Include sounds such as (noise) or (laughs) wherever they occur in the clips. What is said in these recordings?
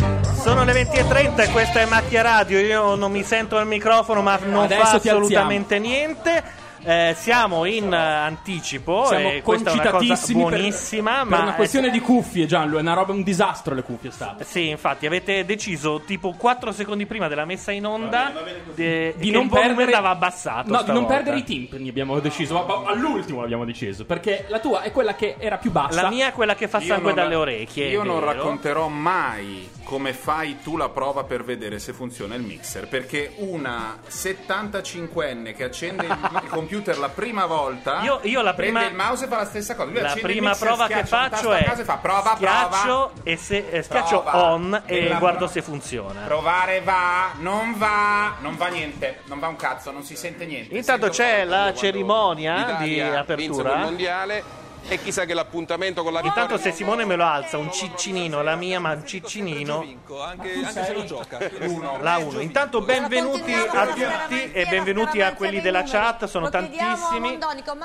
le 20.30 e questa è Macchia Radio. Io non mi sento al microfono, ma non Adesso fa ti alziamo. assolutamente niente. Eh, siamo in eh, anticipo Siamo e questa è una cosa concitatissimi per- buonissima, per, ma una è- questione di cuffie, Gianlu, è una roba un disastro le cuffie state. Sì, infatti, avete deciso tipo 4 secondi prima della messa in onda de- Di che non il volume perdere- andava abbassato. No, di non Esatto, stavolta. perdere i timpani abbiamo deciso, ma- ma all'ultimo l'abbiamo deciso, perché la tua è quella che era più bassa. La mia è quella che fa Ah, Io sangue non ra- dalle orecchie. Io è non vero. racconterò mai come fai tu la prova per vedere se funziona il mixer. Perché una 75enne che (laughs) accende il, il computer la prima volta. Io- io la prende prima- il mouse e fa la stessa cosa. Lui La accende il prima mixer, prova che schiaccia un tasto faccio a è caso e fa prova, schiaccio, prova. e se, eh, schiaccio Prova. on e Della- guardo se funziona. Provare va, non va, non va niente, non va un cazzo, non si sente niente. Intanto Sento c'è poco la quando cerimonia di L'Italia vinse quel apertura. mondiale e chissà che l'appuntamento con la Intanto se Simone me lo alza, un ciccinino, la mia, ma un ciccinino, vinco, anche, anche se lo gioca. la 1. Intanto benvenuti a tutti e benvenuti a quelli della chat, sono tantissimi.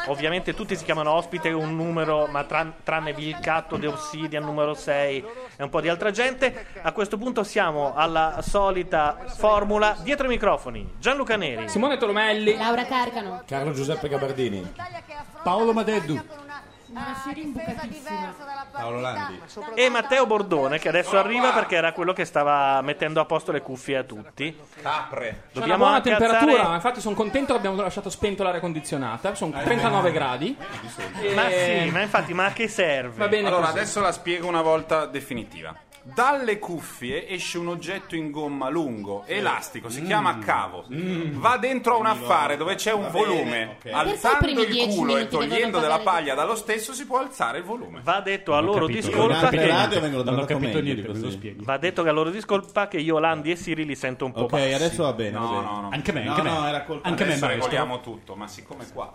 Ovviamente tutti si chiamano ospite, un numero, ma tran- tranne Vilcatto, De Obsidian, numero 6 e un po' di altra gente. A questo punto siamo alla solita formula. Dietro i microfoni, Gianluca Neri. Simone Tolomelli, Laura Carcano. Carlo Giuseppe Gabardini. Paolo Madeddu. Una serie imbucatissima. Paolo Landi. e Matteo Bordone che adesso arriva perché era quello che stava mettendo a posto le cuffie a tutti. Capre. c'è una buona anche temperatura, alzare- infatti sono contento che abbiamo lasciato spento l'aria condizionata, sono Eh. 39 gradi. Ma Eh, sì, ma infatti, ma a che serve? Va bene Allora, così. adesso la spiego una volta definitiva. Dalle cuffie esce un oggetto in gomma lungo, elastico, si chiama cavo. Va dentro a un affare dove c'è un volume. Perché i Alzando primi il dieci culo e minuti togliendo devono della pagare- paglia dallo stesso si può alzare il volume. Va detto a loro discolpa Durante la che. radio vengono Non ho trattato capito meglio niente, di questo così. spieghi. Va detto che a loro discolpa che io, Landi e Siri li sento un po' Ok, bassi. adesso va bene. No, no, no. Anche me, No, anche me. no, era colpa anche me, Adesso maestro. regoliamo tutto, ma siccome qua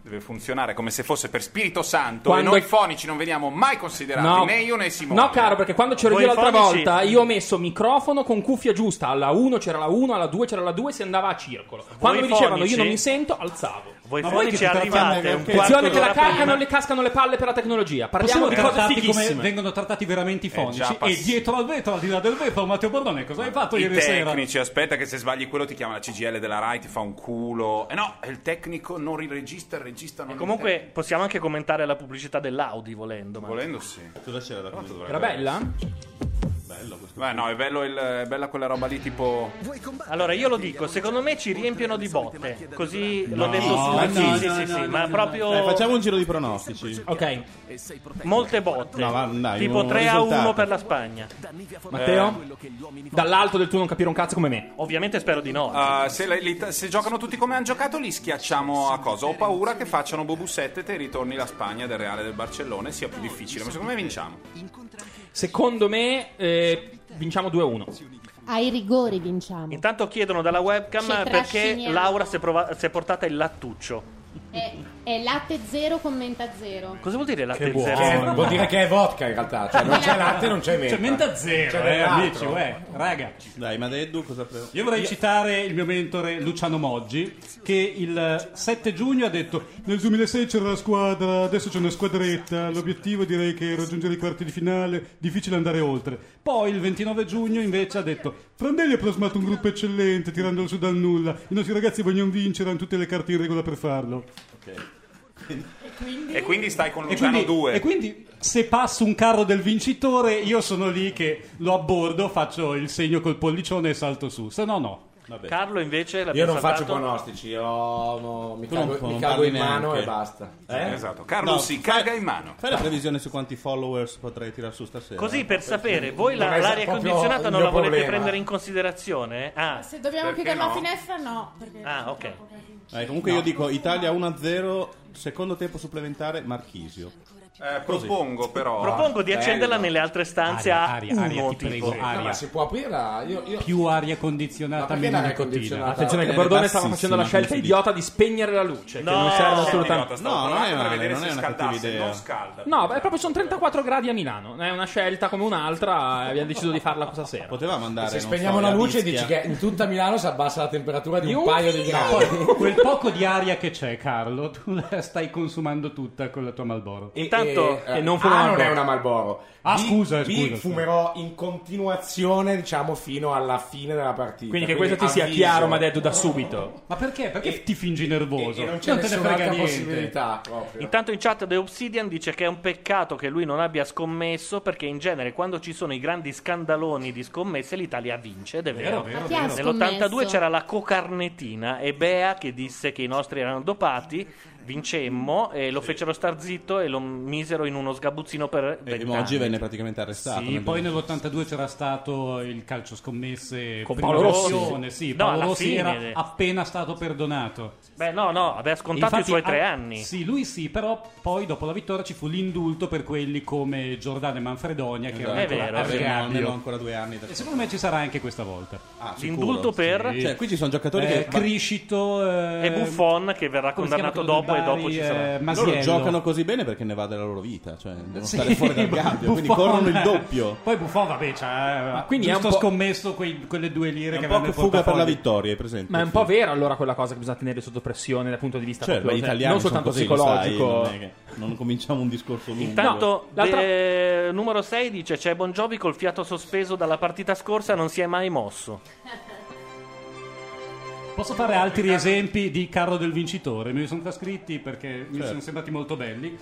deve funzionare come se fosse per Spirito Santo Quando- e noi fonici non veniamo mai considerati, né io né Simone. No, caro, perché quando c'ero Voi io l'altra fonici- volta io ho messo microfono con cuffia giusta. Alla 1 c'era la 1, alla 2 c'era la 2 si andava a circolo. Quando mi dicevano fonici- io non mi sento, alzavo. Voi Ma voi fuori che ci trattando- arrivate un che- quarto Attenzione che la d'ora carcano prima. e le cascano le palle per la tecnologia. Parliamo Possiamo di cose trattarti come fighissime. vengono trattati veramente i fonici. Eh, già, e passi- dietro al vetro, al di là del vetro, Matteo Bordone, cosa hai fatto I Ah, ieri sera? tecnici, aspetta che se sbagli quello ti chiama la CGL della Rai, ti fa un culo. Eh no, il tecnico non riregista, il regista non Comunque, possiamo anche commentare la pubblicità dell'Audi volendo. Ma... Volendo sì. Cosa c'era da cominciare? Era bella? Bello questo. Beh, no, è, bello il- è bella quella roba lì tipo... eh, Allora, io lo dico, secondo me ci riempiono di botte. Così l'ho detto su. no, sì, no, sì, no, sì, sì, no, ma no, proprio. Dai, facciamo un giro di pronostici. Ok. Molte botte. No, ma dai, tipo un 3 a Eh, 1 risultato. per la Spagna. Matteo? Dall'alto del tuo non capire un cazzo come me. Ovviamente spero di no. Ah, se, le- l'Ita- se giocano tutti come hanno giocato, li schiacciamo a cosa? Ho paura che facciano Bobusette e te ritorni la Spagna del Reale del Barcellona e sia più difficile. Ma secondo me vinciamo. Secondo me eh, vinciamo 2-1. Ai rigori vinciamo. Intanto chiedono dalla Ci webcam perché trasciniamo. Laura si è, prova- si è portata il lattuccio. È, è latte zero, commenta zero. Cosa vuol dire latte Che buono. zero? Vuol dire che è vodka in Ah, realtà, cioè (laughs) non c'è latte non c'è menta. Cioè, menta zero, Cioè, eh, dell'altro. amici, uè, raga. Dai, ma Deddu cosa prego? Io vorrei citare il mio mentore Luciano Moggi, che il 7 giugno ha detto: Nel 2006 c'era la squadra, adesso c'è una squadretta. L'obiettivo direi che è raggiungere i quarti di finale, difficile andare oltre. Poi il 29 giugno invece ha detto: Frandelli ha plasmato un gruppo eccellente, tirandolo su dal nulla. I nostri ragazzi vogliono vincere, hanno tutte le carte in regola per farlo. E quindi stai con E Luciano quindi, 2. e quindi se passa un carro del vincitore, io sono lì che lo abbordo, faccio il segno col pollicione e salto su. Se no, no. Carlo invece l'abbiamo Io non saltato. faccio pronostici, io no, mi Tu non- cago, mi non cago parli in mano neanche. e basta. Eh? Esatto, Carlo No, si fai- caga in mano. Fai la previsione su quanti followers potrei tirare su stasera. Così per sapere, voi Non la- è l'aria proprio condizionata il non mio la volete problema. prendere in considerazione? Ah, Se dobbiamo Perché chiudere no? la finestra, no. perché Ah, ok. Dai, comunque io dico Italia 1-0, secondo tempo supplementare Marchisio. Eh, propongo però... propongo di accenderla nelle altre stanze a Aria, aria, aria, uno ti tipo. prego, No, aria. ma si può aprirla? Io, io... più aria Ma condizionata perché meno l'aria nicotina condizionata? Attenzione che Eh, Bordone bassissima, stava facendo la scelta come si idiota di spegnere la luce. No, che non serve no, assolutamente. No, non è male, vedere non se è una scaldasse, cattiva idea. Non scalda. No, beh, proprio sono 34 gradi a Milano. È una scelta come un'altra. e Abbiamo deciso di farla questa sera. Potevamo andare Se non spegniamo so, la a luce Ischia. dici che in tutta Milano si abbassa la temperatura di Di un un paio di gradi. quel poco di aria che c'è Carlo tu la stai consumando tutta con la tua Malboro E- tanto- eh, Che non A fumano non è Marlboro. una Malboro. Ah, B, scusa, B scusa, scusa. fumerò in continuazione, diciamo, fino alla fine della partita. Quindi che questo ti sia avviso. chiaro, ma detto da subito. Ma perché? Perché ti fingi nervoso? e non c'è nessun'altra possibilità proprio. Intanto in chat The Obsidian dice che è un peccato che lui non abbia scommesso perché in genere quando ci sono i grandi scandaloni di scommesse l'Italia vince ed è vero. Vero, vero, Ma chi ha vero. Nell'82 scommesso? c'era la cocarnetina e Bea che disse che i nostri erano dopati, vincemmo e lo fecero star zitto e lo misero in uno sgabuzzino per E 20 Moggi anni. venne praticamente arrestato. Sì, nel poi nell'82 c'era stato il calcio scommesse Con prima Paolo Rossi. versione, Sì, No, Paolo alla Rossi fine. era appena stato perdonato. Beh, no, no, aveva scontato Infatti, i suoi tre ah, anni. Sì, lui sì, però poi dopo la vittoria ci fu l'indulto per quelli come Giordano e Manfredonia che Esatto. erano È eh. ancora- vero, è vero. avevano- Almeno ancora due anni da- E secondo me ci sarà anche questa volta. Ah, sicuro? L'indulto per? Cioè, qui ci sono giocatori Eh, che- (laughs) Criscito eh, E Buffon che verrà come si chiama condannato quello dopo e del dopo Bari, ci sarà. eh, Loro Masiello. giocano così bene perché ne va della loro vita, cioè devono Sì, stare (laughs) fuori dal gabbio, quindi Buffon. Cioè, corrono il doppio. Poi Buffon, vabbè, c'ha, Ma quindi quindi è giusto un po'- scommesso quei- quelle due lire che un po' avevano fuga per la vittoria, per esempio. Ma è un po' vera allora quella cosa che bisogna tenere sotto pressione dal punto di vista Cioè, beh, proprio, gli cioè, italiani non soltanto sono così, lo sai, psicologico. non, è che- non cominciamo un discorso lungo. Intanto, de- numero 6 dice: C'è Bon Jovi col fiato sospeso dalla partita scorsa, non si è mai mosso. Posso fare altri esempi di carro del vincitore? Me li sono trascritti perché mi Certo. sono sembrati molto belli.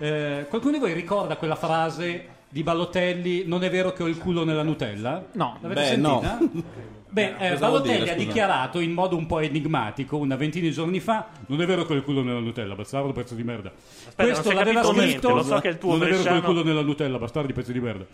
Eh, qualcuno di voi ricorda quella frase di Balotelli: Non è vero che ho il culo nella Nutella? No, l'avete Beh, sentita? (laughs) no. Beh, eh, Cosa vuol Balotelli dire, ha scusa? dichiarato in modo un po' enigmatico una ventina di giorni fa: Non è vero che ho il culo nella Nutella, bastardo pezzo di merda. non si è capito niente, lo so che è il tuo Non è vero che ho il bresciano." culo nella Nutella, bastardi pezzo di merda.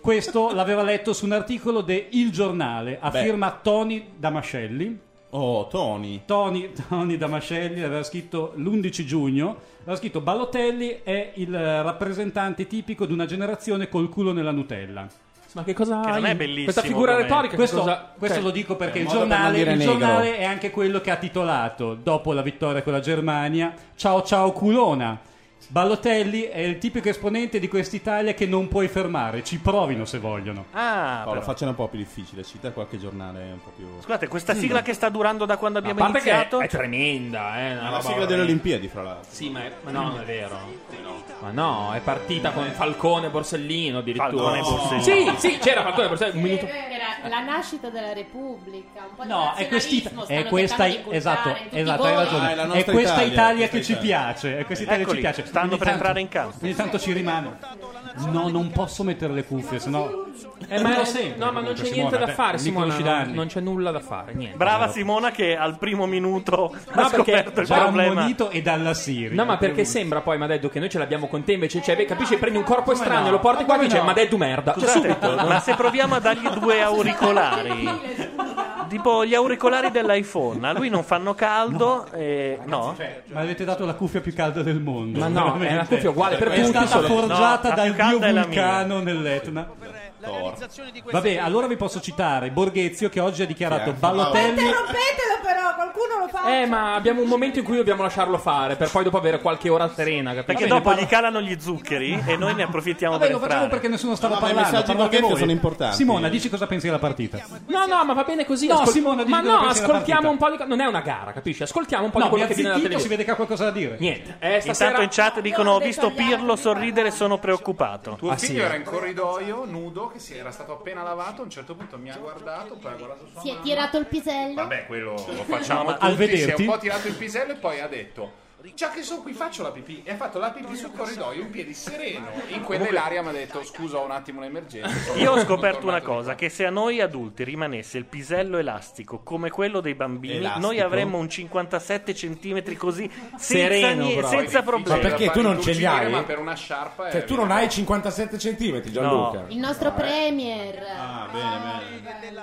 Questo l'aveva letto su un articolo de Il Giornale a Beh. firma Tony Damascelli. Oh, Tony. Tony, Tony Damascelli l'aveva scritto l'11 giugno. L'aveva scritto Balotelli è il eh, rappresentante tipico di una generazione col culo nella Nutella. Ma che cosa Che non è bellissimo Questa figura come- retorica, che Questo- cosa- questo cioè, lo dico perché è il un modo per non giornale, dire il negro. giornale è anche quello che ha titolato dopo la vittoria con la Germania: Ciao, ciao, culona. Balotelli è il tipico esponente di quest'Italia che non puoi fermare. Ci provino se vogliono. Ah, Paolo, però. faccela un po' più difficile, cita qualche giornale un po' più Scusate, questa sigla che sta durando da quando abbiamo A parte che iniziato è tremenda, eh. È la sigla delle Olimpiadi, fra l'altro. Sì, ma, è- ma no, non è vero. Ma no, è partita con Falcone e Borsellino addirittura. Falcone e Borsellino. Sì, sì, c'era Falcone e Borsellino. Un minuto. Eh, Era la nascita della Repubblica, un po' di No, è quest'Ita- nazionalismo È stanno questa, cercando di esatto, inculcare, tutti Ah, esatto, hai voi. ragione. la è nostra questa Italia, Italia, che ci questa Italia. piace. È questa Italia che Eccoli, ci piace. stanno Ogni per tanto- entrare in campo. Ogni tanto ci rimane. No, non posso mettere le cuffie, sennò. Eh, ma, no, ma non c'è niente da fare, Simona. Non, non c'è nulla da fare, niente. Brava Simona che al primo minuto No, ha scoperto perché il già problema. (laughs) ammonito e dalla Siria. No, ma perché sembra poi Madeddu che noi ce l'abbiamo con te, invece cioè, beh, capisci, prendi un corpo Come estraneo, no? lo porti Ma qua e come dice no? Madeddu merda. Cioè, Scusate, subito. ma se proviamo a dargli due auricolari, tipo gli auricolari dell'iPhone, a lui non fanno caldo, eh, no? Ma avete dato la cuffia più calda del mondo. Ma no, veramente. è una cuffia uguale per È tutti, stata solo- forgiata No, la dal più calda dio è la mia. vulcano nell'Etna. Vabbè, allora vi posso citare Borghezio che oggi ha dichiarato Ballotelli. Interrompetelo però, qualcuno lo fa. Eh, ma abbiamo un momento in cui dobbiamo lasciarlo fare, per poi dopo avere qualche ora serena, capisci? Perché dopo gli calano gli zuccheri e noi ne approfittiamo Vabbè, per lo facciamo entrare. Perché nessuno stava No, ma i parlando. messaggi di parlate Borghezio voi. sono importanti. Simona, dici cosa pensi della partita? No, no, ma va bene così. No, Simona, dici ma cosa no, pensi della ascoltiamo un po' di. co- Non è una gara, capisci? Ascoltiamo un po' No, di quello mi che viene dalla azzichito, si televisione. vede che ha qualcosa da dire. Niente. Eh, Intanto stasera. in chat dicono: Ho visto Pirlo sorridere, sono preoccupato. Tuo figlio era in corridoio, nudo, che si era stato appena lavato. A un certo punto mi ha guardato, poi ha guardato sua Si è mamma. tirato il pisello. Vabbè, quello lo facciamo No, ma tutti. al Si vederti- è un po' tirato il pisello e poi ha detto. Già che sono qui faccio la pipì e ha fatto la pipì sul corridoio in piedi sereno. In quell'aria mi ha detto scusa ho un attimo un'emergenza. Io ho scoperto una cosa: che se a noi adulti rimanesse il pisello elastico come quello dei bambini, Elastico? noi avremmo un 57 centimetri così senza, Sereno, nie- però. senza Ma problemi. perché tu non ce li hai? Ma per una sciarpa è Cioè, tu non hai 57 centimetri, Gianluca. Il nostro premier.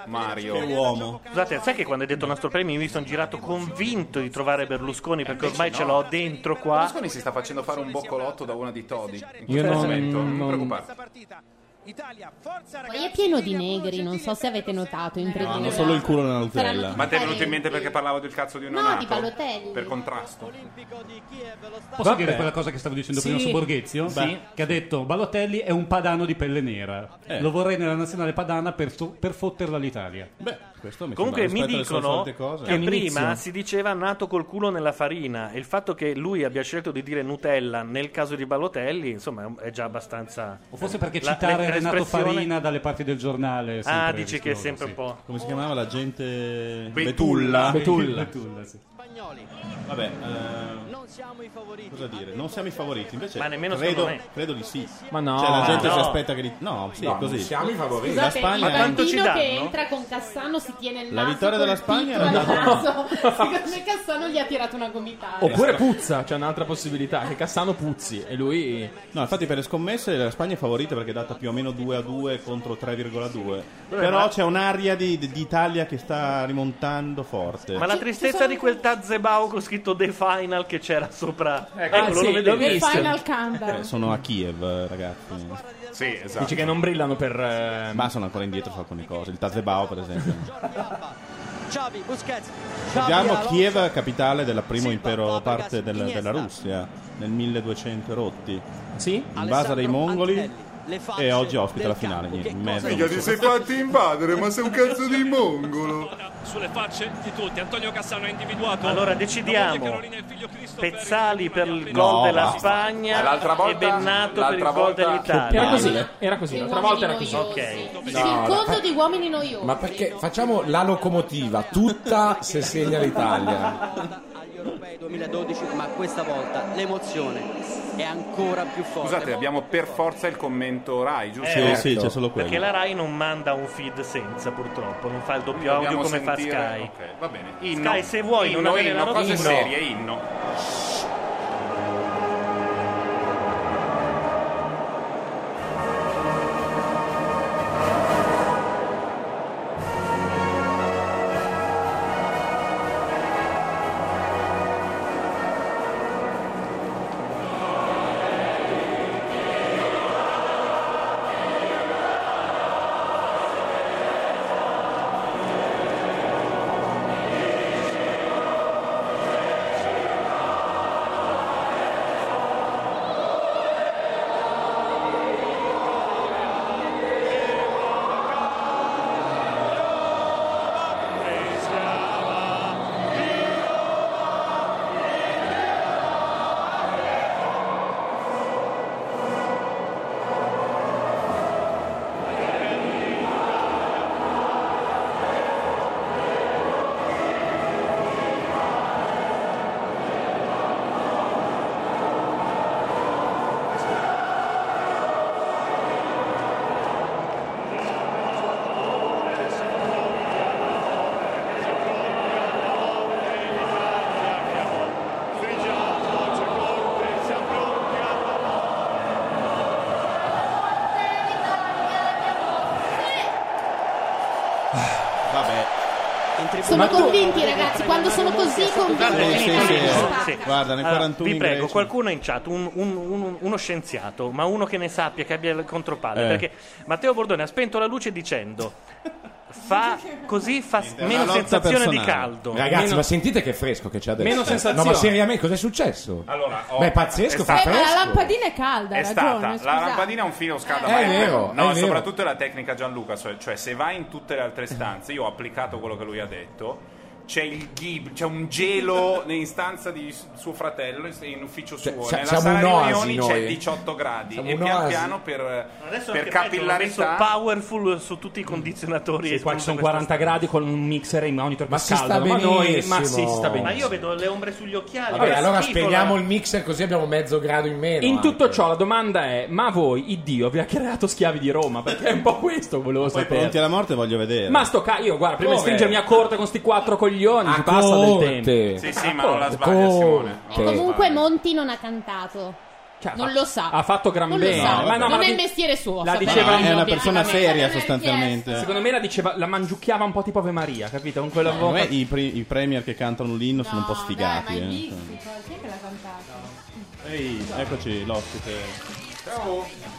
Mario. Che uomo. Scusate, sai che quando hai detto nostro premio mi sono girato convinto di trovare Berlusconi perché ormai ce l'ho dentro qua. Berlusconi si sta facendo fare un boccolotto da una di Todi. In Io questo non- momento, non, non- preoccuparti. Italia, forza Poi è pieno di negri, non so se avete notato in tribuna. Hanno solo il culo nella Nutella. Ma ti è venuto in mente perché parlavo del cazzo di un No, neonato? di Balotelli. Per contrasto. Posso dire quella cosa che stavo dicendo prima Sì. su Borghezio? Sì. Beh, Che ha detto Balotelli è un padano di pelle nera. Eh. Lo vorrei nella nazionale padana per, so- per fotterla l'Italia. Beh, questo Comunque mi dicono È che un inizio. prima si diceva nato col culo nella farina e il fatto che lui abbia scelto di dire Nutella nel caso di Balotelli, insomma, è già abbastanza... O forse perché La- citare le- Renato l'espressione- Farina dalle parti del giornale. è sempre Ah, dici che è rischioso, sempre sì. un po'... Come si chiamava la gente? Betulla. Betulla. Betulla. Betulla, sì. Vabbè, eh, cosa dire? Non siamo i favoriti, invece Ma nemmeno credo, secondo me. credo di sì. Ma no. Cioè, la gente No. si aspetta che li... No, sì, No, è così. non siamo i favoriti. La Scusate, Spagna il è... quanto ci bambino che danno? entra con Cassano si tiene il La naso vittoria della colpito Spagna al era andata- naso. Secondo me Cassano gli ha tirato una gomitata. Oppure puzza, c'è un'altra possibilità, che Cassano puzzi e lui... No, infatti per le scommesse la Spagna è favorita perché è data più o meno 2 a 2 contro 3,2. Però ma- c'è un'aria di, di- d'Italia che sta rimontando forte. Ma la tristezza di quel Tazebao con scritto The Final che c'era sopra... Ecco, Ah, sì, lo vedevo. l'ho visto. Final countdown. Eh, sono a Kiev, ragazzi. Sì, esatto. Dici che non brillano per... eh, Ma sono ancora indietro su alcune cose. Il Tazebao, per esempio. Xavi, Busquets, Xavi, Abbiamo Alonso. Kiev, capitale del primo impero parte del- della Russia, nel 1200 e rotti. Sì? Invasa dai mongoli Eh, e oggi ospita la finale. Niente, in mezzo. fatti invadere, ma sei un cazzo di mongolo. sulle facce di tutti. Antonio Cassano è individuato. Allora La moglie decidiamo Carolina e il figlio Cristo. Pezzali per il gol No, della basta. Eh, Spagna L'altra e volta- Bennato per il l'altra gol volta- dell'Italia. Era così, Palle. era così, Dei l'altra volta era uomini così. Ok. No, Circondo ma- di uomini noiosi. Ma perché facciamo la locomotiva tutta se segna l'Italia? 2012, ma questa volta l'emozione è ancora più forte. Scusate, abbiamo per forza il commento Rai, giusto? Eh, Sì, sì, c'è solo quello. Perché la Rai non manda un feed senza, purtroppo, non fa il doppio audio Dobbiamo come fa sentire- Sky. ok, va bene. Sky, se vuoi inno, non avere inno, la cose notizia- serie, inno. Vabbè. Sono convinti, ragazzi, quando sono così Guarda, convinti. Sì, finito, sì, finito. sì. Sì. Guarda, nei Allora, 41 vi prego, inglesi. qualcuno in chat, un- un- un- uno scienziato, ma uno che ne sappia, che abbia il contropalle. Eh. Perché Matteo Bordone ha spento la luce dicendo: fa così fa s- meno sensazione di caldo. Ragazzi, Meno- ma sentite che fresco che c'è adesso. eh. Meno No, sensazione. ma seriamente, cos'è successo? Allora, ho- Ma è pazzesco, è fa stata- fresco. Eh, ma La lampadina è calda, È ha stata, ragione, la scusate. lampadina è un filo scalda, Eh, ma è vero, no, è vero. soprattutto è la tecnica Gianluca, cioè, cioè se vai in tutte le altre stanze, io ho applicato quello che lui ha detto. C'è il ghib, c'è (laughs) un gelo in stanza di s- suo fratello, in ufficio sia- suo. Nella Cioè, siamo sala un'oasi riunioni c'è noi. 18 gradi Siamo e pian un'oasi. piano per, Adesso per anche peggio, capillarità. hanno messo powerful su tutti i condizionatori. Qua e ci tutto sono questo 40 gradi con un mixer e i monitor che Ma si sta scaldano. Ma noi, benissimo. ma si sta Ma benissimo. io vedo le ombre sugli occhiali. Vabbè, fa allora schifo, spegniamo la- il mixer così abbiamo mezzo grado in meno. eh. In anche. tutto ciò la domanda è: ma voi, iddio, vi ha creato schiavi di Roma? Perché è un po' questo volevo Poi pronti sapere. alla morte voglio vedere. Ma sto ca... io guarda, prima di Come? stringermi a corte con sti quattro coglioni, A ci passa del corte. tempo. Sì, sì, ma non la Conte. sbaglia Simone. Conte. E comunque Monti non ha cantato. Cioè, Non ha- lo sa. Ha fatto gran Non lo bene. sa. Ma no, ma non la è il di- mestiere suo. la sapere diceva- il È una nome, persona obiettivamente. seria Yes. sostanzialmente. Secondo me la diceva, la mangiucchiava un po' tipo Ave Maria, capito? Con quella Secondo me voce. i, pri- i premier che cantano l'inno sono un po' sfigati. Dai, ma è eh. mistico. Chi è che l'ha cantato? ecco. Ehi, eccoci l'ospite. Ciao.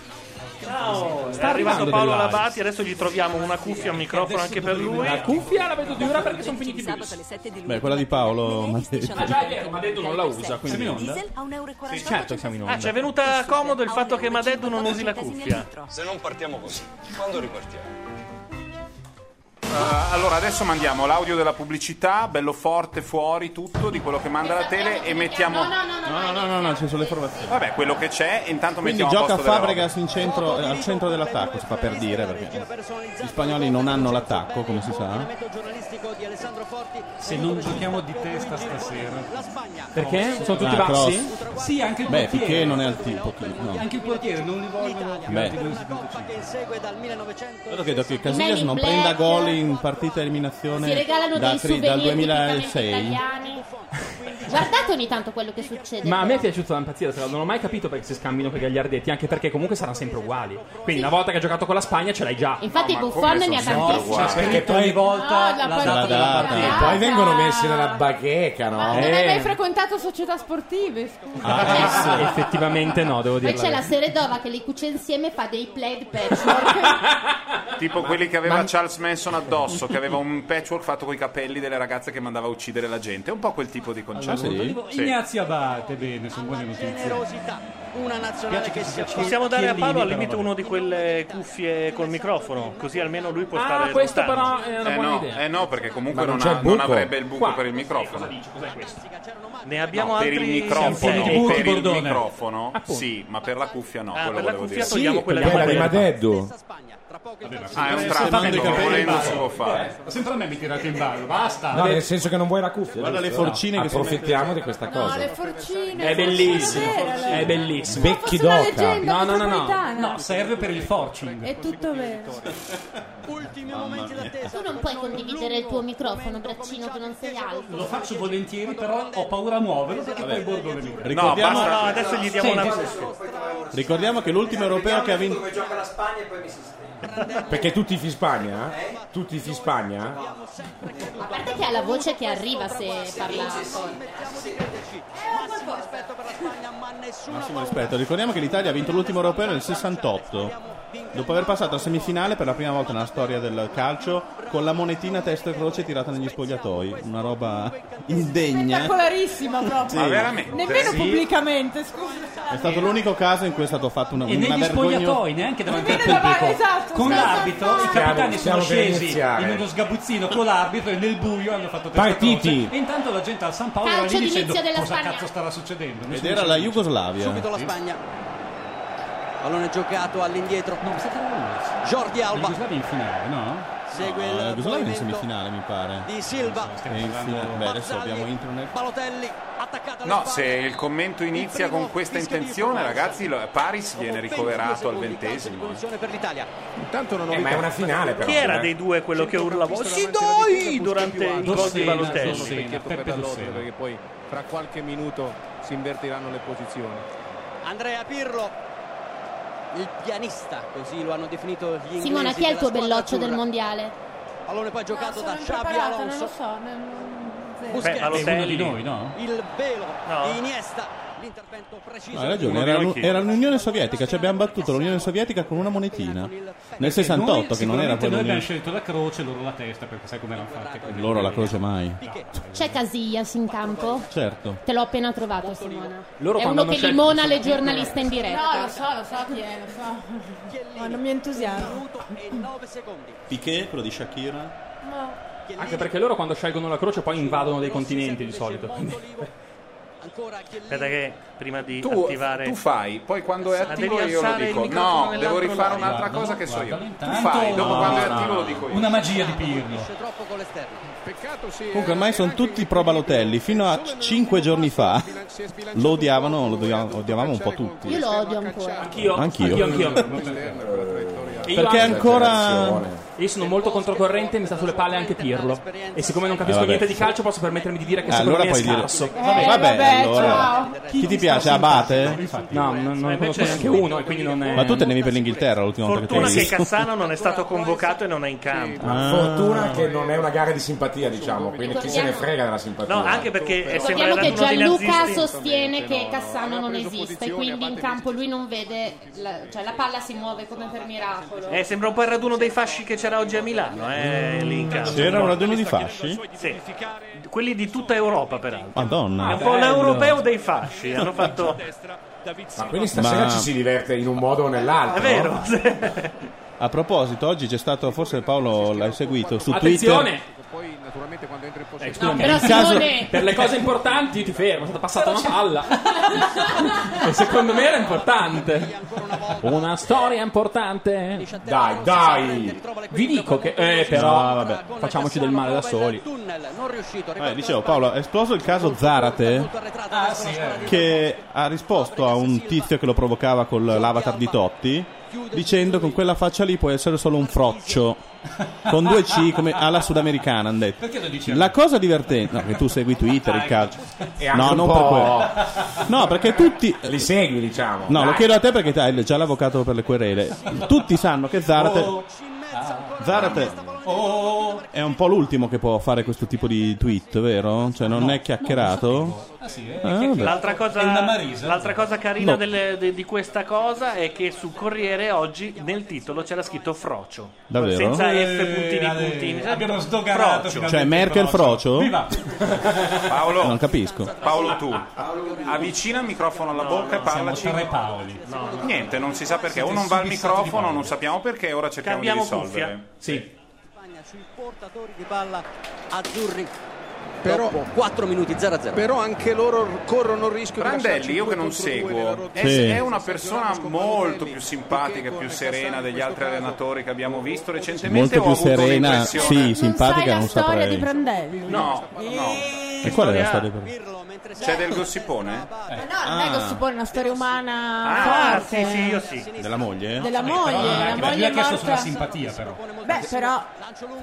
Ciao, è Sta arrivato arrivando Paolo del live. Labati, adesso gli troviamo una cuffia, un microfono anche per lui. La cuffia la vedo di ora perché sono finiti i bus. Beh, quella di Paolo. Ma Ah, già è vero, ma ha detto non la usa, quindi Siamo in onda? a 1,48 euro. Sì, certo che siamo in onda. Ah, ci è venuta comodo il fatto che Madeddu non usi la cuffia. Se non partiamo così, quando ripartiamo? Eh, allora, adesso mandiamo l'audio della pubblicità, bello forte, fuori, tutto, di quello che manda la tele e mettiamo... No, no, no, no. No, no, no, no, ci sono le informazioni. Vabbè, quello che c'è, e intanto Quindi mettiamo a gioca posto della roba. Fabregas in centro, eh, al centro dell'attacco, si fa per dire, perché gli spagnoli non hanno l'attacco, come si sa. eh? Se non giochiamo di testa stasera. Perché? Sono tutti Ah, bassi? cross. Sì, anche il Beh, portiere. Piquet non è al tipo, chi- no. Anche il portiere non li vogliono più alti Beh. di 2,75. Io credo che I Casillas Men in non prenda Black. gol in partita a eliminazione Si regalano da dei tri- souvenir dal tipicamente 2006. italiani. Guardate ogni tanto quello che succede. Ma a me è piaciuto da impazzire, tra l'altro, non ho mai capito perché si scambino con i gagliardetti, anche perché comunque saranno sempre uguali. Quindi una volta che hai giocato con la Spagna ce l'hai già. Cioè, Infatti No, ma Buffon come ne ha sono sempre tantissimi. uguali? Perché poi ogni Ah, volta la data data della data. partita. Eh. Poi vengono messi nella bacheca, no? Non hai mai frequentato società sportive? scusa. Eh. Ah, effettivamente no, devo Poi dire. c'è la Seredova che li cuce insieme e fa dei plaid patchwork. Tipo quelli che aveva Charles Manson addosso, che aveva un patchwork fatto coi capelli delle ragazze che mandava a uccidere la gente. È un po' quel tipo di Ah, Ah, concetto. Ignazio Abate, bene, sono buone notizie. Una nazionale che si affida. Possiamo dare a Paolo al limite però, uno di quelle cuffie col microfono, così almeno lui può Ah, stare questo lontano. però è Eh no, eh no, perché comunque Ma non non, c'è ha- il buco. non avrebbe il buco Qua. per il microfono. Ne abbiamo No, per altri il microfono, sensei. per il microfono sì, ma per la cuffia no. Ah, quello per la volevo cuffia dire. togliamo Ah, Sì, quella di Quella di Madeddu. Ah, è Sta un trattamento, mandando i capelli volendo in si può ballo. fare. Eh, Sempre a me mi tirate in ballo, basta. No, nel senso che non vuoi la cuffia. Guarda giusto? le forcine No, che si Approfittiamo di questa No, cosa. le forcine. È bellissimo, forcine vere, è bellissimo. Becchi Fosse una d'oca. leggenda No, no, no, no. metropolitana. serve per il forcing. È tutto vero. tu non puoi condividere il tuo microfono, braccino che non sei alto. Lo faccio volentieri, però ho paura a muoverlo perché poi Bordone mi prende. Ricordiamo- No, adesso gli diamo una Ricordiamo che l'ultimo europeo che ha vinto. gioca la Spagna e poi mi si Perché tu tifi Spagna? Tu tifi Spagna? A parte che ha la voce che arriva se parla forte. Eh, Massimo rispetto. Ricordiamo che l'Italia ha vinto l'ultimo europeo nel 68. Dopo aver passato a semifinale per la prima volta nella storia del calcio con la monetina testa e croce tirata negli spogliatoi, una roba (laughs) indegna. eh. Spettacolarissima proprio. Sì. Ma veramente? Nemmeno Sì. pubblicamente, scusa. È stato l'unico caso in cui è stato fatto una, E una negli vergogno- spogliatoi, neanche davanti al Viene davanti, pubblico. esatto, Con sta- l'arbitro, i Stiamo- capitani sono stiamo per scesi iniziare. in uno sgabuzzino con l'arbitro e nel buio hanno fatto testa Partiti. croce. E intanto la gente al San Paolo Calcio era lì d'inizio dicendo della cosa Spagna." cazzo stava succedendo. Ed era la Jugoslavia. Subito la Spagna. Pallone giocato all'indietro. Jordi Alba. in finale, no? Segue No, eh, la Jugoslavia il è in movimento semifinale, mi pare. di Silva. E in fine- Beh, adesso abbiamo internet. Balotelli attaccata alla No, se il commento inizia con questa intenzione, ragazzi, lo- Paris viene ricoverato al ventesimo. per l'Italia. Intanto non Eh, ma è una finale però. Chi era eh. dei due quello che urlava Sì, dai! durante il gol di Balotelli? Perché perché poi fra qualche minuto si invertiranno le posizioni. Andrea Pirlo. Il pianista, così lo hanno definito gli inglesi. Simona, chi è il tuo della squadra belloccio del azzurra. mondiale? Pallone poi giocato da Xabi Preparata, non lo Alonso. so. non- zero. Busquets. no? Il velo di Iniesta. L'intervento preciso. No, hai ragione, Uno era, di noi l'U- chi? era l'Unione Sovietica, ci abbiamo battuto l'Unione Sovietica con una monetina. Nel 68, che non Sicuramente era Noi quello abbiamo scelto la croce, loro la testa, perché sai come erano fatte. quelle- Loro la croce mai. C'è Casillas in campo? Certo. Te l'ho appena trovato, Simona. Loro è quando uno certo hanno che scelto limona questo le video- giornaliste in diretta. No, lo so, lo so chi è, lo so. Ma non mi entusiasmo. Piquet, quello di Shakira. Anche perché loro quando scelgono la croce poi invadono dei continenti di solito. Aspetta che prima di Tu, attivare... tu fai, poi quando è Ah, devi attivo Eh, io lo alzare il dico. microfono No, devo nell'altro rifare lato. un'altra Guardalo, cosa che so io. guardalo Tu intanto. fai, dopo No, quando è no, attivo no. lo dico io. Una magia di Pirlo. Troppo con l'esterno. Peccato sì. Comunque ormai sono tutti pro Balotelli, fino a 5 giorni fa lo odiavano, lo odia- odiavamo un po' tutti. Io lo odio ancora. Anch'io. Anch'io, anch'io. Perché ancora E io sono molto controcorrente, mi sta sulle palle anche Pirlo. E siccome non capisco Eh, vabbè. niente di calcio, posso permettermi di dire che Eh, secondo allora me è puoi dire- scarso. Eh, Vabbè, vabbè, vabbè, allora. ciao. Chi ti piace, Abate? No, no, Eh, non ne conosco neanche uno, e quindi non è. Ma tu tenevi per l'Inghilterra l'ultima volta Fortuna che che ti ho visto. Cassano non è stato convocato e non è in campo. Ah. Fortuna che non è una gara di simpatia, diciamo, quindi chi se ne frega della simpatia. No, anche perché Eh, è Ricordiamo sembrato che uno dei Gianluca nazisti. sostiene che Cassano non esiste, e quindi in campo lui non vede, la, cioè la palla si muove come per miracolo. Eh, sembra un po' il raduno dei fasci che c'era oggi a Milano, eh, lì in campo. C'era un raduno di fasci? Sì. Quelli di tutta Europa, peraltro. Madonna. È un po' l'europeo dei fasci. Hanno fatto. Ma quindi stasera Ma- ci si diverte in un modo o nell'altro. È vero, no? A proposito, oggi c'è stato, forse Paolo l'hai seguito su Attenzione! Twitter. Poi naturalmente quando entra in Eh, possesso scusami, però il Simone- per le cose importanti io ti fermo, è stata passata una palla. e secondo me era importante. Una storia importante. Diciamo, Dai, dai. Vi dico che eh però No, vabbè. facciamoci del male da soli. Eh, dicevo Paolo, è esploso il caso Zarate Ah, eh. che ha risposto a un tizio che lo provocava con l'avatar di Totti dicendo con quella faccia lì puoi essere solo un froccio con due C come alla sudamericana hanno detto. Perché lo dicevi? La cosa divertente, no, che tu segui Twitter il calcio. E anche No, un non po'- per quello. Oh. No, perché tutti Li segui, diciamo. No, lo Dai. chiedo a te perché hai già l'avvocato per le querele. Tutti sanno che Zarate Zarate Oh, è un po' l'ultimo che può fare questo tipo di tweet, vero? Cioè non è chiacchierato? ah sì, Eh, eh. vabbè. L'altra cosa, È una Marisa. l'altra cosa carina No. delle- de- di questa cosa è che su Corriere oggi nel titolo c'era scritto Frocio. Davvero? Senza Eh, F puntini Ale, puntini. abbiamo sdoganato Frocio. Cioè Merkel Frocio? Paolo. Eh, Non capisco. Paolo tu avvicina il microfono alla bocca e parlaci Paoli. niente non si sa perché o non va il microfono non sappiamo perché ora cerchiamo Cambiamo di risolvere sì. sui portatori di palla azzurri. Però, 4 minuti 0-0. Però anche loro corrono il rischio di Prandelli lasciarci io che due non contro due seguo è, Sì. è una persona molto più simpatica più serena degli altri allenatori che abbiamo visto recentemente Molto o ho più avuto serena, un'impressione- sì, simpatica, Sai la non storia saprei. di Prandelli? No, no. E qual è la storia Eh. per C'è del gossipone? Eh. No, Ah. non è che si pone una storia umana Ah, forte. sì, sì, io sì. Della moglie? Della moglie, la Beh, lui moglie ha è chiesto sulla morta. simpatia, però. Beh, però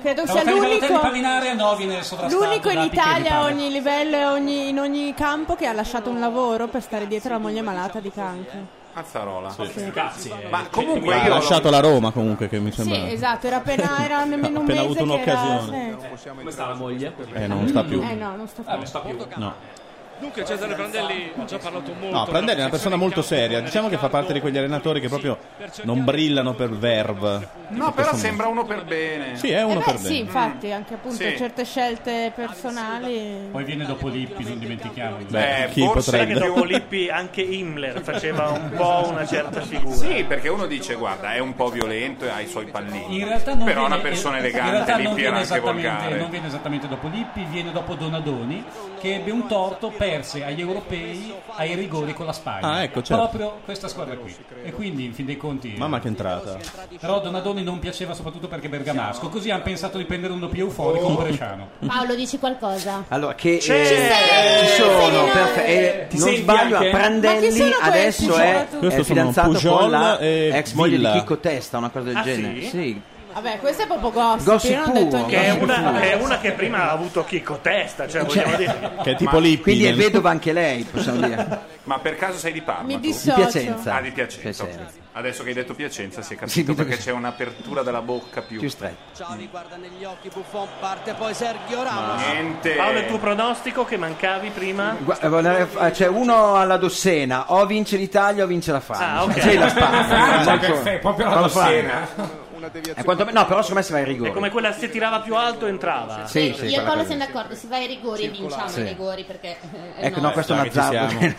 credo sia Stavo tentando di l'unico palinare a Novi nel sovrastato. L'unico in da Piquet, mi Italia a pare. ogni livello e ogni- in ogni campo che ha lasciato un lavoro per stare dietro la moglie malata di cancro. Azzarola. Sì. Cazzi, eh. Ma comunque Ha io lasciato la Roma comunque che mi Sì, sembra. esatto, (laughs) era appena era nemmeno un Appena mese avuto che era- un'occasione. sì. Come sta la moglie? Eh, non sta più. Eh no, non sta Ah, più. non sta più. No. Dunque Cesare Prandelli ha già parlato molto. No, Prandelli è una persona molto seria, diciamo che fa parte di quegli allenatori che proprio non brillano per verve. No, però sembra uno per bene. Sì, è uno Eh beh, per sì, bene. infatti, anche appunto Sì. certe Ah, scelte personali. Poi viene dopo Lippi, non dimentichiamo. Beh, chi Eh, Forse potrebbe? che dopo Lippi anche Himmler faceva un po' una certa figura. (laughs) Sì, perché uno dice, guarda, è un po' violento e ha i suoi pallini. In realtà non però è viene- una persona in elegante, realtà non Lippi viene era anche esattamente- volgare. Non viene esattamente dopo Lippi, viene dopo Donadoni che ebbe un torto, perse agli europei ai rigori con la Spagna. Ah, ecco, certo. Proprio questa squadra qui. E quindi in fin dei conti Mamma che entrata. però Donadoni non piaceva soprattutto perché bergamasco, così hanno pensato di prendere uno più euforico, Oh. un bresciano. Paolo, dici qualcosa? Allora, che eh, sei! ci sono, Sei! perfe- eh, Ti non senti sbaglio, anche? a Ma chi Prandelli sono questi? adesso è, Questo è sono fidanzato Pujol con la e ex moglie di Villa. Chicco Testa, una cosa del Ah, genere. sì? Sì. Vabbè, questo è proprio gossip. Gossip io non ho detto puro, niente. Che Eh, è, una, Sì. che è una che prima ha avuto Chico Testa, cioè vogliamo dire. Che è tipo Lippi. Quindi è nel- vedova anche lei, Eh, possiamo dire. Ma per caso sei di Parma? Mi tu? dissocio. Di Piacenza. Ah, di Piacenza. Piacenza. Adesso che hai detto Piacenza si Sì, è capito vedo perché che- c'è un'apertura della bocca più... Più stretta. Xavi guarda negli occhi Buffon, parte poi Sergio Ramos. Niente. Paolo, il tuo pronostico che mancavi prima? Gua- eh, volevo- eh, C'è uno alla Dossena, o vince l'Italia o vince la Francia. Ah, ok. C'è la (laughs) (laughs) Spagna. Cioè, Francia, Ecco, perfetto, proprio la proprio Dossena. Francia. Eh, quanto- no, però secondo me si va ai È rigori. come quella se tirava più alto entrava. Sì, sì, Io e quella Paolo cosa. siamo d'accordo, si va ai rigori e vinciamo Sì. i rigori perché... eh, Ecco, no, questo è un dai, ci azzardo. Io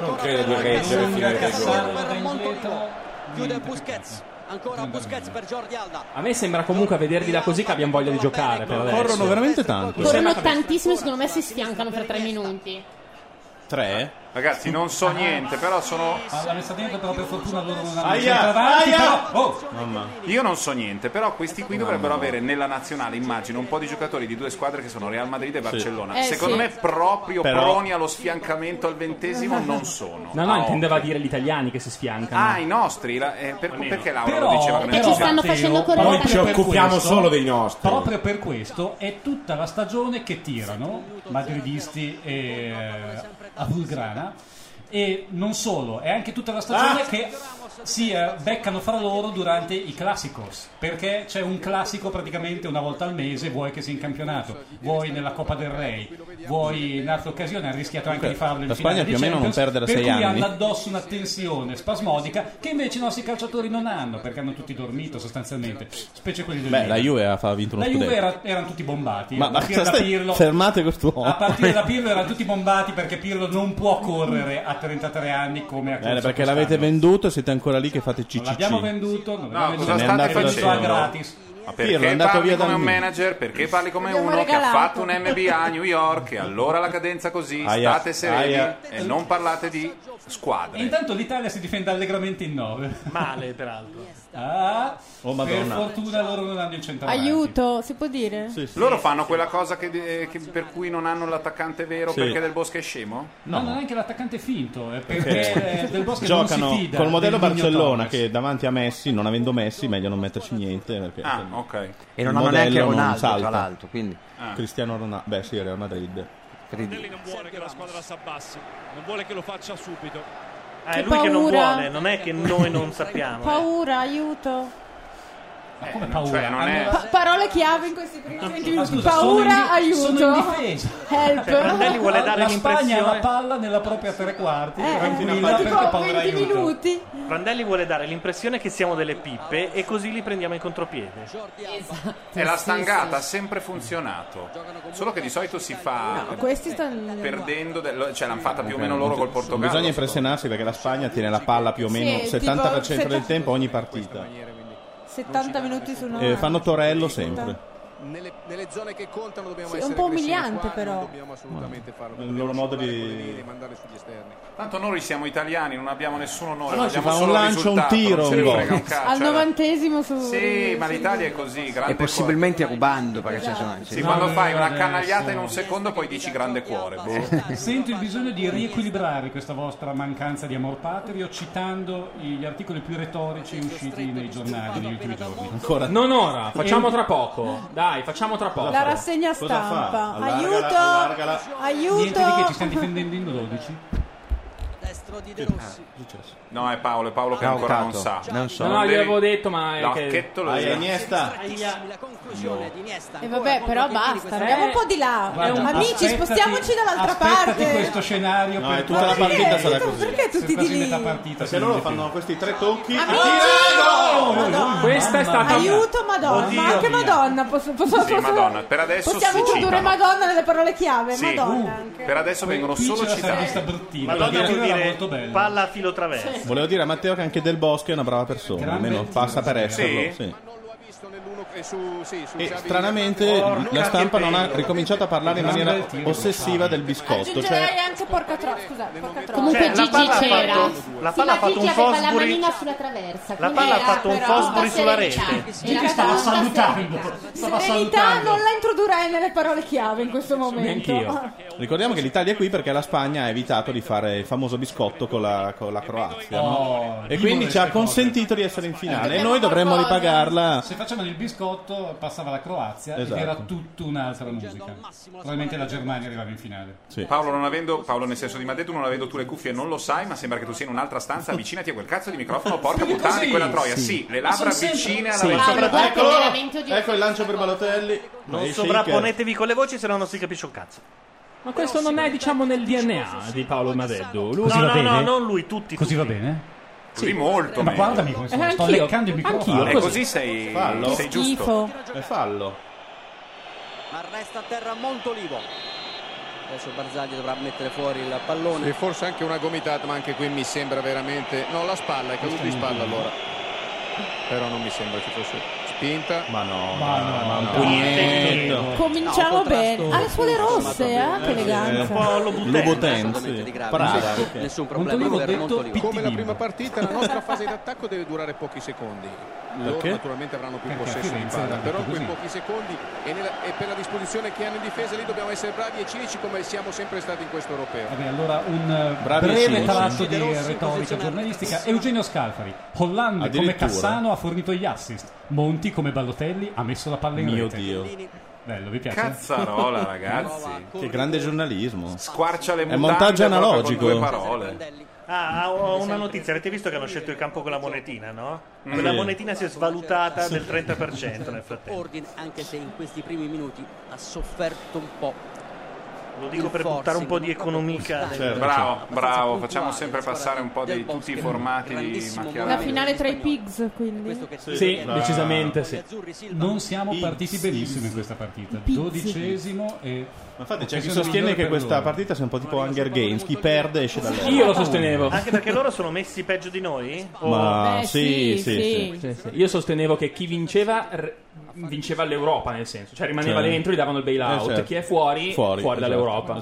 non credo di reggere fino ai rigori. Chiude Busquets, ancora Busquets per Jordi Alba. A me sembra comunque a vederli da così che abbiano voglia di giocare per adesso. Corrono veramente tanto. Corrono tantissimo, secondo me si sfiancano per tre minuti. 3. Ragazzi, non so Ah. niente, però sono. Ma l'ha messa dentro, però per fortuna loro non hanno Aia, centravanti, aia! però- oh, Mamma. Io non so niente, però questi qui dovrebbero avere nella nazionale, immagino, un po' di giocatori di due squadre che sono Real Madrid e Barcellona. Eh, Secondo sì. me, proprio Però- proni allo sfiancamento al ventesimo non sono. No, no, intendeva dire gli italiani che si sfiancano. Ah, i nostri? la- eh, per- perché Laura Però- lo diceva che non però, ci siamo? Matteo, proprio Noi ci per occupiamo questo- solo dei nostri. Proprio per questo è tutta la stagione che tirano madridisti e, eh, a Vulgrana e non solo, è anche tutta la stagione Ah! che si eh, beccano fra loro durante i classicos perché c'è un classico praticamente una volta al mese vuoi che sia in campionato vuoi nella Coppa del Re vuoi in altre occasioni hanno rischiato anche di Comunque, farlo in la finale Spagna di più o meno non Champions, perde da per sei cui anni. hanno addosso una tensione spasmodica che invece i nostri calciatori non hanno perché hanno tutti dormito sostanzialmente specie quelli del Beh, Milan. la Juve ha ha vinto uno La Juve scudetto. era- erano tutti bombati. Ma, a ma partire da stai- Pirlo, fermate quest'uomo. a partire (laughs) da Pirlo erano tutti bombati perché Pirlo non può correre a 33 anni come a Eh, corso perché quest'anno. l'avete venduto e siete ancora lì che fate Non l'abbiamo CCC. venduto, non No, l'abbiamo cosa venduto, state l'abbiamo venduto a facendo? gratis. Ma perché Pirlo è andato parli via come da un me. manager? Perché parli come Abbiamo uno che ha regalato. fatto un MBA a New York e allora la cadenza così, Aia, state sereni aia. e non parlate di E squadre. Eh. intanto l'Italia si difende allegramente in 9. Male, peraltro. Ah, Oh, per Madonna. fortuna loro non hanno il centravanti. Aiuto, si può dire? Loro fanno quella cosa che, eh, che- per cui non hanno l'attaccante vero Sì. perché del bosco è scemo? No, non è anche l'attaccante finto, è Perché perché eh, del Bosco giocano non si fida col modello del Nino Barcellona Torres. che davanti a Messi, non avendo Messi, meglio non metterci niente. Perché, Ah, insomma, ok. E non il hanno modello neanche non Ronaldo, tra salta. l'altro, quindi. Ah. Cristiano Ronaldo, beh, sì, Real Madrid. Prandelli non vuole che la squadra si abbassi, non vuole che lo faccia subito. Eh, Ah, è lui che non vuole, non è che noi non sappiamo. eh. Paura, eh. aiuto. Ma come non- cioè, paura? non è- Pa- parole chiave in questi primi Ma venti minuti. Eh, Ah, scusa, sono in Paura, di- aiuto. sono in difesa. Help. Cioè, La- la Spagna ha la palla nella propria tre quarti, Eh, tranquilla, tipo perché paura 20 aiuto. minuti. Prandelli vuole dare l'impressione che siamo delle pippe e così li prendiamo in contropiede. Esatto, E la stangata ha sempre funzionato. Solo che di solito si fa Questi Eh, stanno perdendo, del- cioè l'hanno fatta più o meno loro col Portogallo. Bisogna impressionarsi perché la Spagna tiene la palla più o meno Sì, 70% tipo- del tempo ogni partita. 70 minuti su Eh, 90. fanno Torello sempre. Nelle, nelle zone che contano dobbiamo Sì, è essere un po' aggressivi, umiliante, qua però. Non dobbiamo assolutamente farlo. Il loro modo di Devi mandare sugli esterni. Tanto noi siamo italiani, non abbiamo nessun onore. Ma noi ci vogliamo fa un solo il lancio, un risultato, tiro, non ce un ne gol. frega un cazzo, Al cioè, novantesimo su... Sì, ma l'Italia è così, grande E possibilmente rubando, perché se no- cuore. Sì, quando fai una canagliata in un secondo poi dici grande cuore. boh. Sento il bisogno di riequilibrare questa vostra mancanza di amor patrio citando gli articoli più retorici usciti nei giornali negli ultimi giorni. Ancora. Non ora, facciamo tra poco. Dai, facciamo tra poco. La rassegna Cosa fa? stampa. Allargala, aiuto. allargala. Aiuto. Niente di che ci stiamo difendendo in 12. Destro di De Ah. Rossi. No, è Paolo, è Paolo che No, ancora non Cato, sa. non so. No, no, gli avevo detto, ma. è No, che... che te lo dico. La conclusione di Iniesta. E Eh, vabbè, però basta, andiamo un po' di là. Eh, Guarda, Amici, aspettati- spostiamoci dall'altra aspettati parte. questo scenario No, per è tutta la Ma perché? partita sarà così. Perché tutti di lì? partita Se loro fanno questi tre tocchi, Amici! Tirano! Madonna. Questa è stata- Aiuto Madonna, Oddio ma anche mia. Madonna, posso, posso, Sì, posso- Madonna, per adesso possiamo si introdurre citano. Madonna nelle parole chiave, Sì. uh. Madonna. Per adesso vengono Qui solo c'è la citati. sabbista bruttina. Madonna perché vuol era dire molto bello. palla a filo traverso. Volevo dire a Matteo che anche Del Bosco è una brava persona, almeno passa per esserlo. sì. E su, sì, su E Xavi stranamente Hernandez. la stampa non ha ricominciato a parlare in maniera ossessiva del biscotto. Aggiungerei Cioè, anche porca tro- scusate, porca tro- Comunque Cioè, la Gigi palla ha c'era. fatto- la Sì, palla ma ha fatto Gigi un aveva la Fosbury- manina sulla traversa. La quindi palla ha era fatto un però Fosbury tutta sulla serenità. rete. Era Gigi stava tutta salutando. Stava Serenità salutando. non la introdurrei nelle parole chiave in questo momento. Neanch'io. ricordiamo che l'Italia è qui perché la Spagna ha evitato di fare il famoso biscotto con la, con la Croazia. no? Oh, E vivono quindi ci ha queste cose. consentito di essere in finale. Eh, E noi dovremmo qualcosa. ripagarla. Se facevano il biscotto, passava la Croazia Esatto. ed era tutta un'altra musica. Probabilmente la Germania arrivava in finale. Paolo, non avendo, Paolo, nel senso di Matteo, tu non avendo tu le cuffie, non lo sai, ma sembra che tu sia in un'altra stanza. Avvicinati a quel cazzo di microfono, porca Sì, puttana di così. quella troia. Sì, Sì. le Ma labbra sono vicine alla Sì, vecchia. sopra- eccolo, veramente odioso. ecco il lancio per Balotelli. Ma Non è shaker. sovrapponetevi con le voci, se no non si capisce un cazzo. Ma questo non è, diciamo, nel DNA Ah, di Paolo Madeddu. Lui No, no, no, bene? non lui, tutti. Così va bene? Così molto. Ma meglio. guardami come sono, Eh, sto anch'io, leccando il microfono. anch'io, Eh, così sei, Fallo. sei giusto. E fallo. Ma resta a terra Montolivo. Adesso Barzagli dovrà mettere fuori il pallone. E forse anche una gomitata, ma anche qui mi sembra veramente. No, la spalla è caduta di spalla allora. Però non mi sembra ci fosse. spinta. Ma no, ma no, ma no. pugnetto. Cominciamo bene. Ha le suole rosse, eh? Che un eleganza. po' Lobutenz. assolutamente di grave. Brava. Nessun- nessun problema, Montolivo Montolivo. detto Come la Pitti prima partita, la nostra fase d'attacco deve durare pochi secondi. Loro Perché? naturalmente avranno più Perché a possesso di Firenze palla, l'hanno però detto quei così. pochi secondi e, nella- e per la disposizione che hanno in difesa lì dobbiamo essere bravi e cinici come siamo sempre stati in questo europeo. Vabbè, allora un eh, Bravi e breve cinici. tratto di De Rossi in retorica posizione giornalistica. arretrata. Eugenio Scalfari, Hollande come Addirittura. Cassano ha fornito gli assist. Monti come Ballotelli ha messo la palla in Mio rete. Dio. Bello, vi piace? (laughs) Cazzarola, ragazzi. Che grande giornalismo. Squarcia le È mutande montaggio proprio con analogico. due parole. Ah, ho una notizia, avete visto che hanno scelto il campo con la monetina, no? Mm. Quella Sì. monetina si è svalutata del 30% nel frattempo. Ordine, anche se in questi primi minuti ha sofferto un po'. Lo dico per buttare un po' di economica. Cioè, nel- Bravo, bravo, facciamo sempre passare un po' di tutti i formati di La macchia. finale tra i pigs, quindi. Sì, decisamente sì. Non siamo partiti benissimo in questa partita. Dodicesimo Eh, e... Infatti c'è chi sostiene che questa partita sia un po' tipo Hunger Games, chi perde esce dall'erba. Anche perché loro sono messi peggio di noi? O- Ma Beh, sì, sì, sì, sì. Io sostenevo che chi vinceva r- vinceva l'Europa nel senso, cioè rimaneva Certo. dentro gli davano il bailout, Eh, certo. chi è fuori Fuori, fuori, esatto, dall'Europa.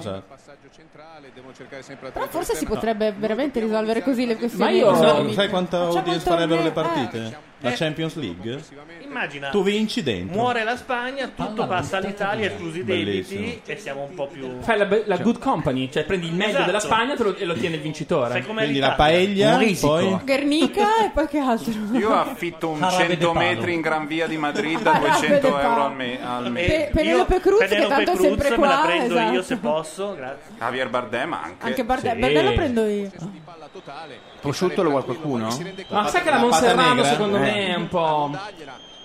Però forse si potrebbe veramente risolvere così le Sai, questioni. economiche. sai quanta Facciamo audience un farebbero le torneo- partite? La Champions League? Immagina. Tu vinci dentro. Muore la Spagna, tutto passa all'Italia, esclusi i Bellissimo. debiti e siamo un po' più... Fai la, be- la good company, cioè prendi il meglio Esatto. della Spagna te lo- e lo tiene il vincitore. Sai com'è Quindi la paella, poi... Eh, Guernica e poi che altro? (laughs) Io affitto un Arabe de 100 Palo. metri in Gran Via di Madrid a Arabe de 200 Palo. euro al, me- al mese. Pe- Penelope Cruz, che Eh, Penelope tanto è sempre Cruz, qua. me la prendo esatto. io se posso, grazie. Javier Bardem anche. Anche Barde- Barde lo prendo io. Prosciutto lo vuole qualcuno? Ma sai che la Monserrano secondo Eh. me è un po'...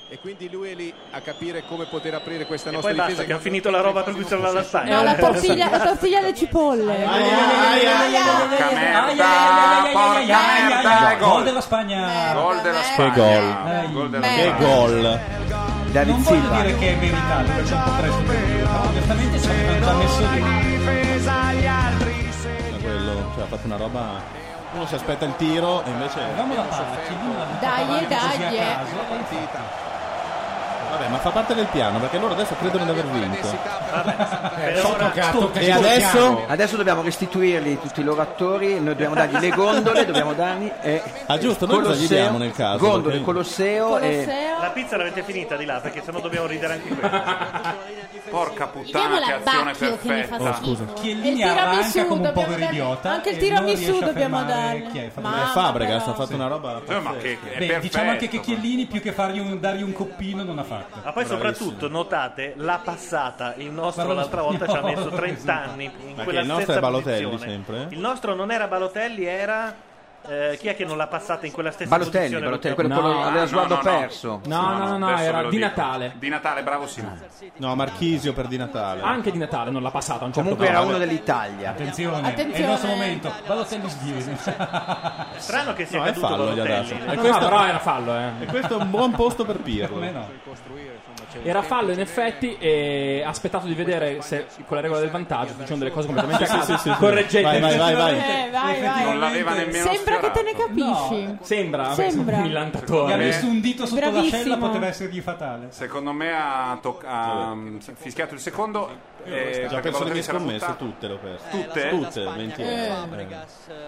E quindi lui è lì a capire come poter aprire questa E nostra poi basta, difesa. che ho finito la roba per cui sono alla Spagna. No, la tortiglia, la tortiglia alle cipolle. Porca merda, porca merda, Gol gol. della Spagna. Gol della Che Spagna. gol. Gol della Che Spagna. gol. Non voglio dire che è meritato, perché è un po' presto. Però onestamente ci avevano già messo lì. Ma quello, cioè, ha fatto una roba... Uno si aspetta il tiro e invece... la palla, chiediamo la Dai, avanti così dai, a eh. caso, e infatti. Vabbè, ma fa parte del piano, perché loro adesso credono di aver vinto. E adesso? Adesso dobbiamo restituirli tutti i loro attori, noi dobbiamo dargli diciamo, le gondole, dobbiamo dargli... E Ah, giusto, noi cosa gli Colosseo- diamo nel caso? Gondole, Perché- Colosseo, e... La pizza l'avete finita di là perché sennò dobbiamo ridere anche qui. Porca puttana, che azione perfetta. Chiellini Il tiramisù arranca come un dobbiamo povero dare- idiota. anche il e non tiramisù riesce a dobbiamo fermare dare. Chi è? Ma- Eh, Fabregas ha fatto una roba... Eh, ma che, è Beh, perfetto. diciamo anche che Chiellini più che fargli un, dargli un coppino non ha fatto. Ma poi soprattutto notate la passata, il nostro l'altra volta ci ha messo 30 anni in Ma che quella il nostro stessa è Balotelli posizione. sempre? eh? Il nostro non era Balotelli, era eh, chi è che non l'ha passata in quella stessa Balotelli, posizione? Balotelli, quello con lo- aveva sguardo perso. No, no, no, no, adesso era ve lo Di dico. Natale. Di Natale, bravo Simone. No, Marchisio per Di Natale. Anche di Natale non l'ha passata. a Un certo Comunque punto. era uno dell'Italia. Attenzione, è il Attenzione. nostro momento. Balotelli sviene. Strano che sia No, è caduto fallo gli ha dato. Balotelli. E questo- eh. E questo è un buon posto per Pirlo. Come no? Era fallo in effetti e ha aspettato di vedere se con la regola del vantaggio si dicevano delle cose completamente a Sì, sì, caso. sì, sì. Correggetemi. Vai, vai, vai, Eh, vai, vai. Non l'aveva nemmeno Sembra che te ne capisci. Sembra, vabbè, Sembra. sono un millantatore. Gli ha messo un dito sotto Bravissimo. la scella, poteva essergli fatale. Secondo me ha, toc- ha, mm, fischiato il secondo. Già eh, perché penso Cioè, che Balotelli mi si era scommesse buttato. Eh, tutte le ho perse. Tutte? Tutte, 20 euro. Eh. Eh.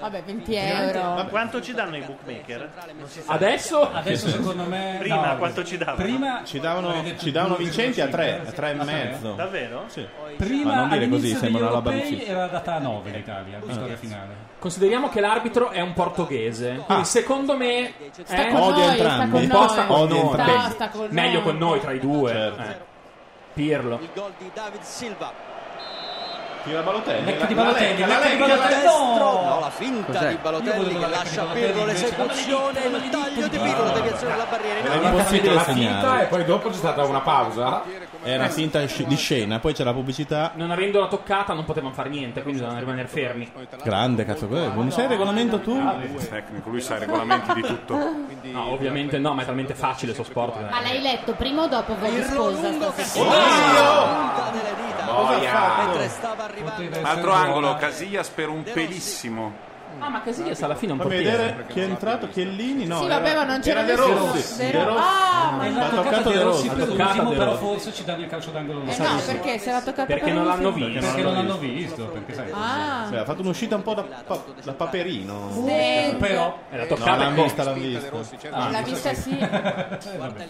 Vabbè, 20 euro. Ma quanto ci danno i bookmaker? Non si sa. Adesso? Adesso secondo me... Prima no, quanto ci davano? Prima Ci davano, ci davano vincenti a 3, a 3 e mezzo. Davvero? Sì. Prima Ma non dire così, all'inizio sembra degli una roba europei difficile. Eh. era data a 9 l'Italia, vittoria finale. Consideriamo che l'arbitro è un portoghese. Ah. Quindi secondo me eh, Sta con Odia noi, entrambi. sta con Un po' noi. sta con Odia noi. entrambi. Beh, Sta- sta con meglio noi. con noi tra i due. Certo. eh. Pirlo. Il gol di David Silva. Tira Balotelli. Lecca di la- Balotelli, la- lecca la- di la- Balotelli, la- no! No, la finta Cos'è? di Balotelli Io volevo che la lecca lascia di Pirlo Balotelli, l'esecuzione, il taglio di Pirlo, la deviazione della barriera. in Era aria. impossibile la segnare. finta e Eh, poi dopo c'è stata una pausa. Era finta sci- di scena, poi c'è la pubblicità. Non avendola toccata non potevano fare niente, quindi dovevano rimanere fermi. Grande cazzo, quello- non sai il regolamento tu? Ah, Tecnico, lui sa i regolamenti di tutto. No, ovviamente no, ma è talmente facile il suo sport. che- Ma l'hai letto prima o dopo Voglio sposa stasera? Altro angolo, Casillas per un pelissimo. Ah, ma Casillas alla fine è un Fammi portiere. vedere chi è entrato, Chiellini, no. Sì, era- vabbè, ma non c'era era De nessuno. Rossi. De De Ro- Rossi. Ah, l'ha ma Ha toccato toccato De Rossi De per Rossi. l'ultimo, De però Rossi. forse ci danno il calcio d'angolo lo Eh sa. no, perché se l'ha toccata Perché per non l'hanno ultimo. visto. Perché non l'hanno visto, perché sai. Ah. Beh, Cioè, ha fatto un'uscita un po' da, pa- da paperino. Sì, però- Eh, l'ha toccata. No, l'hanno l'hanno vista, vista, l'hanno Ah, l'ha vista sì.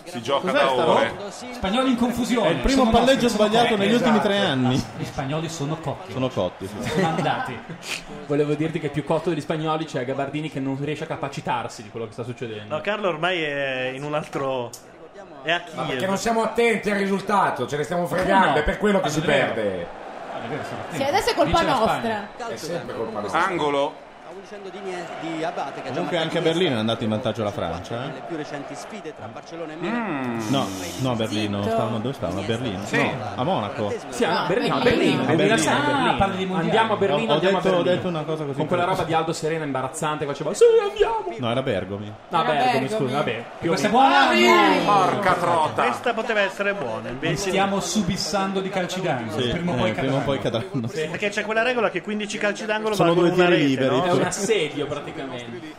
Si gioca Cos'è da sta ore. roba? Spagnoli in confusione. È il primo palleggio sbagliato negli ultimi tre anni. Esatto. Gli spagnoli sono cotti. Sono cotti, sì. Andati. Volevo dirti che più cotto degli spagnoli c'è Gabardini che non riesce a capacitarsi di quello che sta succedendo. No, Carlo ormai è in un altro. È a Ma Kiev. perché non siamo attenti al risultato, ce ne stiamo fregando, No. è per quello che si Andrea. perde. Eh Sì, adesso è colpa nostra. Calcio sempre colpa nostra. Angolo. Stavo dicendo di, Iniesta- di Abate che ha già Comunque anche a marcato Berlino è andato in vantaggio la Francia. eh. le più recenti sfide tra Barcellona e Milan. No, no, a Berlino. Stavano, dove stavano? A Berlino? Sì. No, a Monaco. Sì, a Ah, Berlino, a A Berlino, Ah, Berlino. Berlino, Ah, Berlino. parli di mondiali. Andiamo a Berlino, Ho andiamo detto- a ho Berlino. detto una cosa così. Con quella roba di Aldo Serena imbarazzante che faceva "Sì, andiamo". No, era Bergomi. No, Era Bergomi, Bergomi. scusa, vabbè. più o Questa è meno. buona. Ah, Porca trota. Questa poteva essere buona. Li Invece stiamo subissando di calci d'angolo. Sì, prima o eh, poi prima o cadranno. poi cadranno. Sì, Perché c'è quella regola che 15 calci d'angolo Sono valgono due una tiri rete, liberi. cioè. no? È un assedio praticamente.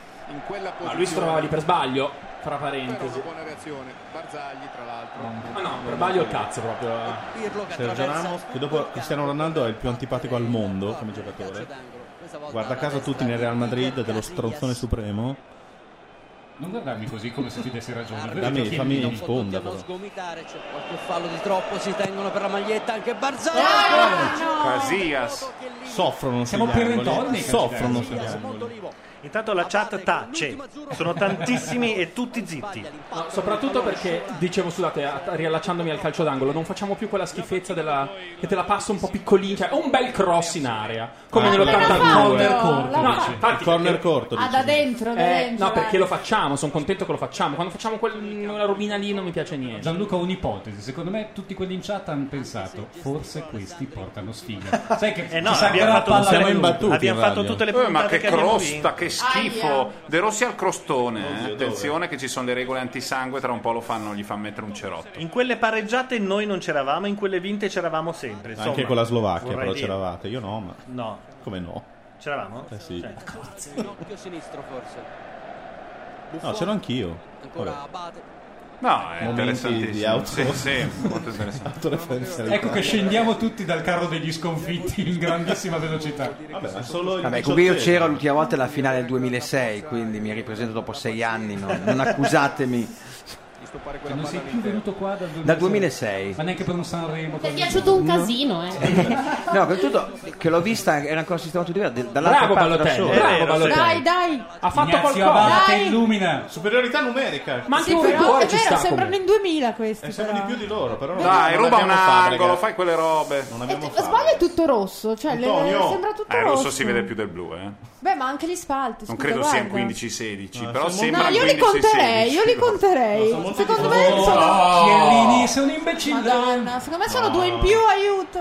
Ma lui si trovava lì per sbaglio, fra parentesi. Buona reazione, Barzagli tra l'altro. Ma no, per sbaglio il cazzo proprio. Pirlo che Sergio Ramos, che dopo Cristiano Ronaldo è il più antipatico al mondo come giocatore. Guarda caso tutti nel Real Madrid dello stronzone supremo. Non guardarmi così come se ti dessi ragione. Ah, Dammi, Perché- fammi non- risponda però. Sgomitare, c'è qualche fallo di troppo, si tengono per la maglietta anche Barzagli. Ah! Casillas. Soffrono Siamo sugli angoli. perentori. Soffrono cioè. sugli angoli. Intanto la chat tace. Sono tantissimi e tutti zitti. No, soprattutto perché, dicevo, scusate, a- riallacciandomi al calcio d'angolo, non facciamo più quella schifezza della, che te la passa un po' piccolina, cioè un bel cross in area, come Ah, nell'82. l'ha fatto, l'ha fatto. cioè, infatti, Il corner corto. Ah, da dentro, da Eh, dentro. no, perché dai. lo facciamo, sono contento che lo facciamo. Quando facciamo quella robina lì non mi piace niente. Gianluca ha un'ipotesi, secondo me tutti quelli in chat hanno pensato forse questi portano sfiga. Sai che Eh no, ci sa abbiamo che la fatto- palla siamo è lunga. imbattuti Abbiamo fatto tutte le Eh, puntate ma che che abbiamo crosta, vinto. che schifo! Aia. De Rossi al crostone. eh. Attenzione che ci sono le regole antisangue, tra un po' lo fanno, gli fanno mettere un cerotto. In quelle pareggiate noi non c'eravamo, in quelle vinte c'eravamo sempre. Insomma, Anche con la Slovacchia vorrei però dire. c'eravate. Io no, ma... No. Come no? C'eravamo? Eh sì. Cioè. Occhio sinistro forse. No, c'ero anch'io. Ancora Vabbè. Abate. No, è Momenti di interessantissimo. auto... Sì, sì, molto interessante. (laughs) autoreferenzialità. Ecco che scendiamo tutti dal carro degli sconfitti in grandissima velocità. Vabbè, ma solo Vabbè, comunque io c'ero l'ultima volta alla finale del 2006, quindi mi ripresento dopo sei anni, no? non accusatemi. Cioè, non sei più venuto qua dal 2006. Dal 2006. Ma neanche per un Sanremo. Ti è per- piaciuto un casino, eh. No, per tutto che l'ho vista era ancora sistemato di dall'altra Bravo parte da Balotelli, solo. bravo Balotelli. Dai, dai. Ha fatto Ignazio qualcosa. Abate Dai. illumina. Superiorità numerica. Ma anche Sì, un però, rigore è ci vero, sta sembrano comunque. in 2000 questi. E siamo di però. più di loro, però non Dai, non ruba un abbiamo Fabregas. angolo, fai quelle robe. Non E abbiamo lo sbaglio è tutto rosso, cioè le- Antonio. sembra tutto Eh, il rosso. rosso si vede più del blu, eh. Beh, ma anche gli spalti. Non scusa, credo guarda. sia un 15-16, però No, sembra io 15-16. li conterei, io li conterei. secondo me sono Chiellini, sei un imbecille. Madonna, secondo me sono due in più, aiuto.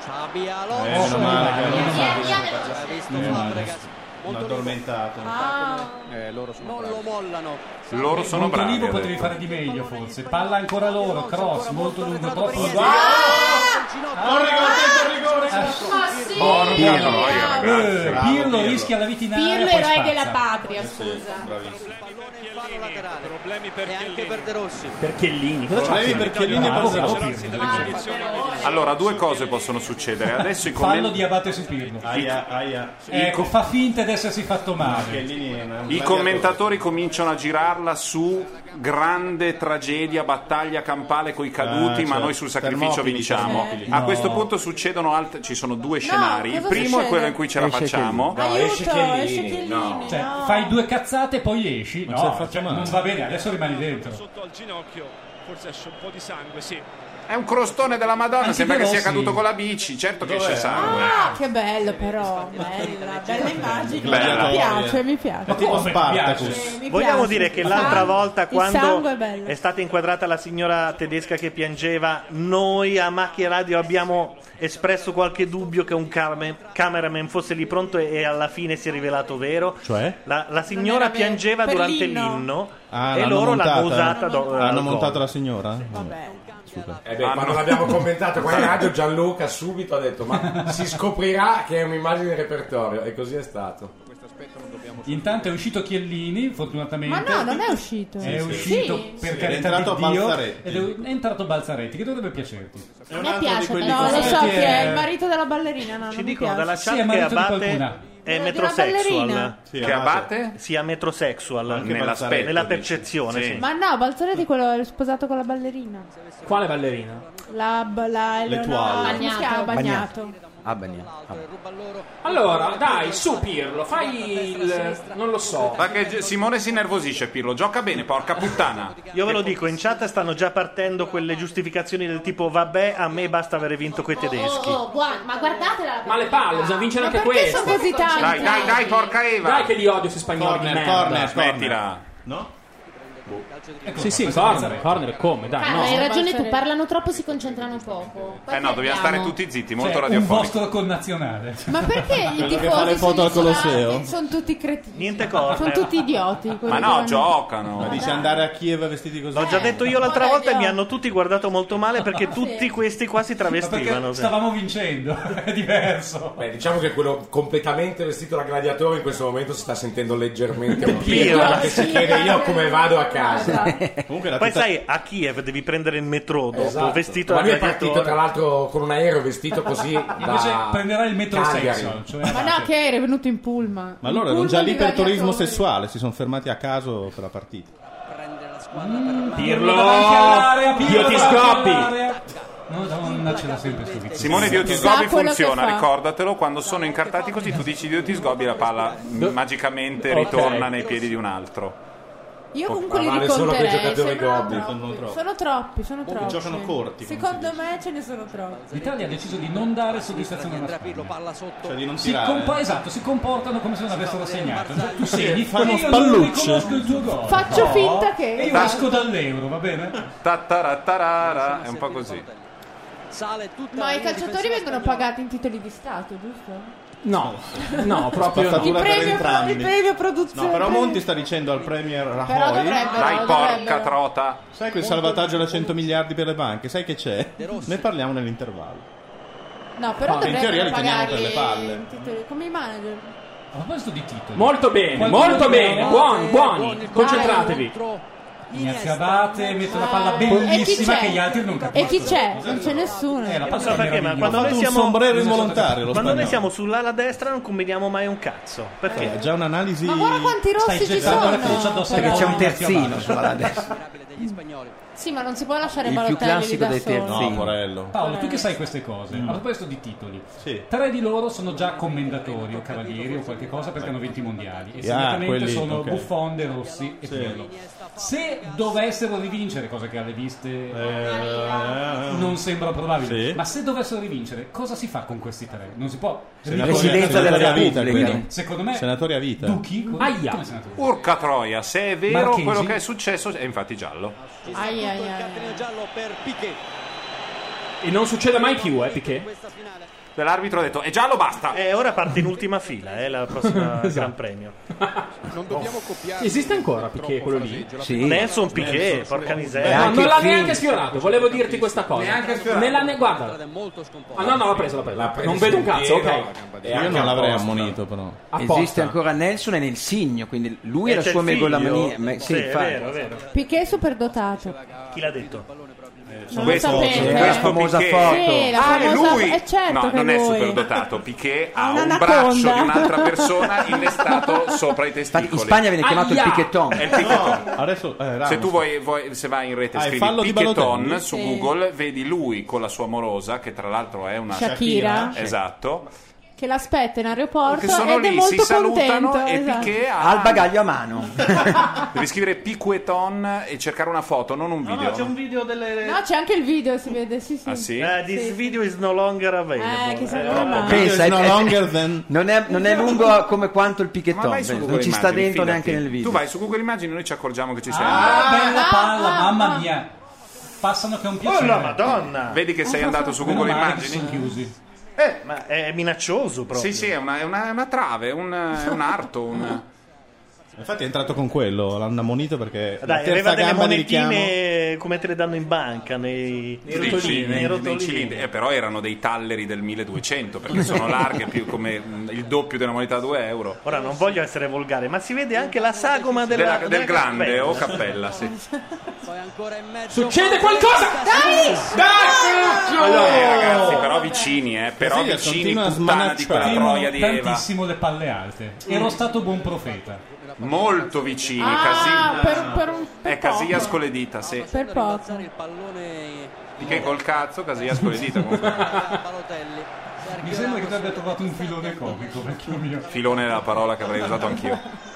Xabi Alonso. Eh, meno male che Via, non via, lo via, so. veloce. L'ha visto Meno male. Fabregas. Un addormentato. Ah. Eh, loro sono non lo mollano. Loro sono Molto bravi. livo ha potevi detto. fare di meglio forse. Palla ancora loro, cross, molto lungo, troppo lungo. Ah, Ah, Ah, Porca Pirlo. noia, ragazzi. Eh, Bravo, Pirlo Pirlo. rischia la vita in aria Pirlo poi eroe spazza. della patria, scusa. E anche per De Rossi. Per Chiellini. Cosa Problemi c'ha? per Chiellini e Bravo, Brozovic. bravo, Pirlo. Allora, due cose possono succedere. Adesso i Fallo commenti... di Abate su Pirlo. Aia, aia. Ecco, fa finta di essersi fatto male. Chiellini è una- I commentatori cominciano a girarla su grande tragedia, battaglia campale coi Ah, caduti, ma certo. noi sul sacrificio Termopili, vinciamo. Termopili. A No. questo punto succedono alt- ci sono due scenari. Il cosa primo succede? è quello in cui ce la Esce facciamo. Chiellini. aiuto, esce Chiellini. No. Cioè, fai due cazzate e poi esci. Ma ce la No, faccio cioè, male. non va bene, adesso rimani dentro. Sotto al ginocchio, forse esce un po' di sangue, sì. È un crostone della Madonna, Anche sembra De che sia Rossi. caduto con la bici, certo che esce sangue. Ah, che bello però, bella, bella immagine. Bella. Mi piace, Cioè, mi piace. È tipo come? Spartacus. Mi Vogliamo piace. dire che Il l'altra sangue- volta Il quando sangue è bello. è stata inquadrata la signora tedesca che piangeva, noi a Macchia Radio abbiamo espresso qualche dubbio che un carme- cameraman fosse lì pronto e, e alla fine si è rivelato vero. Cioè? La, la signora Non era vero. piangeva Per durante l'inno. l'inno Ah, e l'hanno loro l'hanno montata? Ah, usata. do- eh, Hanno al montato gol. la signora? Eh, Vabbè. Super. Eh beh, Ah, quando l'abbiamo (laughs) commentato qua in radio, Gianluca subito ha detto: Ma si scoprirà che è un'immagine del repertorio. E così è Esatto. stato. Intanto è uscito Chiellini, fortunatamente. Ma no, non è uscito. È Sì, sì. uscito Sì. per Sì, è carità entrato di Dio Balzaretti. ed è entrato Balzaretti, che dovrebbe piacerti. A me piace. No, lo so chi eh, è il marito della ballerina. No, non mi dicono piace. dalla chat Sì, è che marito di Abate qualcuna. è Era di una metrosexual. ballerina. che Abate sia metrosexual nella, Balzaretto, spe- nella dici. percezione. Sì. sì. Ma no, Balzaretti è quello è sposato con la ballerina. Quale ballerina? La, la Eleonora- toile. come si chiama? Bagnato. Bagnato. Ah, bene. Allora, dai, su Pirlo, fai il. Non lo so. Ma che G- Simone si nervosisce, Pirlo. Gioca bene, porca puttana. Io ve lo dico, in chat stanno già partendo quelle giustificazioni del tipo vabbè, a me basta aver vinto coi tedeschi. Oh, buon- ma guardatela. Ma le palle, bisogna vincere Ma anche perché questo. sono così tanti? Dai, dai, dai, porca Eva. Dai, che li odio questi spagnoli. Corner, di merda. corner, Smettila. No? Ecco Sì, sì, corner, corner come? Dai, Carlo, hai no. ragione tu, parlano troppo, si concentrano poco. Poi Eh no, dobbiamo perdiamo. stare tutti zitti, molto Cioè, un radiofonico. vostro connazionale. Ma perché i Quello che fa tifosi le foto sono al Colosseo. isolati? Sono tutti cretini. Niente Sono corner. tutti idioti. quelli che vanno- giocano. (laughs) Ma dice andare a Kiev vestiti così. L'ho già detto io l'altra volta e mi hanno tutti guardato molto male perché tutti questi qua si travestivano. sì. Stavamo vincendo, è diverso. Beh, diciamo che quello completamente vestito da gladiatore in questo momento si sta sentendo leggermente un Pirlo. pirla che si chiede io come vado a casa. Comunque la Poi sai, a Kiev devi prendere il metro dopo, Esatto. vestito Ma da lui è partito tra gladiatore. l'altro con un aereo vestito così da Invece prenderà il metro Cagliari. sexual, cioè- Ma no, che era venuto in pullman. Ma In loro erano già pullman lì di per gladiatori. turismo sessuale, si sono fermati a caso per la partita. Pirlo Mm. davanti all'area, Pirlo Dio ti davanti scoppi. all'area. Madonna, ce l'ha sempre sto vizio. Simone Dio ti Sa sgobbi quello che funziona, fa. ricordatelo, quando sono incartati così tu dici Dio ti sgobbi la palla mh, magicamente Ok. ritorna nei piedi di un altro. Io comunque li Ma vale solo quei riconterei. giocatori sembrano gobbi. troppi. Sono Sono troppi, sono troppi. giocano corti, come Secondo me ce ne sono troppi. L'Italia ha deciso di non dare soddisfazione alla Spagna. Cioè di non Si tirare. compo- esatto, si comportano come se non avessero segnato. Cioè, Tu Sì, segni, fanno e io non spallucce. riconosco il tuo gol. Faccio No. finta che- E io Dai. esco dall'euro, va bene? Tattaratarara, è un po' così. Sale tutta Ma la i linea calciatori difensiva vengono pagati in titoli di Stato, giusto? No, no, proprio no. Spazzatura Il per premio- entrambi. il premio produzione. No, però Monti sta dicendo al premier Però Rajoy dovrebbero, Dai, porca dovrebbero. trota. Sai quel salvataggio da 100 miliardi per le banche, sai che c'è? Ne parliamo nell'intervallo. No, però No, in dovrebbero teoria li teniamo pagarli per le palle. in titoli- come i manager. A proposito di titoli. Molto bene, Qualcuno molto di bene, Abate- Eh, buoni, buoni, concentratevi. Ignazio Abate mette una palla E chi bellissima c'è? che gli altri non capiscono. E chi c'è? Non c'è nessuno. Eh, la Non palla so è perché, ma meravigliosa. quando noi siamo involontario, lo Quando noi spagnolo. siamo sull'ala destra non combiniamo mai un cazzo. Perché? Eh, È già un'analisi. Ma guarda quanti rossi ci sono. Perché c'è un terzino sulla (laughs) destra. Sì, ma non si può lasciare Il più Balotelli lì classico da dei solo. terzini. Eh, Paolo, tu che sai queste cose, a proposito di titoli, Sì. tre di loro sono già commendatori o cavalieri o qualche cosa perché hanno 20 mondiali. E Ah, solitamente quelli, sono ok. Buffon, De Rossi e Sì. Pirlo. Se dovessero rivincere, cosa che alle viste non sembra probabile, Sì. ma se dovessero rivincere, cosa si fa con questi tre? Non si può. Senatori- riconoscere- senatori a vita, Quindi, quindi. secondo me, Senatori a vita. Duchi, come- Aia. come senatore? Urca troia, se è vero Marchesi. quello che è successo è infatti giallo. Ai, ai, ai. E non succede mai più, eh, Piquet. L'arbitro ha detto è giallo, basta. E Eh, ora parte in ultima fila, eh, (laughs) la prossima Esatto. Gran Premio. Non dobbiamo copiare. Esiste ancora Piquet quello lì? Sì. Nelson Piquet, Eh, porca miseria. No, non l'ha Anche neanche Fink. sfiorato, volevo dirti questa cosa. Neanche sfiorato. Nella ne- guarda. Ah no, no, l'ha preso, l'ha preso. L'ha preso non vedo un sul cazzo, piede, ok. la gamba E anche Io non l'avrei apposta. ammonito, però. Apposta. Esiste ancora Nelson e nel segno, quindi lui E era Eh, c'è suo il figlio? megalomania. ma- Sì, è infatti. vero, è vero. Piquet è superdotato. Chi l'ha detto? Non lo sapevo. la famosa Piquet. foto. Sì, la ah, è famosa- lui! eh, certo no, che non è è lui. superdotato. Piquet ha un Un'anaconda. braccio di un'altra persona innestato sopra i testicoli. In Spagna viene chiamato il Aia! piqueton. È il piqueton. Adesso eh, Ramos. Se tu vuoi, vuoi- se vai in rete Ah, il fallo scrivi di Piqueton Balotelli? su Sì. Google, vedi lui con la sua morosa, che tra l'altro è una Shakira. Shakira. Esatto. Che l'aspetta in aeroporto Che sono ed è lì, molto si salutano contento. e esatto. Piquet ha- Al bagaglio a mano. (laughs) Devi scrivere Piqueton e cercare una foto, non un video. No, c'è un video delle. No, c'è anche il video, si vede, sì, sì. Ah, sì? Eh, this Sì. video is no longer available. Eh, che Eh, secondo Ah. me- Pensa, It's è- no è- longer than- non, è, non è lungo come quanto il piqueton. Ma vai su pensa. Google Non ci sta Immagini, dentro fidati. neanche nel video. Tu vai su Google Immagini e noi ci accorgiamo che ci sei. Ah, bella ah, palla, ah, mamma ah. mia. Passano che è un Oh piacere. la madonna! Vedi che sei andato su Google Meno male che si sono Immagini? chiusi. Eh, ma è minaccioso proprio. Sì, sì, è una, è una- è una trave, un, è un arto. Un... Infatti è entrato con quello, l'hanno ammonito perché. la Dai, terza aveva delle gamba di richiamo- monetine come, come te le danno in banca (laughs) nei, Nei cilindri, rotolini. nei nei rotolini. cilindri. Eh, però erano dei talleri del (laughs) 1200 perché sono larghe più come mm, il doppio della moneta a 2 euro. Ora non voglio essere volgare, ma si vede anche la sagoma della, Della- del della grande cappella. o cappella, sì. Succede qualcosa! Dai! Allora, eh, ragazzi, però vicini, eh, però Brasilia vicini, continua a puttana di quella Temo troia di Eva. tantissimo le palle alte. Mm. Ero stato buon profeta. Molto vicini, Ah, Casillas. per- per un- per È Casillas poco. con le dita, sì. Per poco. Di che col cazzo, Casillas con le dita comunque. Mi sembra che tu abbia trovato un filone comico, (laughs) vecchio mio. Filone è la parola che avrei usato anch'io.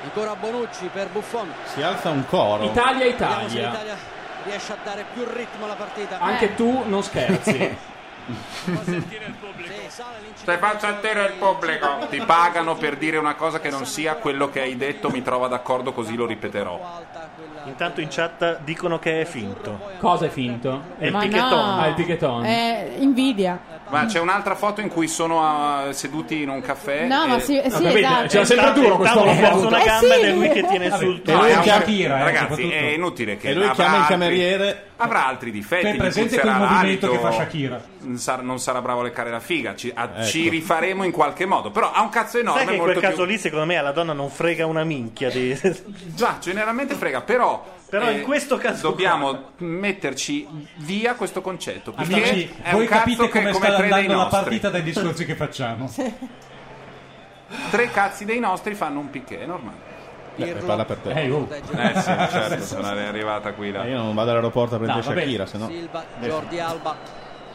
Ancora Bonucci per Buffon. Si alza un coro. Italia, Vediamo se Italia. l'Italia riesce a dare più ritmo alla partita. Eh. Anche tu non scherzi. (laughs) Stai Cioè, faccio a terra il pubblico. Ti pagano per dire una cosa che non sia quello che hai detto, mi trova d'accordo, così lo ripeterò. Intanto in Eh chat dicono che è finto. Cosa è finto? È il Ma picchettone. no. Ah, il picchettone. Eh, invidia. Ma c'è un'altra foto in cui sono eh, seduti in un caffè. No, e- ma sì- sì, Vabbè, esatto. c'era sempre duro questo Tavolo uomo. su una Eh gamba sì. ed è lui che tiene Vabbè, sul e lui Ah, è un- chiama- Shakira, eh, Ragazzi, soprattutto. è inutile che E lui avrà chiama il altri- cameriere. Avrà altri difetti. Sei gli presente puzzerà quel movimento l'alito, che fa Shakira? Non sar- non sarà bravo a leccare la figa. Ci, a- Ecco. ci rifaremo in qualche modo. Però ha un cazzo enorme. Sai che in molto quel caso più- lì, secondo me, alla donna non frega una minchia. Di... Già, generalmente frega, però. Però in questo caso dobbiamo metterci via questo concetto. Perché Amici, è voi un cazzo capite che come come sta tre dei andando la nostri. partita dai discorsi che (laughs) facciamo. Tre cazzi dei nostri fanno un picchè, è normale. Beh, parla per te. Eh, oh. Eh sì, certo, se non è arrivata qui la... Eh, Io non vado all'aeroporto a prendere No, vabbè. Shakira, sennò. Silva, Jordi Alba.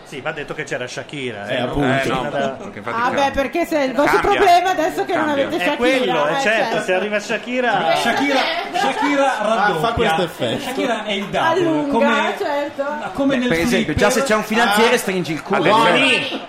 Sì, ma ha detto che c'era Shakira. Eh, appunto. Eh, no, perché Ah, beh, perché se il vostro Cambia. problema adesso che non Cambia. avete È Shakira. quello, eh, è certo, se arriva Shakira... Shakira, Ah, Eh, Shakira raddoppia. fa questo effetto. Shakira è il double. Allunga, Come, certo. come nel per esempio, flipper. già se c'è un finanziere, stringi il culo. Attenzione. Dai.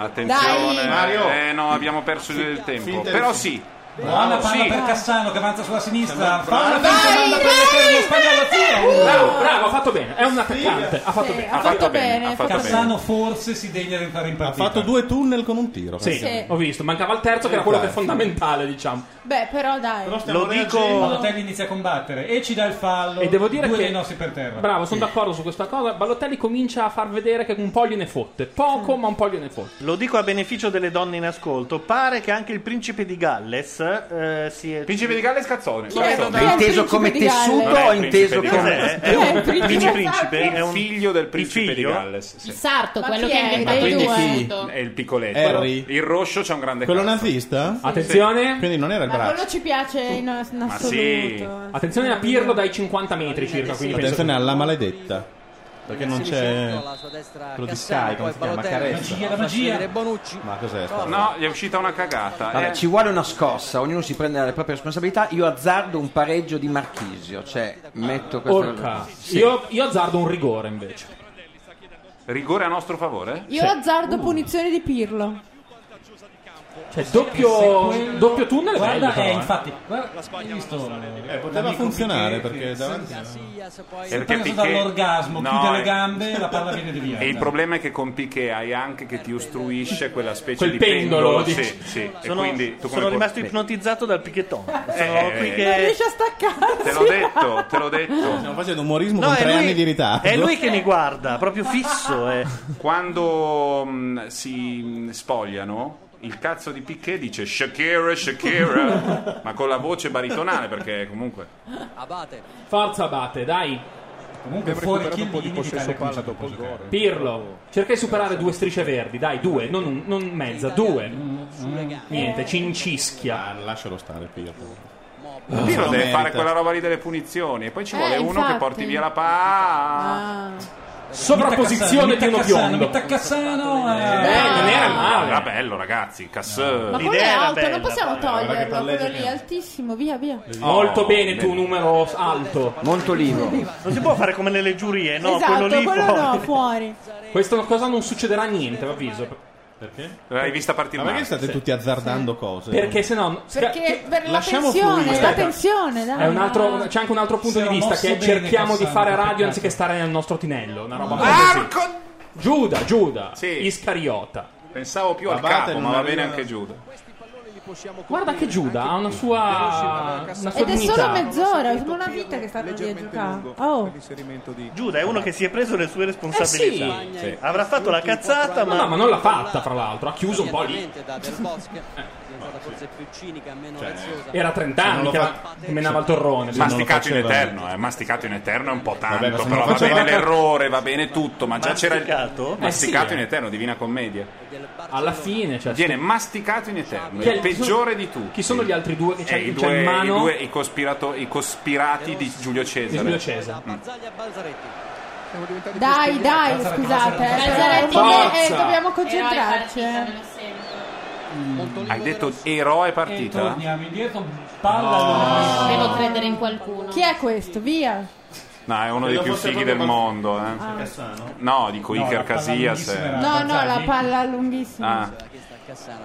Attenzione, Mario. eh no, abbiamo perso il tempo. finta- Però sì. Buona Bravo, palla sì. per Cassano che avanza sulla sinistra. Fa una Bravo. finta, Dai, manda per dai, l'esterno spagnolo. Uh. tiro! Bravo, bravo, ha fatto bene. È un attaccante. Ha fatto bene. ha fatto bene, bene, ha fatto Cassano forse si degna di entrare in partita. Ha fatto due tunnel con un tiro. Sì, Sì. ho visto. Mancava il terzo, che era quello che è fondamentale, diciamo. Beh, però dai. Balotelli inizia a combattere e ci dà il fallo. E devo dire due che- dei nostri per terra. Bravo, sono d'accordo su questa cosa. Balotelli comincia a far vedere che un po' gliene fotte. Poco, ma un po' gliene fotte. Mm. Lo dico a beneficio delle donne in ascolto, pare che anche il principe di Galles eh, si è... Principe di Galles cazzone. È inteso come tessuto o inteso come... È un principe, è Il un- figlio del principe di Galles. sì. Il sarto, Ma quello chi che è? ha Ma inventato quindi il chi? duetto. È il piccoletto. Harry? Il roscio c'è un grande Quello cazzo. nazista? Attenzione. Quindi non era il Ma braccio. quello ci piace in, in Ma assoluto. sì. Attenzione a Pirlo dai 50 metri circa. Quindi penso Attenzione che- alla maledetta. Perché non certo, c'è. alla sua destra Quello di Cassano, Sky, come poi si chiama? Balotelli. Carezza. Magia, la magia. Bonucci. Ma cos'è? sta roba? No, gli è uscita una cagata. Vabbè, eh. ci vuole una scossa, ognuno si prende le proprie responsabilità. Io azzardo un pareggio di Marchisio, cioè metto questa Orca. Sì. Io, io azzardo un rigore invece. Rigore a nostro favore? Io azzardo punizione di Pirlo. Cioè, doppio, doppio tunnel è Guarda, bello, però, eh, eh. infatti, guarda, hai visto, eh, poteva l'amico funzionare, Piquet perché che davanti- senza- Eh, Perché Sono preso Piquet- Eh, dall'orgasmo, No, chiude eh. le gambe e la palla viene deviata. (laughs) E il problema è che con Piquet hai anche che ti ostruisce quella specie Quel di pendolo, pendolo. dici. sì, sì. E Sono, quindi tu come sono puoi- rimasto Beh, ipnotizzato dal (laughs) picchettone. Sono Eh, qui Non che... riesce a staccarsi. Te l'ho detto, te l'ho detto. Stiamo facendo umorismo No, con è tre lui- anni di ritardo. È lui che mi guarda, proprio fisso. eh. Quando mh, si mh, spogliano, il cazzo di Piquet dice Shakira, Shakira, ma con la voce baritonale perché comunque... Abate. Forza, Abate, dai. Comunque fuori Chiellini l'Italia comincia dopo a giocare. Pirlo, cerca di superare due strisce verdi, dai, due, non, un- non mezza, due. Niente, ci incischia. Mm. Ah, Lascialo stare, Pirlo. Ah. Pirlo lo deve merita. fare quella roba lì delle punizioni e poi ci Eh, vuole uno infatti. che porti via la palla. Ah. Sovrapposizione di uno biondo. Metta Cassano, Ah, Eh, non era male. Era bello, ragazzi. Cass... Ma quello è alto, non possiamo toglierlo. Quello lì è altissimo, via, via. Molto bene, tu numero alto. Molto libero. Non si può fare come nelle eh, giurie, no? esatto, quello lì fuori. no, (laughs) fuori. Questa cosa non succederà niente, avviso. Perché? L'hai Eh, vista partire Ma perché state tutti azzardando cose? Perché se no... Perché per la Lasciamo tensione, fluire. la tensione, dai. È un altro- c'è anche un altro punto di Siamo vista mossi che è bene, cerchiamo di Cassano, fare peccato. radio anziché stare nel nostro tinello. Una roba così. Giuda, Giuda, Iscariota. Pensavo più al Abate capo, non ma va arriva- bene anche Giuda. possiamo Guarda che Giuda ha una sua, una sua Ed è solo dignità. mezz'ora, è una vita che stanno lì a giocare. Oh, Eh Giuda è uno che si è preso le sue responsabilità. Eh sì. Sì. Avrà fatto la cazzata, No, ma. no, ma non l'ha fatta, fra l'altro, ha chiuso un po' lì. Eh. da Del Bosque diventata forse più cinica, meno reziosa. Era 30 anni che, era- che menava il torrone. lui non lo Masticato in faceva. eterno, eh, masticato in eterno è un po' tanto, Vabbè, ma se non però lo va faceva bene anche- l'errore, va bene tutto, ma già c'era Masticato? il Eh masticato sì, in eh. eterno, Divina Commedia. Alla fine, cioè, Viene masticato in eterno, Chi è il il- peggiore di tutti. chi sono gli altri due che c'ha, Eh, i, c'ha due, in mano? i due- i cospirato- i cospirati di Giulio Cesare. Di Giulio Cesare. Mm. dai, dai, Balzaretti. scusate. eh, Balzaretti. però- Forza! eh, dobbiamo concentrarci. eh. Hai detto eroe E eh. Eh, partita? torniamo indietro, palla No. Devo credere in qualcuno. Chi è questo? Via. No, è uno Credo dei più fosse fighi proprio del Bal- mondo. eh. Ah. No, dico Iker Casillas. eh. No, no, la palla lunghissima. Ah.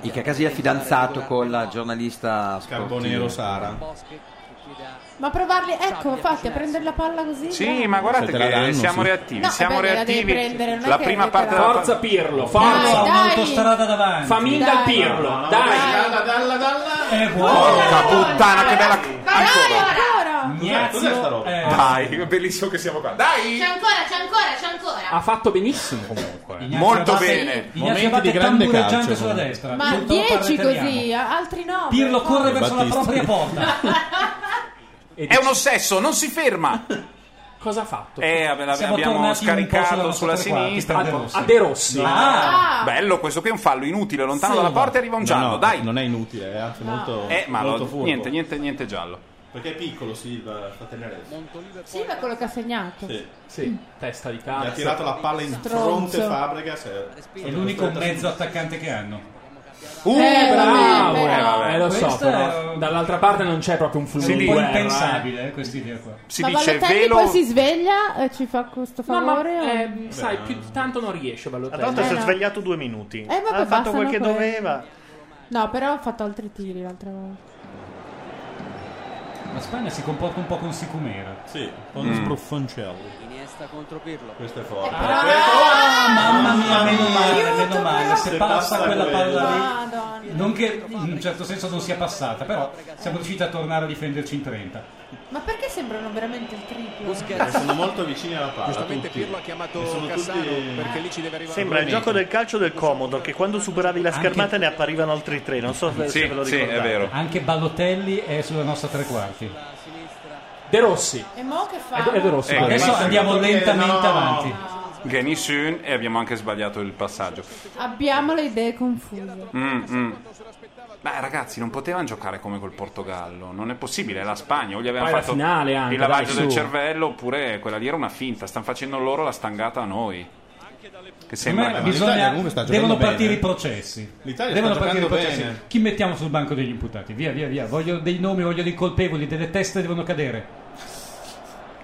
Ica Casia fidanzato con la giornalista Carbonero Sara. Ma provarli, ecco, fatti a prendere la palla così. Sì, dai. ma guardate Se te la che eh, danno, siamo sì. reattivi. No, siamo vabbè, la devi reattivi. prendere, non è la che prima te parte la- della Forza Pirlo, Forza, forza. un'autostrada davanti. Famiglia al Pirlo, dai. Dalla, dalla, dalla. È Porca buono. puttana, che bella. Gnazio. Dai, è bellissimo che siamo qua. Dai! Ah. C'è ancora, c'è ancora, c'è ancora. Ha fatto benissimo comunque. Molto bene. Ignazio Abate tambureggiante sulla destra. Ma Tutta la palla 10 italiana. così, a- altri 9. Pirlo corre verso la propria porta. (laughs) È un ossesso, non si ferma. Cosa ha fatto? Eh, vabbè, l'abbiamo- Siamo abbiamo tornati un po' sulla scaricato nostra sulla tre quarti sinistra. per De Rossi. A De Rossi. Ah. Ah. Bello, questo qui è un fallo inutile, lontano dalla porta e arriva un giallo. No, no, Dai. Non è inutile, è anzi molto. Eh, ma molto lo- furbo. niente, niente, niente giallo. Perché è piccolo Silva, fa tenere. Sì, ma quello che ha segnato. Sì. Testa di Gli cazzo. ha tirato la palla in Stronzo. fronte Fabregas. eh. È l'unico mezzo attaccante che hanno. Uh, Eh, bravo! vabbè, però. Eh, lo so, Questa però dall'altra parte non c'è proprio un flusso Sì, di un po' guerra, impensabile, eh, questa idea qua. Si ma Balotelli poi si sveglia e ci fa questo No, ma favore. o- eh, sai, più di tanto non riesce Tra Balotelli. l'altro si è Eh, no. svegliato due minuti. Eh, vabbè, ha fatto quel bastano che quelli. doveva. No, però ha fatto altri tiri l'altra volta. La Spagna si comporta un po' con Sicumera. Sì, Mm. con Spruffoncello. Iniesta contro Pirlo. Questo è forte. Ah, mamma mia, meno male, meno male. Se Se passa passa quella quello. palla lì. Non che in un certo senso non sia passata, però siamo riusciti a tornare a difenderci in 30. Ma perché sembrano veramente il triplo? Eh, sono molto vicini alla palla. Giustamente tutti. Pirlo ha chiamato E sono Cassano tutti- perché lì ci deve arrivare Sembra il un gioco del calcio del comodo, che quando superavi la schermata ne apparivano altri tre. Non so se se ve lo ricordate. Anche Balotelli è sulla nostra tre quarti. De Rossi. E mo che fa? È De Rossi. Eh, Adesso ma- andiamo lentamente No. avanti. Ghenissun e abbiamo anche sbagliato il passaggio. Abbiamo le idee confuse. Mm, mm. Beh, ragazzi, non potevano giocare come col Portogallo. Non è possibile, è la Spagna. O gli avevano Poi la fatto finale anche, il lavaggio dai, del su. cervello, oppure quella lì era una finta. Stanno facendo loro la stangata a noi. Che Secondo sembra me che- bisogna- devono partire i processi. L'Italia devono sta partire i giocando processi. bene. Chi mettiamo sul banco degli imputati? Via, via, via. Voglio dei nomi, voglio dei colpevoli, delle teste devono cadere.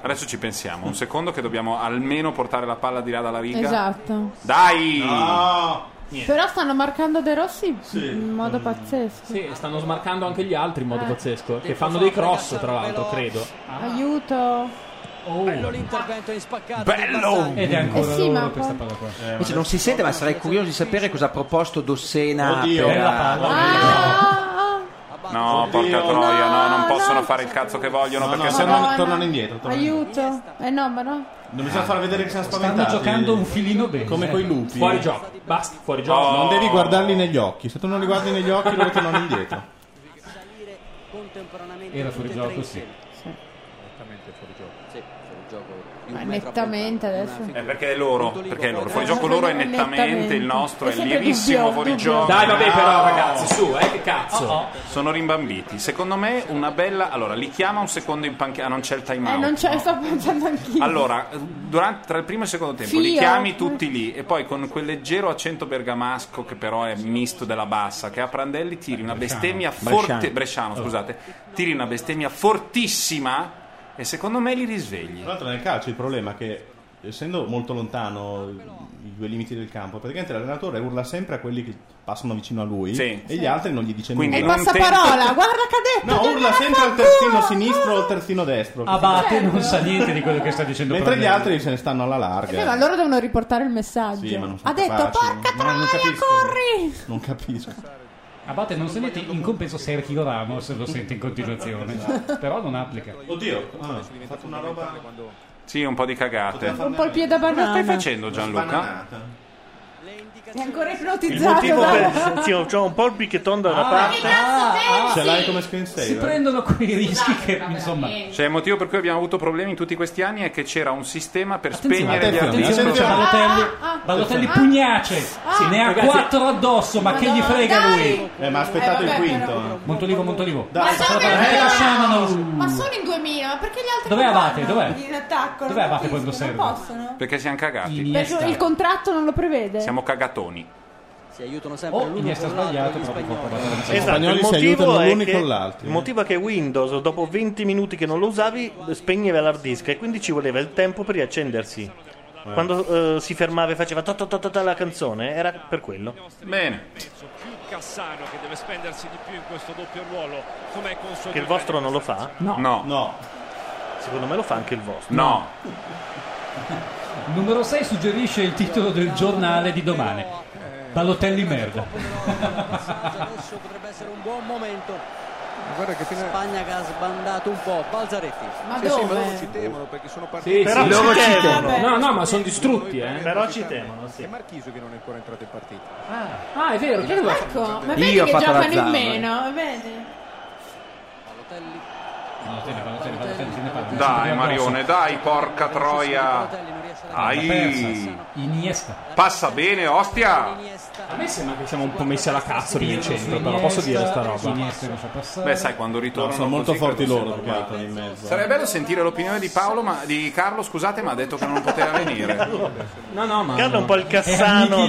Adesso ci pensiamo. Un secondo, che dobbiamo almeno portare la palla di là dalla riga. Esatto. Dai! No! Però stanno marcando De Rossi in modo pazzesco. Sì, stanno smarcando anche gli altri in modo Eh. pazzesco. Che fanno dei cross, tra l'altro, credo. Ah, Aiuto. Bello l'intervento in spaccato. Bello! Ed è ancora Eh sì, ma loro questa poi- palla qua. Eh, Invece non si sente, ma sarei curioso di sapere cosa ha proposto Dossena Oddio, per bella palla. Ah, No, porca troia, no, non possono fare il cazzo che vogliono No, perché no, sennò. tornano- tornano indietro. tornano indietro. Aiuto. Eh no, ma no. Non Ah. bisogna far vedere che siamo Stanno spaventati. giocando un filino bene. Ecco. Come coi lupi. Oh. Fuori gioco. Basta, fuori gioco. Non devi guardarli negli occhi. Se tu non li guardi negli occhi, loro tornano indietro. Era fuori gioco, sì. Sì, fuori gioco. di un Ma metro nettamente adesso. Eh, È Eh, perché è loro, perché è loro. Fuori gioco loro è nettamente Nettamente. il nostro, È è sempre lievissimo dubbio, fuori dubbio. gioco. Dai, vabbè, però, No. ragazzi, su, eh, che cazzo. Sono rimbambiti. Secondo me una bella. Allora, li chiama un secondo in panchina. Ah, non c'è il time Eh, out. non c'è, sto pensando anch'io. Allora, durante- tra il primo e il secondo tempo li Fio. chiami tutti lì e poi con quel leggero accento bergamasco che però è misto della bassa, che a Prandelli tiri una bestemmia Bresciano. forte, bresciano, scusate, tiri una bestemmia fortissima e secondo me li risvegli. Tra l'altro nel calcio il problema è che essendo molto lontano i due limiti del campo, praticamente l'allenatore urla sempre a quelli che passano vicino a lui Sì. e gli altri non gli dice Quindi E nulla. passa parola, Ah, guarda che ha detto. No, che urla non sempre al fa terzino culo. sinistro o al terzino destro. Abate Ah, non sa niente di quello che sta dicendo. Mentre gli Prandelli. altri se ne stanno alla Eh, beh, larga. ma loro devono riportare il messaggio. Sì, ma non sono ha detto, capaci. porca No, non troia, capisco. corri! Non capisco. Abate non se mette in compenso Sergio Ramos lo sente in continuazione però non applica Oddio, ah, ho fatto una roba. Sì, un po' di cagate. Un po' il piede da Cosa banana. stai facendo Gianluca? È ancora Il ipnotizzato. motivo dalla- per. (laughs) Sì, ho un po' il bicchettone da una Ah, parte. Ce l'hai come screensaver? eh. si prendono quei rischi che insomma Cioè, il motivo per cui abbiamo avuto problemi in tutti questi anni è che c'era un sistema per Attenzione, spegnere Ah, gli attenzione, artisti. attenzione, Balotelli, Balotelli pugnace, se ne ha Ragazzi- quattro addosso, ma che gli frega lui? Eh, ma ha aspettato Eh, vabbè, il quinto. eh. Montolivo, Montolivo. Dai, Passa la dai, palla, dai. eh, la Sciamano. Ma sono in 2000, ma perché gli altri Dov'è non Abate? vanno Dov'è? in attacco? Non Dov'è Abate quando capisco, serve? Non possono. Perché siamo cagati. Perché il contratto non lo prevede. Siamo cagatoni. Si aiutano sempre l'uno Iniesta con l'altro, sbagliato, gli però spagnoli. Esatto, il spagnoli si motivo, aiutano è l'uno che, con l'altro. il motivo è che Windows dopo 20 minuti che non lo usavi spegneva l'hard disk e quindi ci voleva il tempo per riaccendersi. Quando eh, si fermava e faceva tot tot tot tot la canzone era per quello. Bene. Più Cassano che deve spendersi di più in questo doppio ruolo, come è consueto. Che il vostro non lo fa? No. No. Secondo me lo fa anche il vostro. No. Numero 6 suggerisce il titolo del giornale di domani. Balotelli merda. Adesso potrebbe essere un buon momento. Guarda che Spagna che ha sbandato un po', Balzaretti. Ma Sì, sì, dove? ma loro ci temono perché sono partiti. Però sì, ci loro ci temono. temono. No, no, ma sono distrutti, eh. Però ci temono, sì. È Marchisio che non è ancora entrato in partita. Ah, è vero, che lo- Ecco, ma vedi Io ho che fatto giocano in Lazzaro, meno, vedi? Balotelli, Balotelli, Balotelli, se ne parla. Dai, Marione, dai, porca troia. Ai. Iniesta. Passa bene, ostia. A me sembra che siamo un po' messi alla cazzo lì Ah, in centro, però posso dire sta roba. Beh, sai, quando ritorno. Sono molto forti loro, perché altro in mezzo. Sarebbe bello sentire l'opinione di Paolo, ma di Carlo, scusate, ma ha detto che non poteva venire. No, no, ma. Carlo è un po' il Cassano.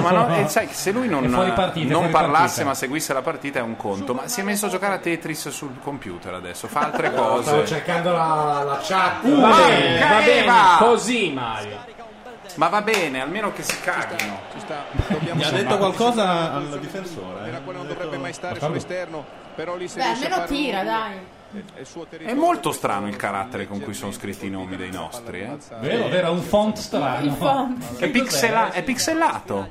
ma no, e sai, se lui non, È fuori partita, è non fuori parlasse, partita. ma seguisse la partita è un conto. Ma si è messo a giocare a Tetris sul computer adesso, fa altre No, cioè, Stavo cose. cercando la, la chat. Uh, va bene, Manca va bene, Eva! Così, Mario. Ma va bene, almeno che si caghino. Gli ha detto qualcosa al difensore? eh? Non dovrebbe mai stare Ma Carlo- sull'esterno, però lì se Beh, riesce a almeno fare un- tira, dai. È il suo È territorio. molto strano il carattere con cui sono scritti i nomi dei nostri. Eh? Vero, vero, è un font strano. Il font. È pixela- è pixelato.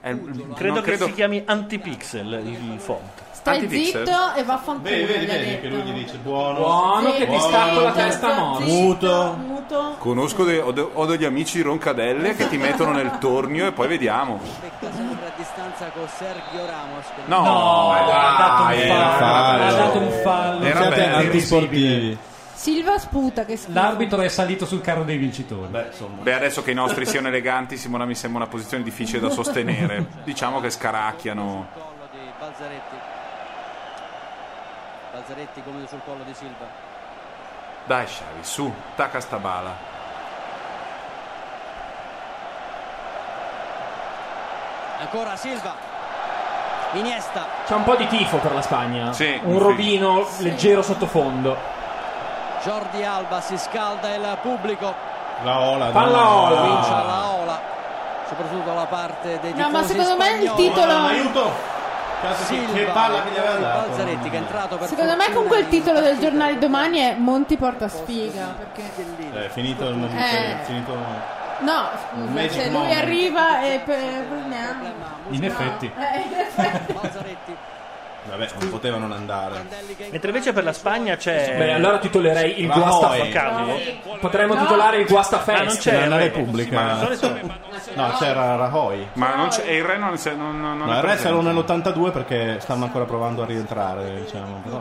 È- non Eh, Credo che si chiami Antipixel il font. Stai zitto e vaffanculo. Vedi, vedi, gli ha vedi detto. che lui gli dice buono. Buono, che ti buono, stacco la buono, testa morta. Muto. Muto. Conosco de- ho, de- ho degli amici roncadelle che ti mettono nel tornio e poi vediamo. Becca sempre a distanza con Sergio Ramos. che- No, ha dato un dai, fallo. era Ha dato un bello. fallo. Era Siete bello. antisportivi. Silva sputa che schifo. L'arbitro è salito sul carro dei vincitori. Beh, adesso che i nostri siano eleganti, Simona mi sembra una posizione difficile da sostenere. Diciamo che scaracchiano. Collo di Balzaretti. Balzaretti come sul collo di Silva. Dai, Sciavi, su, tacca sta bala. Ancora Silva. Iniesta. C'è un po' di tifo per la Spagna. Sì, un sì. robino leggero sottofondo. Jordi Alba si scalda il pubblico. La Ola. Palla no. Ola. Comincia la Ola. Soprattutto la parte dei No, ma tifosi secondo me il spagnoli. titolo- Ah, aiuto! Cazzo, che- Silva, che palla che gli aveva il dato. Balzaretti che è entrato per Secondo me comunque il titolo del giornale domani è Monti porta sfiga. Perché... Eh, È finito il momento. Eh. è finito- No, scusa, Magic se lui moment. arriva e per... neanche. In effetti. Eh, in effetti. Vabbè, non poteva non andare. Mentre invece per la Spagna Eh, c'è. Beh, allora titolerei il guasta Carlo. Potremmo titolare il guasta Ah, fest. non c'è. la eh. Repubblica. Ma non so- No, c'era Rajoy. Ma non c'è- e il re non, se- non, non- No, non è il re presente. solo nell'82 perché stavano ancora provando a rientrare, diciamo. però.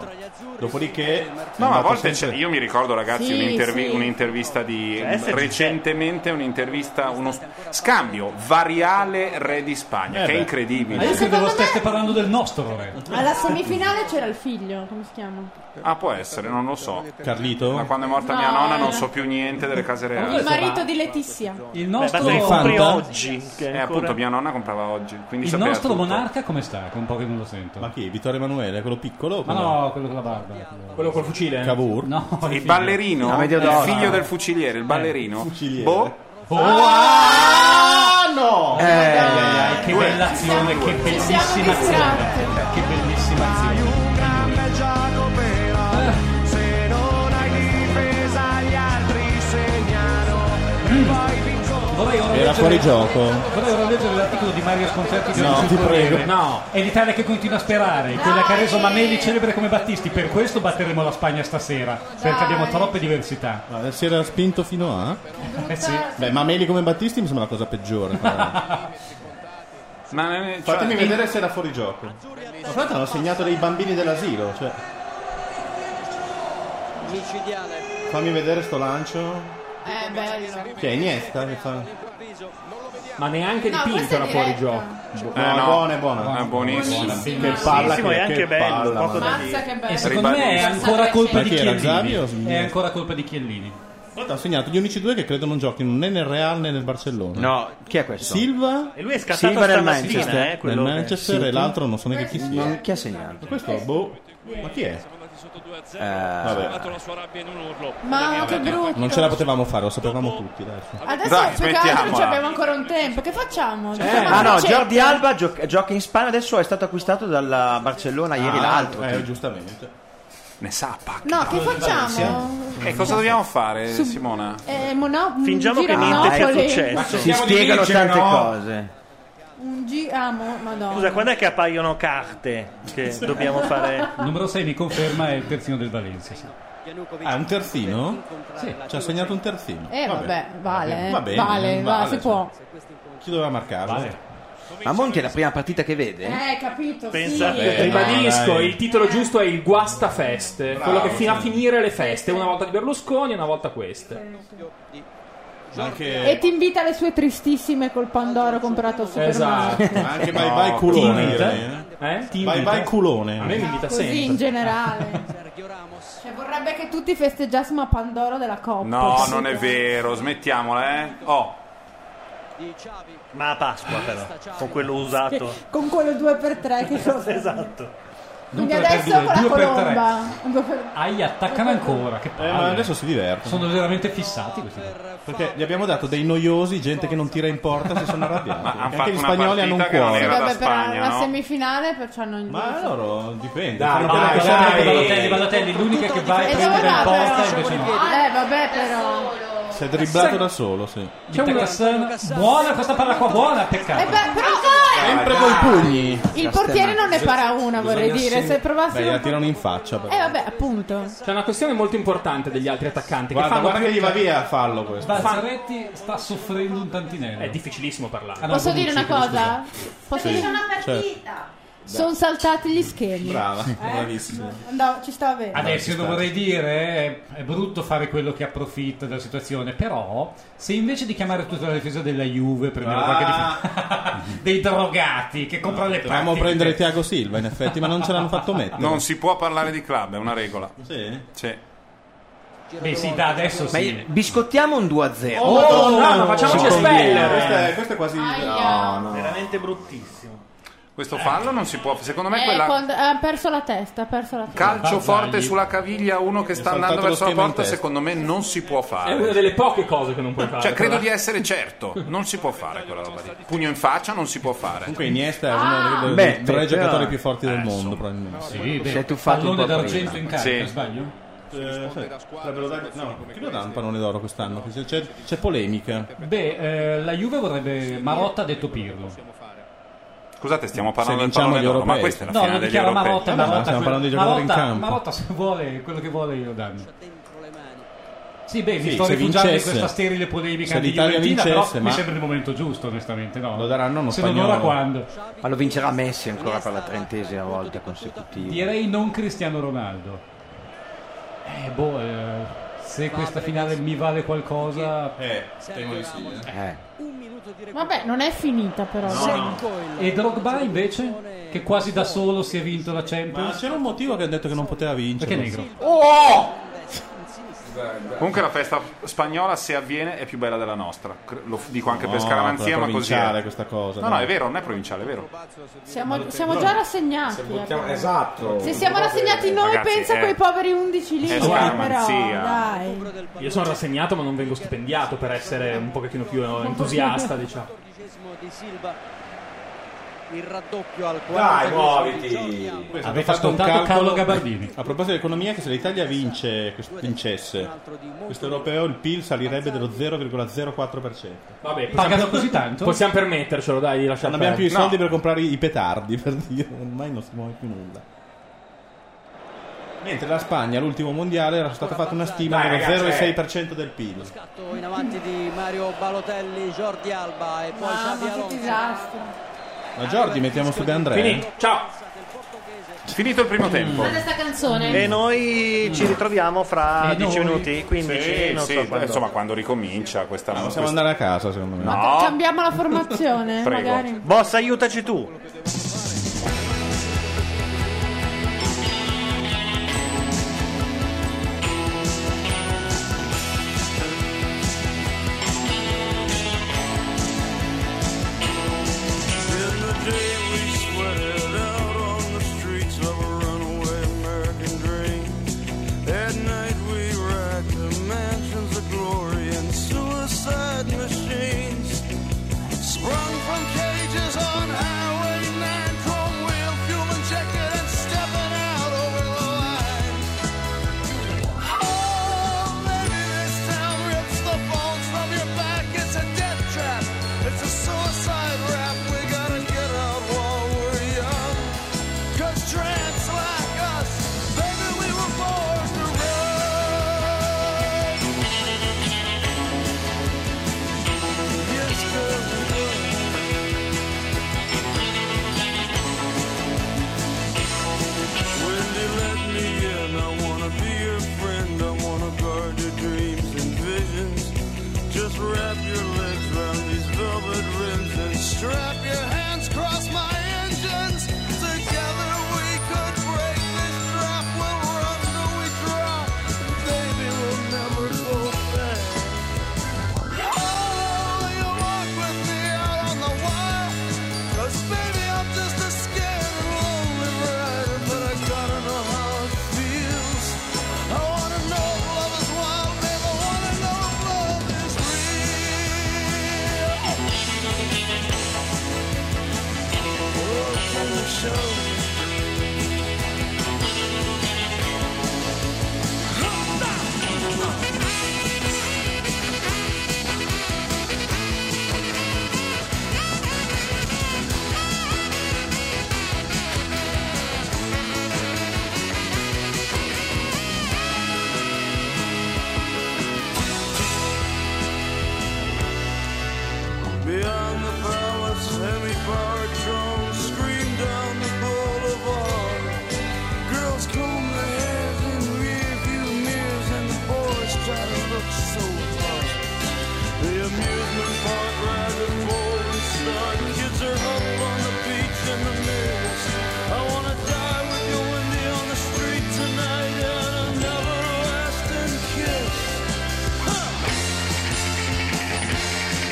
Dopodiché... No, ma a volte c'è, sempre- io mi ricordo ragazzi Sì, un'intervi- sì. un'intervista di Cioè, SGC. recentemente un'intervista uno s- scambio variale re di Spagna Eh che è beh. Ma incredibile. io credevo stesse parlando del nostro re. Alla semifinale c'era il figlio, come si chiama? Ah, può essere, non lo so. Carlito? Ma quando è morta mia No, nonna eh. non so più niente delle case reali. Il marito di Letizia. Il Eh, Beh, nostro, basta che compri Fanta? oggi. Eh, appunto, mia nonna comprava oggi. Quindi Il sapeva nostro tutto. monarca come sta? Che un po' che non lo sento. Ma chi? Vittorio Emanuele? Quello piccolo? o Ma quello- no, quello con la barba. Quello col fucile? Cavour? No, Il ballerino? Ah, il Mediodono. figlio del fuciliere, Eh, il ballerino. fuciliere. Boh. Ah, no! Ai, ai, ai, che Eh, Due. bella azione, che bellissima azione. Che bellissima azione. Se non hai difesa gli altri segnano. Poi vincono. Vorrei ora Era leggere- fuori gioco. Vorrei ora leggere l'articolo di Mario Sconcerti di No, oggi sul ti Corriere. prego. No. È l'Italia che continua a sperare, quella che ha reso Manelli celebre come Battisti. Per questo batteremo la Spagna stasera, perché abbiamo troppe diversità. Ma Eh, si era spinto fino a? Eh sì. Beh, ma Meli come Battisti mi sembra la cosa peggiore. però. eh, Fatemi cioè, vedere se era fuori gioco. Ma Fra l'altro hanno segnato dei bambini dell'asilo. Cioè, Micidiale. fammi vedere sto lancio. Eh, bello. Che è Iniesta che fa. Ma neanche No, questa dipinto era è fuori diretta. gioco. Eh, no. buona, è buona. È buonissimo. Che palla che, è anche che bello, palla, poco da mamma dire. mia. che E secondo me è ancora colpa Ma di chi era, Xavi o Chiellini. È Iniesta? ancora colpa di Chiellini. Guarda, ho segnato gli unici due che credo non giochino né nel Real né nel Barcellona. No, chi è questo? Silva E lui è scattato Silva del stamattina, Manchester. eh, quello del Manchester che- e l'altro non so neanche chi sia. Non- chi ha segnato? Questo, boh. Ma chi è? Eh, vabbè. Ma che brutto. Non ce la potevamo fare, lo sapevamo tutti. Dai. Adesso cioè, più che altro ci abbiamo ancora un tempo. Che facciamo? Ci Eh, siamo ah no, concessi? Jordi Alba gio- gioca in Spagna, adesso è stato acquistato dalla Barcellona ieri Ah, l'altro. eh, giustamente. Ne sa, pacca. No, che facciamo? E cosa dobbiamo fare, Sub- Simona? Eh, mono- un Fingiamo giro che niente monopoli. sia successo. Ma Si cerchiamo di spiegano vincere, tante no? cose. Un gi- ah, mo- madonna. Scusa, quando è che appaiono carte che dobbiamo fare? Il numero 6 mi conferma è il terzino del Valencia. sì. Ah, un terzino? Sì. Ci ha segnato un terzino. Eh, vabbè, vale. eh. Va bene, vale, va, vale, si può. Chi doveva marcarlo? Ma Monti è la prima partita che vede? Eh, capito. Pensa sì. a te. Ribadisco, no, dai. il titolo giusto è il Guastafeste, Bravo, quello che fino a sì. finire le feste, una volta di Berlusconi e una volta queste. E ti invita alle sue tristissime col Pandoro comprato al supermercato. Esatto. (laughs) Anche bye bye culone, Ti invita? direi, Eh? Ti Bye invita? bye culone. A me mi invita Così sempre. in generale. Cioè, vorrebbe che tutti festeggiassimo a Pandoro della Coppa. No, Sì. non è vero, smettiamola, eh. Oh. Ma a Pasqua però, con quello usato. Che- Con quello 2x3 che cosa? esatto. Quindi Due per adesso due, con la due per tre. colomba. Un due per- Aia, attaccano ancora. Che palle. Eh, ma adesso si diverte. Sono veramente fissati questi. Perché gli abbiamo dato dei noiosi, gente che non tira in porta, si sono (laughs) arrabbiati. Ma Perché han fatto anche gli una spagnoli hanno un partita che non cuore. era Vabbè, per la semifinale, perciò non Ma loro dipende. Dai, Fanno dai, quella che dai. serve. Balotelli, Balotelli, l'unica che va e Eh, E prende allora, la posta però- invece no. Eh, vabbè, però. Si è dribblato da solo, sì. C'è una Cassano. Buona questa palla qua, buona, Eh, peccato. beh, però Sempre coi pugni. il portiere non ne para una, vorrei dire. Beh, Se gliela provassimo. tirano in faccia. Eh, vabbè, appunto. C'è una questione molto importante degli altri attaccanti. Guarda, che fanno guarda che gli va via, fallo questo. Balzaretti sta soffrendo un tantinello. È difficilissimo Ah, parlare. Posso dire una cosa? Posso Sì, dire una certo. Sono saltati gli schemi. Brava, Eh? bravissima. Andavo- ci stava bene. Adesso io sta. lo vorrei dire, è, è brutto fare quello che approfitta della situazione, però se invece di chiamare tutta la difesa della Juve prendiamo Ah. qualche difesa (laughs) dei drogati che comprano le Dovevamo partite. prendere Tiago Silva, in effetti, ma non ce l'hanno fatto mettere. Non si può parlare di club, è una regola. Sì? Sì. Beh sì, da adesso Ma sì. biscottiamo un 2-0. Oh, Madonna, ma facciamoci espellere. Eh, Questo è, questo è quasi. Aia. No, no. Veramente bruttissimo. Questo fallo non si può. Secondo me Eh, quella quando- ha perso la testa, ha perso la testa. calcio forte sulla caviglia, uno che sta saltato andando lo verso la schema in porta, testa. Eh, secondo me non si può È una fare. delle poche cose che non puoi fare. Cioè, credo però. di essere certo, non si può fare quella roba lì. Pugno in faccia non si può fare. Comunque, Iniesta è Ah. uno dei, dei Ah, Beh, tre beh, giocatori però- più forti del mondo, probabilmente. Sì, beh, pallone d'argento in carica, Sì. sbaglio? Eh, sì, potrebbero dare- no, chi lo dà un pallone d'oro quest'anno? C'è, c'è- c'è polemica. Beh, eh, la Juve vorrebbe Marotta ha detto Pirlo. Scusate, stiamo parlando Se del vinciamo pallone gli d'oro, ma europei. questa è la No, finale lo degli dichiara europei. Marotta, Eh, ma Marotta, stiamo parlando di giocatori in Marotta, campo. Marotta, se vuole quello che vuole io danno. Sì, beh, mi Sì, sto se rifugiando in vincesse. questa sterile polemica Se l'Italia anti-Juventina, però vincesse, mi ma- sembra il momento giusto, onestamente, no? Lo daranno uno Se non spagnolo. ora quando? Ma lo vincerà Messi ancora per la trentesima volta consecutiva. Direi non Cristiano Ronaldo. Eh, boh, eh, se questa finale mi vale qualcosa... Eh, temo di sì. eh. Vabbè, non è finita però. Eh. E Drogba invece, che quasi da solo si è vinto la Ma Champions? c'era un motivo che ha detto che non poteva vincere. Perché è negro? Oh! Comunque la festa spagnola, se avviene, è più bella della nostra. Cre- Lo f- dico anche per No, scaramanzia, quella ma così. provinciale È. questa cosa, No, no. no, è vero, non è provinciale, è vero. Siamo, siamo già rassegnati. eh, buttiamo- però. esatto. Se siamo rassegnati noi, Ragazzi, pensa a eh. quei poveri 11 lì. Eh, eh, però, scaramanzia. dai. Io sono rassegnato, ma non vengo stipendiato diciamo. per essere un pochettino più entusiasta, diciamo. Diciamo. di Silva. il raddoppio al 40 Dai, muoviti. Questo, Avete ho fatto un ascoltato calcolo- Carlo Gabardini. A proposito dell'economia, che se l'Italia vince, vincesse questo europeo, il PIL salirebbe dello 0,04%. Vabbè, Pagano così tanto? Possiamo permettercelo, dai, lasciamo Non abbiamo più i soldi per comprare i petardi, (laughs) per dire, ormai non si muove più nulla. Mentre la Spagna, all'ultimo mondiale, era stata fatta una stima Dai, dello ragazzi, 0,6% del PIL. Scatto in avanti di Mario Balotelli, Jordi Alba e poi Xavi Mamma, che Alonso. disastro. Ma Giordi, mettiamo su De Andrea. Finito. Ciao. Finito il primo tempo. Guarda sta canzone. Eh, E noi ci ritroviamo fra 10 minuti, 15, Sì, non sì, so quando. insomma, quando ricomincia questa Ma questa- Possiamo andare a casa, secondo me. Cambiamo (laughs) la formazione, Prego. magari. Boss, aiutaci tu. In the day we sweated out on the streets of a runaway American dream. At night we racked the mansions of glory and suicide machines. Sprung from cages on Highway 9, chrome wheel, fuel injected and stepping out over the line. Oh, maybe this town rips the bones from your back. It's a death trap. It's a suicide rap. We gotta get out while we're young. Cause trans like us, baby, we were born to run. Yes, girl, we were. Wendy, let me in. I wanna be your friend. I wanna guard your dreams and visions. Just wrap your legs around these velvet rims and strap your hands cross my engines. Together we could break this trap. We'll run till we drop. Baby, we'll never go back. Oh, you walk with me out on the wild. Cause baby, I'm just a scared and lonely rider, but I gotta know how it feels. I wanna know if love is wild, babe. I wanna know if love is real. Oh, can you show me? Beyond the palace, hemi-power drones scream down the boulevard. Girls comb their hairs in rearview mirrors, and the boys try to look so hard. The amusement park ride is full and start. Kids are up on the beach in the mills. I wanna die with you, Wendy, on the street tonight in an everlasting kiss. Huh! Oh, Oh,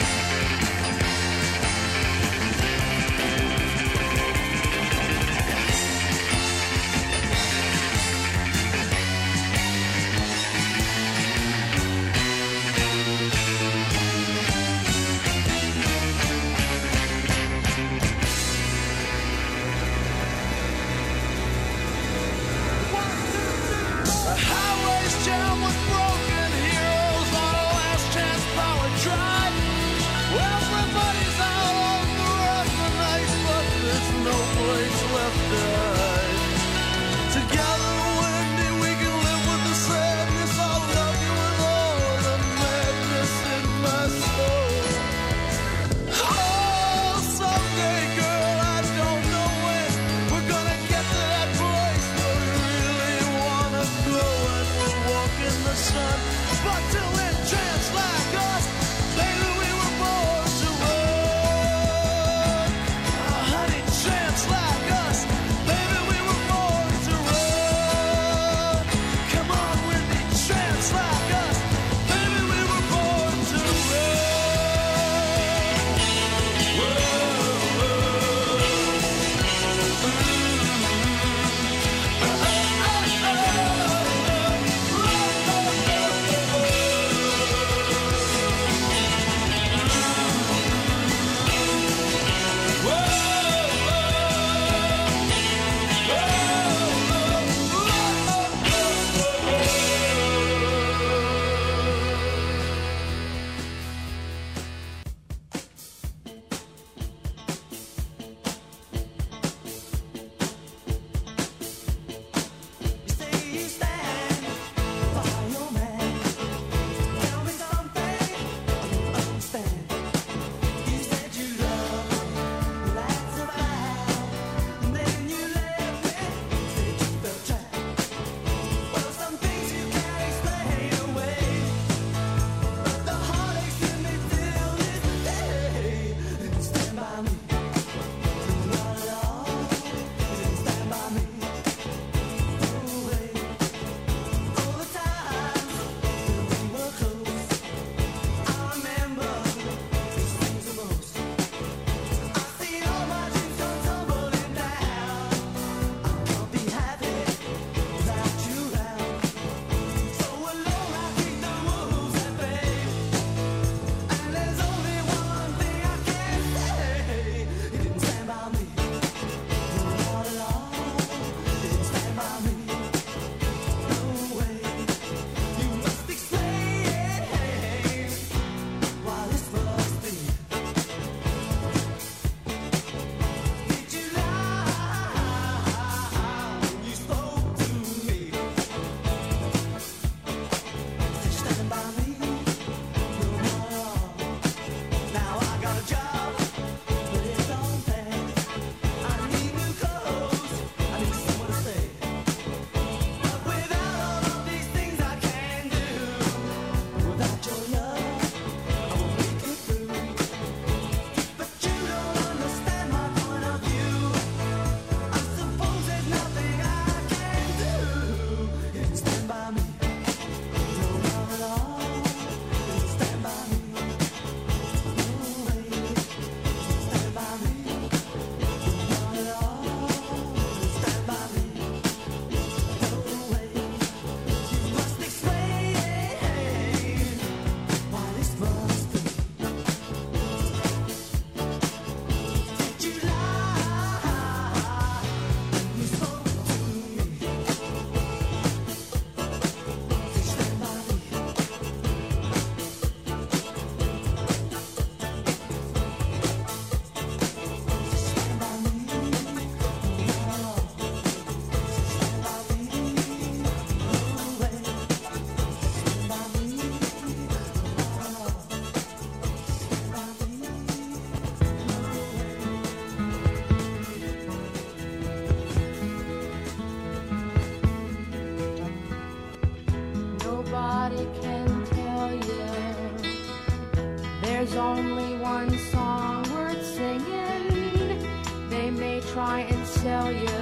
There's only one song worth singing. They may try and sell you,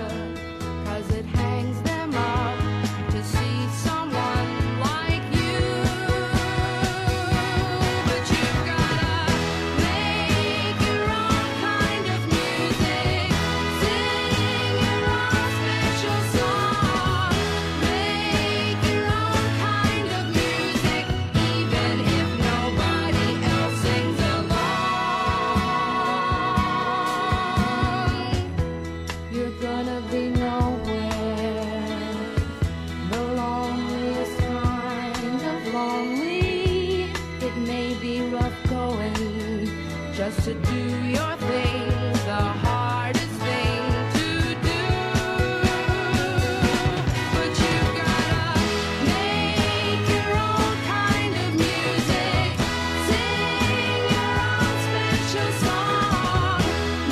cause it hangs them up to see someone like you. But you've gotta make your own kind of music. Sing your own special song. Make your own kind of music, even if nobody else sings along. You're gonna be nowhere. The loneliest kind of lonely. It may be rough going just to do your thing. The hardest thing to do. But you gotta make your own kind of music. Sing your own special song.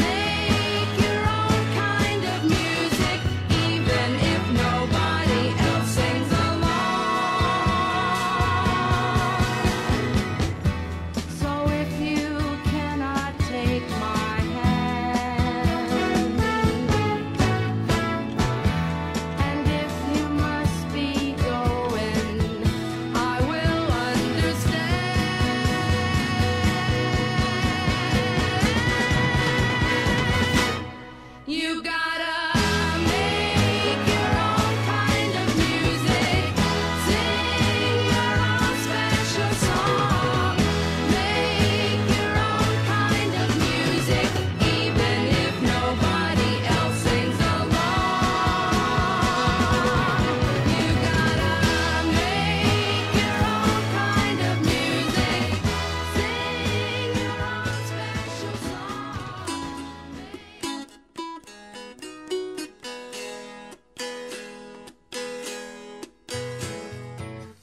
Make your own kind of music, even if nobody else sings along. So if you cannot take my hand, and if you must be going, I will understand. You gotta make your own kind of music, sing your own special song, make your own kind of music, even if nobody else sings along. You gotta make your own kind of music, sing your own special song.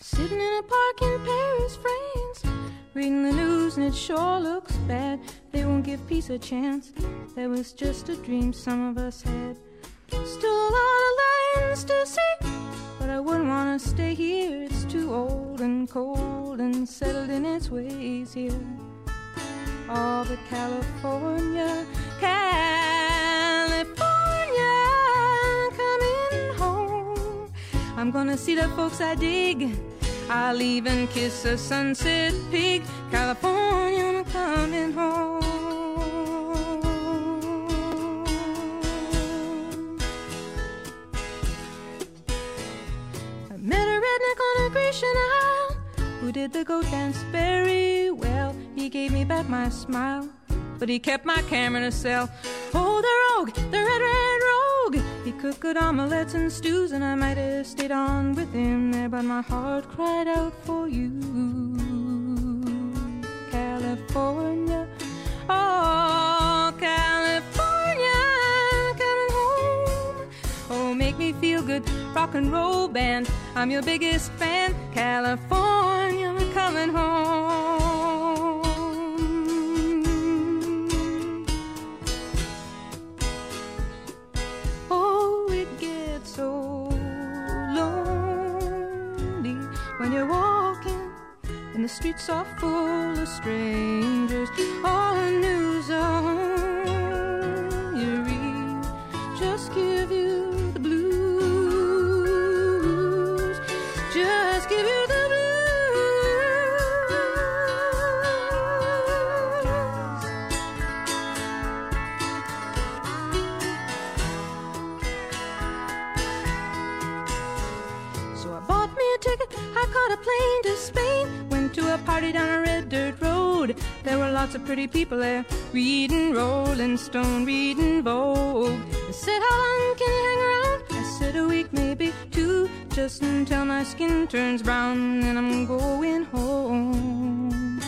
Sitting in a park in Paris, France, reading the news, and it sure looks bad. They won't give peace a chance. That was just a dream some of us had. Still a lot of lands to see, but I wouldn't want to stay here. It's too old and cold and settled in its ways here. All but California, California, coming home. I'm gonna see the folks I dig. I'll even kiss a sunset pig. California, I'm coming home. I met a redneck on a Grecian isle who did the goat dance very well. He gave me back my smile, but he kept my camera in a cell. Oh, the rogue, the red, red rogue. He cooked good omelets and stews, and I might have stayed on with him there, but my heart cried out for you. California, oh, California, coming home. Oh, make me feel good, rock and roll band. I'm your biggest fan, California, I'm coming home. Oh, it gets so lonely when you're walking and the streets are full of strangers. All the news are on your ear, just give you the blues. Just give you the blues. So I bought me a ticket, I caught a plane to Spain. Went to a party down a red dirt road. There were lots of pretty people there, reading Rolling Stone, reading Vogue. They said, How long can you hang around? I said, A week, maybe two, just until my skin turns brown. Then I'm going home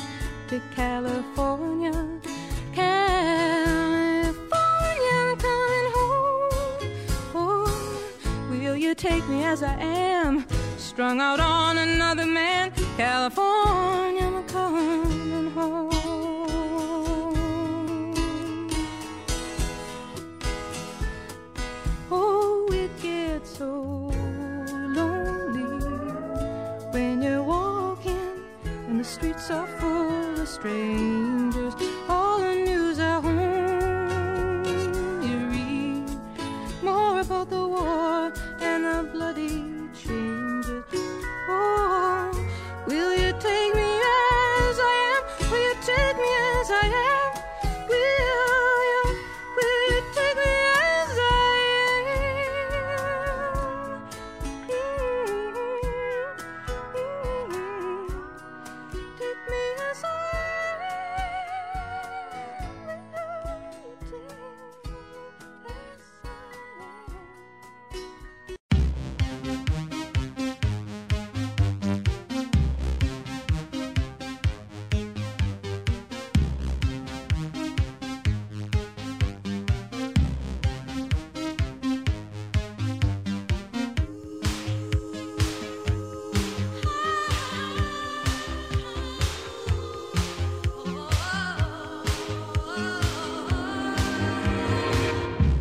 to California. California, I'm coming home. Oh, Will you take me as I am? Strung out on another man, California, I'm coming home. Oh, it gets so lonely when you're walking and the streets are full the strangers. All the news at home. You read more about the war and the bloody changes. Oh, will you take me as I am? Will you take me as I am? Will you? Will you take me as I am? Take me as I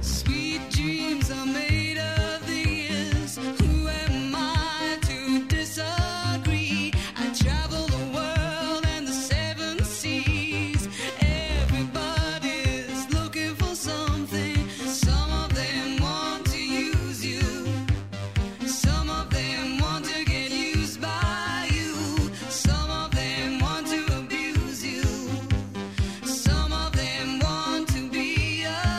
Sweet dreams are made of these. Who am I to disagree? I travel the world and the seven seas. Everybody's looking for something. Some of them want to use you. Some of them want to get used by you. Some of them want to abuse you. Some of them want to be abused.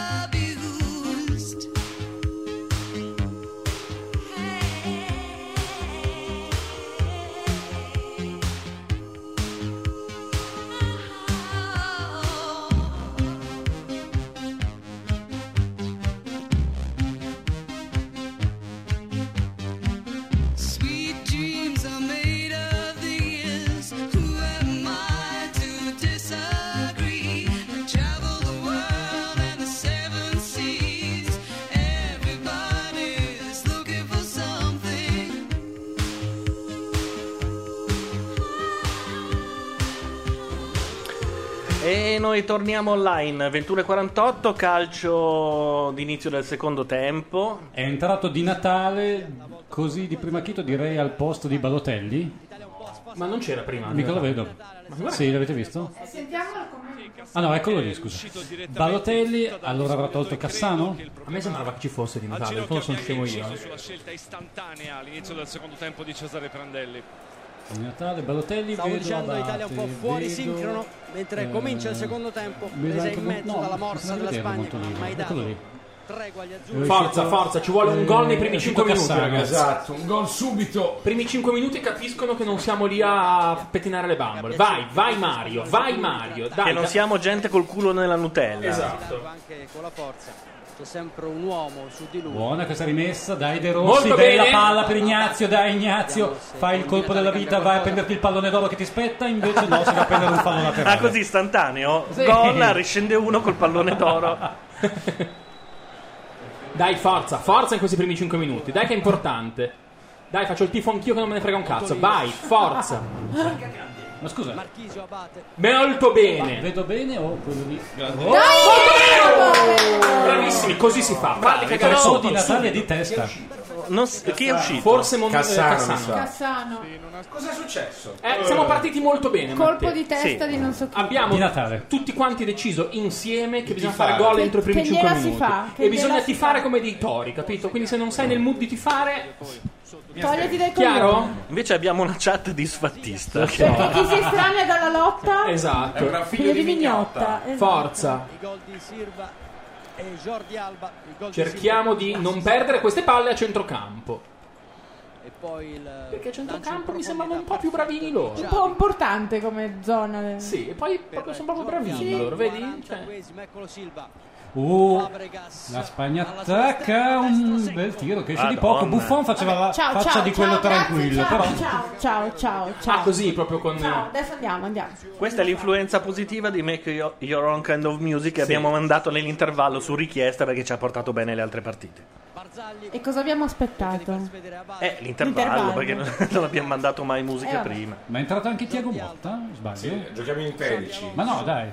Sweet dreams are made of these. Who am I to disagree? I travel the world and the seven seas. Everybody's looking for something. E noi torniamo online, 21.48, calcio d'inizio del secondo tempo. È entrato di Natale, così di prima chito direi al posto di Balotelli. Ma non c'era prima. Mica lo vedo. guarda. Sì, l'avete visto? Sentiamolo come. Ah no, eccolo lì, scusa. Balotelli, allora avrà tolto Cassano? A me sembrava che ci fosse di Natale, Ginocchio forse sono scemo abbiamo io. eh. inciso sulla scelta istantanea all'inizio del secondo tempo di Cesare Prandelli. Di Natale, Balotelli, Stavo vedo dicendo Abate, l'Italia un po' fuori vedo- sincrono mentre eh, comincia il secondo tempo, mi presa manca- in mezzo no, dalla non morsa della vedevo Spagna molto che non ha lì, mai dato. eccolo lì. Forza, forza, ci vuole un gol nei primi 5 eh, minuti, ragazzi. Esatto, un gol subito. Primi 5 minuti capiscono che non siamo lì a pettinare le bambole. Vai, vai Mario, vai Mario. Dai, che non dai. siamo gente col culo nella Nutella. Esatto. Anche con la forza. C'è sempre un uomo su di lui. Buona questa rimessa, dai De Rossi, Molto bella bene. palla per Ignazio, dai Ignazio, fai il colpo della vita, vai a prenderti il pallone d'oro che ti spetta, (laughs) invece no, si va a prendere un fallo Ah, laterale. così istantaneo? Sì. Gol, riscende uno col pallone d'oro. (laughs) Dai, forza, forza in questi primi 5 minuti. Dai, che è importante. Dai, faccio il tifo anch'io che non me ne frega un cazzo. Vai, forza. Ma scusa. Marchisio Abate. Molto bene. Vedo bene o quello lì? Oh! Bravissimi, così si fa. Falli Però cagare sotto, di Natale subito. di testa. Non s- chi è uscito? Forse Mon- eh, Cassano, Cassano. mi sa. Cassano. Cosa è successo? Eh, siamo partiti molto bene. Colpo Matteo. di testa Sì. di non so chi. Abbiamo Di Natale. tutti quanti deciso insieme che bisogna tifare. fare gol entro i Che- primi che 5 gliela si minuti. fa, che e bisogna gliela si tifare come dei tori, capito? Quindi se non sei nel mood di tifare, Togliti dai chiaro? coglioni. Invece abbiamo una chat disfattista. Perché chi si estranea dalla lotta Esatto. figlio di mignotta. Esatto. Forza. I gol di Silva e Jordi Alba. Il gol Cerchiamo di non perdere queste palle a centrocampo. E poi il Perché a centrocampo mi sembrava un po' più bravini loro. Un po' importante come zona. Sì, e poi proprio sono proprio bravini Sì. loro, vedi? Cioè, Eccolo Silva. Uh, la Spagna attacca un bel tiro che esce di poco. Madonna. Buffon faceva la Ciao, faccia ciao, di ciao, quello grazie, tranquillo, ciao, però Ciao, ciao, ciao, ciao. Ah, così proprio con. Ciao, adesso andiamo, andiamo. Questa è l'influenza positiva di Make Your- Your Own Kind of Music che Sì. abbiamo mandato nell'intervallo su richiesta perché ci ha portato bene le altre partite. E cosa abbiamo aspettato? Eh, l'intervallo, perché non, non abbiamo mandato mai musica Eh, vabbè. prima. Ma è entrato anche Tiago Motta? Sbaglio? giochiamo in 13. Ma no, dai.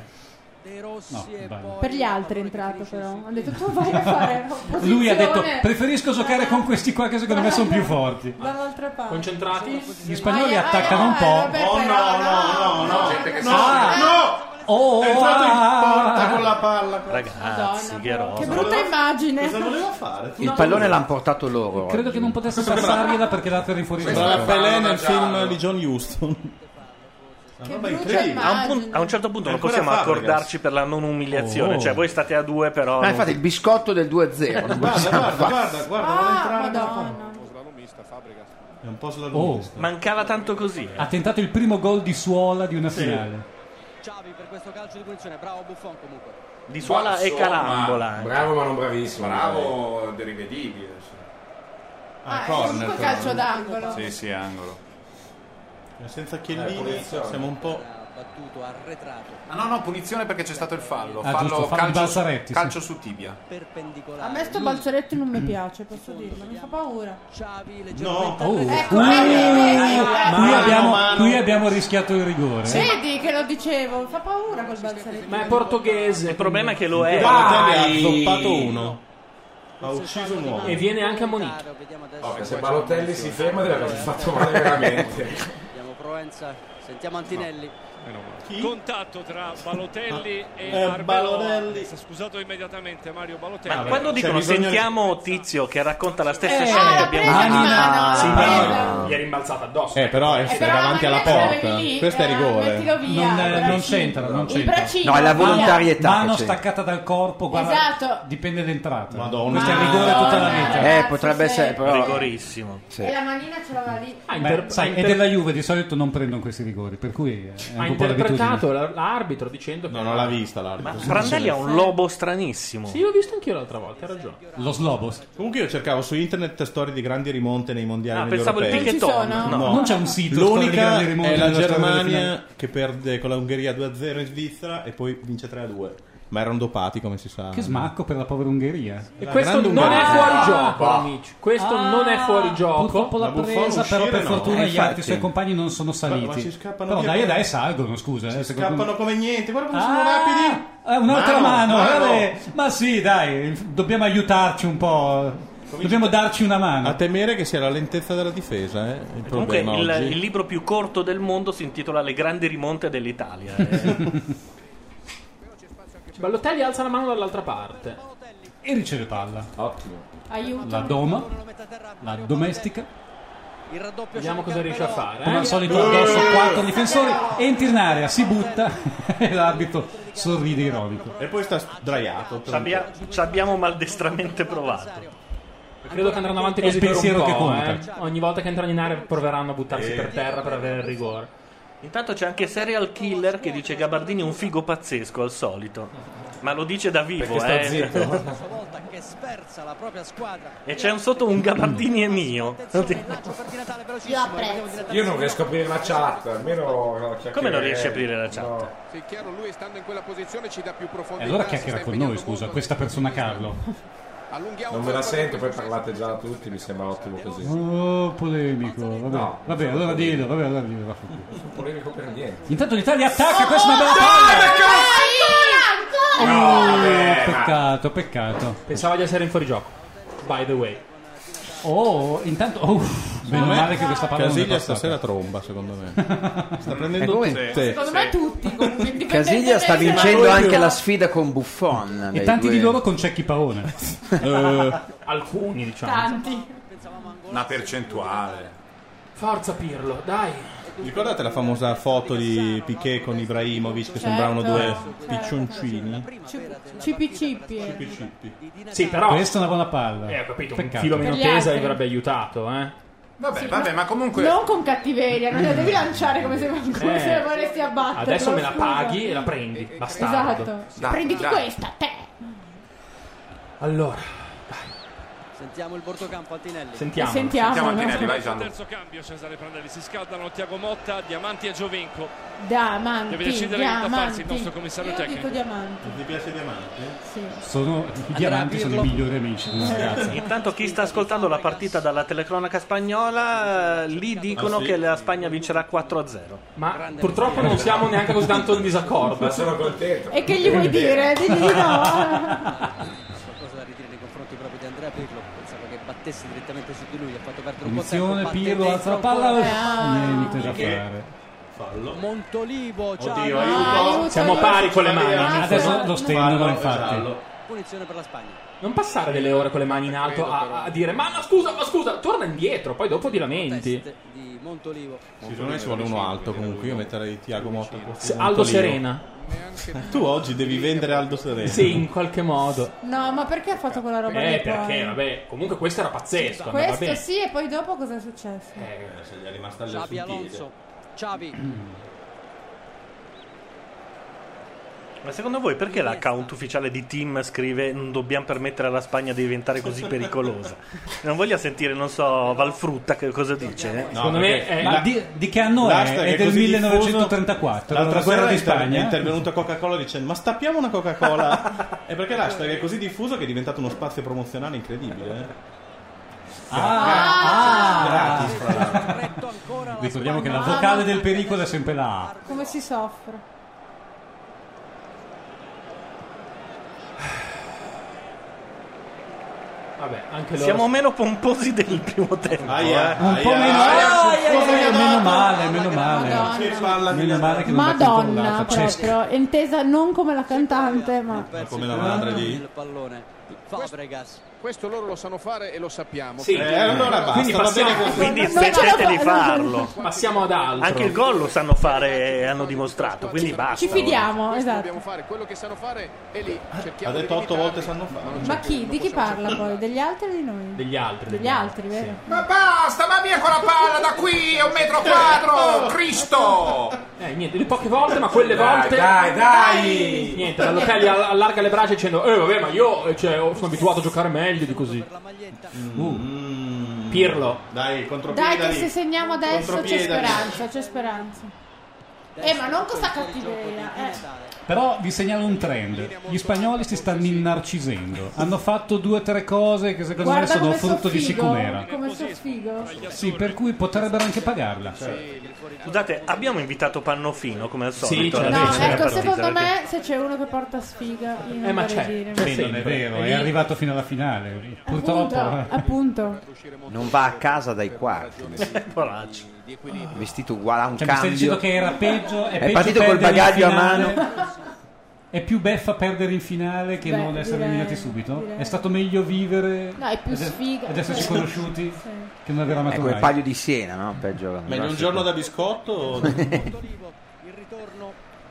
De Rossi No, sbaglio. Per gli altri è entrato però. Ho detto tu vai a fare opposizione. (laughs) Lui ha detto preferisco giocare con questi qua che secondo me sono più forti. Dall'altra parte. Concentrati? Oh, Gli spagnoli attaccano un po'. vabbè, però, no, no, no, no, no. Ah, no, Oh, È entrato in porta ah. con la palla. Ragazzi, che roba. Che brutta immagine. Cosa voleva fare? Il pallone l'hanno portato loro. Credo che non potesse passargliela perché l'ha fuori fuori. Sembrava gioco. Pelé nel film di John Huston. A un, pun- a un certo punto non Ancora possiamo Fabregas. accordarci per la non umiliazione. Oh. Cioè, voi state a due, però. Ma non- (laughs) infatti il biscotto del 2-0. non possiamo fare. guarda, vuole entrare È un po' Oh, mancava tanto così. Ha tentato il primo gol di suola di una Sì. finale. Xavi per questo calcio di punizione, bravo Buffon comunque. Di suola e carambola. anche. Bravo ma non bravissimo. Bravo, derivedibile. Ah, corner, comunque calcio corner. d'angolo. Sì, sì, angolo. Senza Eh, Chiellini punizione. siamo un po'. Battuto, arretrato, Ah no, no, punizione perché c'è stato il fallo. Ah, fallo giusto, fallo di calcio, Balzaretti, sì. calcio su tibia. perpendicolare. A me sto balzaretti non mi piace, posso dirlo, mi fa paura. Xavi leggermente Oh. Ecco, Qui- vedi, vedi. qui, abbiamo, qui abbiamo rischiato il rigore. Vedi che lo dicevo, mi fa paura quel balzaretti. Ma è portoghese. Il problema è che lo è. Balotelli ha zoppato uno. Ha ucciso un uomo. E viene anche ammonito. Vabbè, se Balotelli si ferma deve Eh, aversi fatto male veramente. Vediamo Proenza, sentiamo Antinelli. Contatto tra Balotelli e Eh, Arbeloa. Balotelli. Cioè, Si è scusato immediatamente Mario Balotelli. Ma quando dicono sentiamo Tizio che racconta la stessa Eh, scena che l'ha abbiamo presa in Ah, mano, sì, l'ha eh. ma- Gli è rimbalzata addosso. Eh, però è Eh, però davanti alla magari porta. lì, Questo è eh, rigore. mettilo via, Non, eh, il non Non c'entra, non Il c'entra. braccino, No, è la via. volontarietà Mano che c'entra. staccata dal corpo, guarda, Esatto. dipende l'entrata. Madonna. Questo è il rigore tutta la vita. Eh, potrebbe essere però. Rigorissimo. E la manina ce l'aveva lì. Ah, Ah, Beh, sai, è della Juve di solito non prendono questi rigori, per cui è Ha un po' interpretato l- l'arbitro dicendo che. No, non l'ha vista l'arbitro. Prandelli ha un lobo stranissimo. Sì, l'ho visto anch'io l'altra volta, hai ragione. Lo slobos. Comunque io cercavo su internet storie di grandi rimonte nei mondiali Ah, degli pensavo di europei. Pichetton. Non ci sono? Non c'è un sito storie di L'unica grandi rimonte è la nella storia delle Germania finali. che perde con la Ungheria 2-0 in Svizzera e poi vince 3-2. Ma erano dopati, come si sa. Che smacco per la povera Ungheria. E questo non è fuori gioco, Ah. amici. Questo non è fuori gioco. Ah, Purtroppo l'ha presa, però per fortuna gli altri suoi compagni. compagni non sono saliti. Ma- ma ci scappano però via dai e come- dai salgono, scusa. eh, secondo Scappano come niente, guarda come sono Ah, rapidi. me. Eh, un'altra Mano, mano, mano. vabbè. ma sì, dai, dobbiamo aiutarci un po'. Dobbiamo darci una mano. A temere che sia la lentezza della difesa, eh, il Comunque problema il, oggi. il libro più corto del mondo si intitola Le grandi rimonte dell'Italia. Eh, Ballotelli alza la mano dall'altra parte. E riceve palla. Ottimo. Aiuto. La doma, la domestica. Vediamo cosa riesce a fare. Come eh. al solito addosso quattro difensori, entra in area, si butta (laughs) e l'arbitro sorride ironico. E poi sta sdraiato. ci, abbia- ci abbiamo maldestramente provato. Credo che andranno avanti È il così per un pensiero po', che eh. Ogni volta che entrano in area proveranno a buttarsi Eh. per terra per avere il rigore. Intanto c'è anche Serial Killer che dice Gabardini è un figo pazzesco al solito. Ma lo dice da vivo, Perché sta eh. zitto. Questa volta che spersa la propria squadra. (laughs) E c'è un sotto un Gabardini è mio. Io apprezzo. Io non riesco a aprire la chat, almeno Come non riesci a aprire la chat? Sì, chiaro, lui stando in quella posizione ci dà più E profondità. allora si sta chiacchiera con noi, scusa, questa persona Carlo. Allunghiamo Non me la sento, poi parlate già tutti, mi sembra ottimo così. Oh, polemico. Vabbè, No, vabbè sono allora polemico. dillo, vabbè, allora dillo. vaffanculo. Non polemico per niente. Intanto l'Italia Oh, attacca, questa è una bella Ancora, palla. Oh, ancora! vabbè, ma- peccato, peccato. Ah, Pensavo di essere in fuorigioco. By the way. Oh, intanto... oh, meno male che questa palla non è Casiglia passata. stasera tromba, secondo (laughs) me. sta prendendo E voi? tutte. Secondo me tutti, comunque, indipendentemente- Casiglia sta vincendo anche la sfida con Buffon. E dei tanti due. (laughs) di loro Eh, con Cecchi Paone. Alcuni, diciamo. Tanti. Una percentuale. Forza Pirlo, dai. Ricordate la famosa foto di Piquet con Ibrahimovic che sembravano due piccioncini? Cipi cipi. eh. Sì, però. Questa è una buona palla. Eh, ho capito, un Peccato. filo meno Per gli altri. Ah, tesa vi avrebbe aiutato, eh. Vabbè, Sì, vabbè, ma comunque. Non con cattiveria, non la devi lanciare come se, come Eh. se la volessi abbattere. Adesso me la scusa. paghi e la prendi, bastardo. Esatto. Prenditi questa, te. Allora, Sentiamo il bortocampo Antinelli. Sentiamo. Sentiamo, Antinelli, Sul Terzo cambio, Cesare Prandelli. Si scaldano Tiago Motta, Diamanti e Giovinco. Diamanti. Deve decidere che da farsi il diamanti. nostro commissario Io tecnico. dico diamanti. Ti piace Diamante? Sì. Sono, I diamanti sono i migliori amici di Eh. una ragazza. Intanto chi sta ascoltando la partita dalla telecronaca spagnola, eh, lì dicono sì? che la Spagna vincerà 4-0. ma purtroppo non siamo neanche così tanto in disaccordo. eh. Ma sono contento. E che gli vuoi dire? (laughs) Digli (laughs) di no. Qualcosa da ridire nei confronti proprio di Andrea Pirlo. Pensavo che battesse direttamente su di lui. Ha fatto perdere un po' di tempo. Punizione, batte Pirlo, dentro Ah. alza la palla. ancora. Niente da Perché? fare. fallo. Montolivo, ciao. Oddio, aiuto. Siamo pari con le mani. Adesso lo stendono, Fallo, infatti. fallo. Punizione per la Spagna. Non passare delle ore con le mani in alto a, a dire ma no, scusa, ma scusa, torna indietro, poi dopo ti lamenti. Di Montolivo. Secondo me ci vuole uno alto comunque. Io metterei Tiago Motta. al posto di Se- Aldo Montolino. Serena. Tu oggi devi vendere Aldo Serena. Sì, in qualche modo. No, ma perché ha fatto quella roba lì Eh, poi? perché, vabbè, comunque questo era pazzesco, andava Questo bene. Eh. sì, e poi dopo cosa è successo? Se gli è rimasta il Xabi sul piede. Alonso. Xavi. Ma secondo voi perché l'account ufficiale di Tim scrive non dobbiamo permettere alla Spagna di diventare così pericolosa? Non voglio sentire, non so, Valfrutta che cosa dice. eh? Secondo me è- Ma Ma di- di, di che anno è? L'hashtag È del così diffuso. 1934, con L'altra la guerra di sera è inter- Spagna. è intervenuta Coca-Cola dicendo ma stappiamo una Coca-Cola. è perché l'hashtag è così diffuso che è diventato uno spazio promozionale incredibile. eh. Ah, Gratis, ah. Ricordiamo che la vocale del pericolo è sempre la A. Come si soffre? Vabbè, anche loro. Siamo meno pomposi del primo tempo. Aia, eh. Un po' aia. meno- Aia, Cosa aia, gli ha aia. dato? male, meno male. Madonna. Che palla Meno di- male che non l'ha Madonna, controllata, proprio. Francesca. Intesa non come la cantante, ma... Come la madre di... Il pallone. Fabregas. Questo loro lo sanno fare e lo sappiamo. Sì. Eh, allora basta, Quindi va passiamo- bene così. Quindi Non ce la smettete fa- di farlo. Passiamo ad altro. Anche il gol lo sanno fare, hanno dimostrato, quindi basta. Ci fidiamo, esatto. fare quello che sanno fare e lì Ha cerchiamo detto otto volte sanno fare. Ma chi? Di chi parla poi? Degli altri o di noi? Degli altri. Degli altri, vero? Ma basta, va via con la palla da qui, è un metro Oh, quadro, Cristo! Eh, niente, di poche volte, ma quelle Dai, volte. dai, dai! Niente, la Locatelli all- allarga le braccia dicendo: Eh, vabbè, ma io eh, cioè, oh, sono abituato a giocare meglio di così. Mm. Pirlo. Dai, contro Dai, che se segniamo adesso c'è speranza, c'è speranza. Eh, ma non questa cattiveria, eh. Però vi segnalo un trend. Gli spagnoli si stanno innarcisendo. Hanno fatto due o tre cose che secondo Guarda me sono come frutto so di figo, sicumera. Come so figo. Sì, per cui potrebbero anche pagarla. Scusate, abbiamo invitato Pannofino come al Sì, solito. ce alla l'avete. fine della Ecco, partita, secondo perché- me se c'è uno che porta sfiga, io non Eh, ma vorrei c'è. dire. Sì, non è sempre. vero, È è lì. arrivato fino alla finale. Purtroppo. eh. eh. Appunto, appunto. Non va a casa dai quarti. Vestito uguale a un Cioè, mi cambio. stai dicendo che era peggio? È, peggio partito col perdere in bagaglio a finale? mano. È più beffa perdere in finale che Beh, non essere direi- eliminati subito? direi. È stato meglio vivere No, è più ed- sfiga. ed esserci Sì. conosciuti Sì. che non aver È amato come il mai. palio Ecco, di Siena, no? Peggio. Meglio un giorno da biscotto (laughs) o... Beh,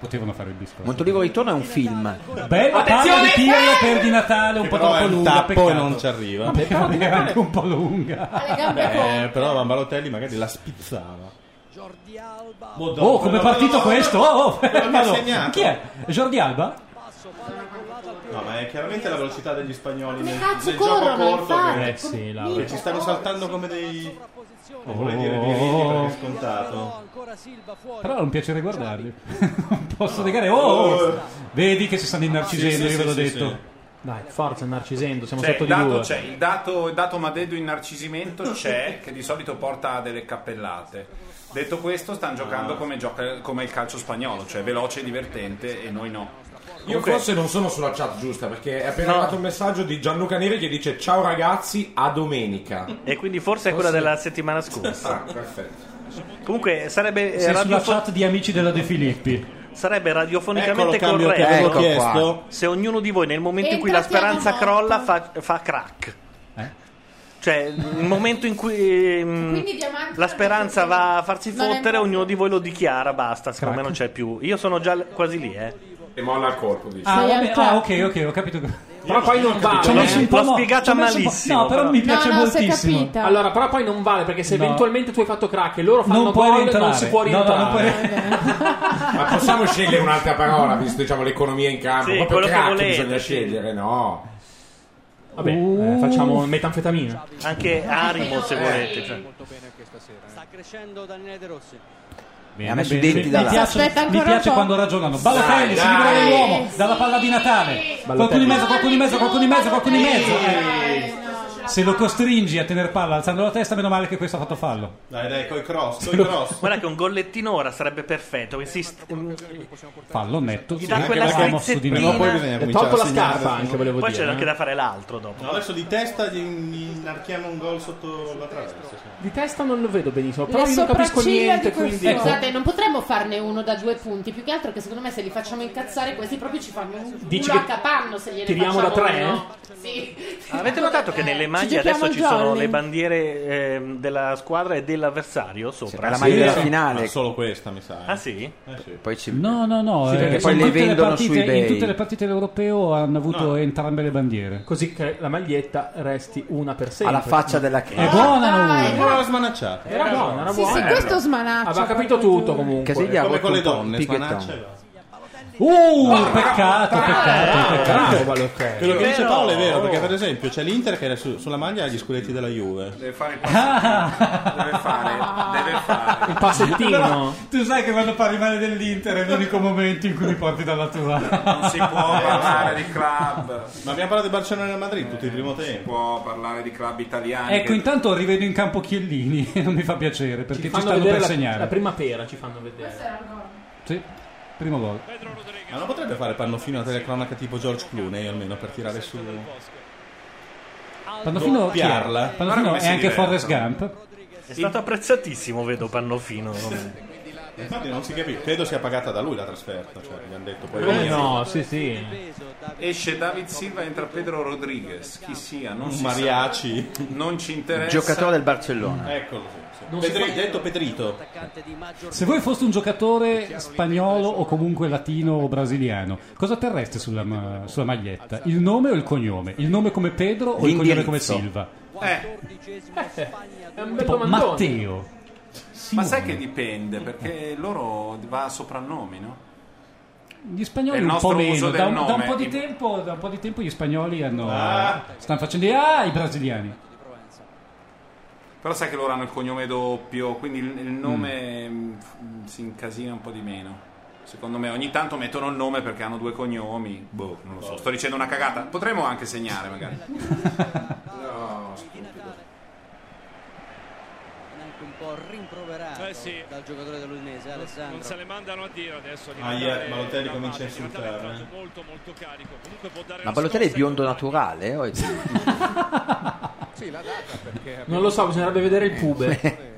Potevano fare il biscotto. Montolivo ritorna è un film. Bella palla di Pirlo eh! per di Natale, un po' Però è troppo un lunga. tappo e peccato. non ci arriva. Vabbè, (laughs) però era anche un po' lunga. però Bambalotelli magari la spizzava. Giordi Alba. Oh, come è partito questo? Oh, oh. Quello che ha Madonna. segnato. Chi è? Jordi Alba? No, ma è chiaramente la velocità degli spagnoli Come nel, cazzo nel gioco corrono, corto infatti. che, Eh, sì, che Laura. ci stanno saltando come dei non vorrei Oh. dire virilli perché è scontato. Però è un piacere guardarli. (laughs) Non posso negare. Oh, Oh. vedi che si stanno innarcisendo, Sì, sì, io ve l'ho sì, sì, detto. sì. Dai, forza, Narcisendo, siamo Cioè, sotto il di dato, due. c'è, il dato, il dato Madedo innarcisimento c'è, che di solito porta a delle cappellate. Detto questo, stanno giocando come, gioca- come il calcio spagnolo, cioè veloce, divertente e noi no. Io Comunque- forse non sono sulla chat giusta perché è appena No. arrivato un messaggio di Gianluca Neri che dice ciao ragazzi a domenica. E quindi forse è quella Forse- della settimana scorsa. Ah, perfetto. Comunque sarebbe, eh, Sei sulla radiofo- chat di amici della De Filippi. sarebbe radiofonicamente Eccolo, cambio che corretto Ecco avevo chiesto. se ognuno di voi nel momento in cui la Entra Tiago speranza Motta. crolla fa, fa crack. Eh? Cioè, il momento in cui ehm, Quindi diciamo Diamante la speranza va a farsi Non è fottere, ognuno di voi lo dichiara, basta, secondo me non c'è più. Io sono già l- quasi lì, eh. E molla al colpo, dice. Ah, vabbè, ah, ok, ok, ho capito. Però poi non vale. Ci ho messo un po' L'ho mo- spiegata ci ho messo un po'- malissimo, No, però, però. mi piace No, no, si è moltissimo. capita. Allora, però poi non vale perché se No. eventualmente tu hai fatto crack e loro fanno Non puoi gol, rientrare. non si può No, no, non rientrare. (laughs) Ma possiamo scegliere un'altra parola, visto diciamo l'economia in campo? Sì, Proprio quello che crack volete, bisogna sì. scegliere, no? Vabbè, Uh. eh, facciamo metanfetamina. Anche Arimo, Eh. se volete. cioè. Molto bene eh. anche stasera. Sta crescendo Daniele De Rossi. Bene, ha messo i bene. denti mi dall'alto. piace, Aspetta mi ancora piace un po'. quando ragionano. Balotelli, Dai, si libera dai. dell'uomo dalla palla di Natale. Qualcuno in mezzo, qualcuno in mezzo, qualcuno in mezzo, qualcuno in mezzo. Eh. Se lo costringi a tener palla alzando la testa, meno male che questo ha fatto fallo. Dai, dai, coi cross, coi cross. Guarda che un gollettino ora sarebbe perfetto. che si st- Fallo netto. Gli sì. dà Prima quella o poi bisogna strizzettina. cominciare Tolgo la a segnare scarpa anche, volevo Poi dire, c'è anche eh. da fare l'altro dopo. No, adesso di testa gli, gli archiamo un gol sotto la traversa. Di testa non lo vedo benissimo, Le però io non capisco sopracciglia niente, di quel quindi... film. Ecco. Scusate, Esatto, non potremmo farne uno da due punti. Più che altro che secondo me se li facciamo incazzare, questi proprio ci fanno un Dici culo a che capanno se gliene tiriamo da facciamo tre? uno. Sì. Avete notato che nelle maglie giochiamo adesso ci il sono jolly. le bandiere ehm, della squadra e dell'avversario sopra? la maglia della finale. Ma solo questa, mi sa. Ah sì? Eh, Poi ci... No, no, no. Sì, perché eh, poi in le tutte vendono partite- su In eBay. tutte le partite dell'Europeo hanno avuto No. entrambe le bandiere. Così che la maglietta resti una per sempre. Alla faccia della Chiesa. È buona la Dai, uno. era- Era smanacciata. Era buona, era Sì, buona. sì, questo smanaccia. Aveva capito tutto comunque. Casiglia Come ha con le avuto un donne, pighetton. smanaccia. Uh, Oh, peccato, Ah, peccato, Bravo, peccato. Balotelli. Quello che dice Paolo è vero, perché per esempio c'è l'Inter che era su- sulla maglia ha gli scudetti della Juve. Deve fare il Deve fare, deve fare. Però tu sai che quando parli male dell'Inter è l'unico momento in cui mi porti dalla tua. Non si può parlare di club. Eh, Ma abbiamo parlato di Barcellona e Madrid tutto il primo tempo. Si può parlare di club italiani. Ecco, intanto rivedo in campo Chiellini (laughs) e non mi fa piacere perché ci, Fanno stanno vedere per la, segnare. la prima pera, ci fanno vedere. Sì, primo gol. Ma non potrebbe fare pannofino a telecronaca tipo George Clooney almeno per tirare su. Boh, Pannofino, chi è? Doppiarla. Pannofino Guarda come è si anche diverte. Forrest Gump. È stato apprezzatissimo, (laughs) vedo Pannofino. Infatti non si capisce, credo sia pagata da lui la trasferta, cioè gli hanno detto poi Eh, no, sì, sì. Esce David Silva, entra Pedro Rodriguez, chi sia, non Un si mariachi. sa. Non ci interessa. Giocatore del Barcellona. Eccolo. sì, sì. Non Pedri- si fa- detto Petrito. Se voi foste un giocatore spagnolo o comunque latino o brasiliano, cosa terreste sulla, ma- sulla maglietta? Il nome o il cognome? Il nome come Pedro o il cognome come L'indirizzo. Silva? Eh. È un bel Tipo domandone. Matteo. Ma sai che dipende, perché loro va a soprannomi, no? Gli È spagnoli il un nostro po' meno, uso del da un, da un nome. po' di tempo, da un po' di tempo gli spagnoli hanno, Ah. stanno facendo ah, i brasiliani. Però sai che loro hanno il cognome doppio, quindi il, il nome mh, f- mh, si incasina un po' di meno. Secondo me ogni tanto mettono il nome perché hanno due cognomi. Boh, non lo so, sto dicendo una cagata. Potremmo anche segnare magari. Ah, No, stupido. Anche un po' rimproverato dal giocatore dell'Udinese, Eh, Alessandro. Non se le mandano a dire adesso. di Ah, mandare- yeah, Balotelli comincia a di mandare insultare, entrato eh. Molto, molto carico. Comunque può dare Ma la Balotelli è scossa. biondo naturale? eh, o è- (laughs) Sì, la data perché (laughs) Non lo so, bisognerebbe vedere il pube. (laughs)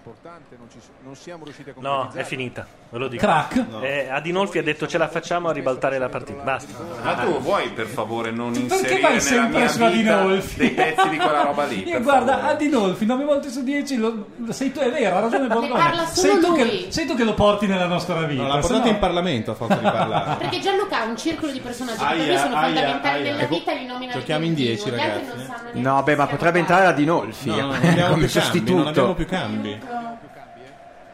Importante, non, ci- non siamo riusciti a No, concretizzare. è finita, ve lo dico. Crack. Eh, Adinolfi ha detto ce la facciamo a ribaltare la partita. Basta. Ma tu vuoi per favore non Perché inserire vai nella sempre mia su Adinolfi? vita dei pezzi di quella (laughs) roba lì? E per guarda, favore? Adinolfi 9 volte su 10 lo, lo- sei tu, è vero, ha ragione Borgone. parla solo sei, tu lui. che, sei tu che lo porti nella nostra vita. No, l'ha se portato no- in Parlamento a forza di parlare. Perché Gianluca ha un circolo di personaggi che per Aia, lui sono aia, fondamentali aia. nella Ecco, vita, li nomina giochiamo in continuo, 10, gli altri ragazzi, non sanno neanche No, beh, ma potrebbe entrare la Dinolfi (laughs) (laughs) No, non eh, come abbiamo più cambi, non abbiamo sostituto. più cambi.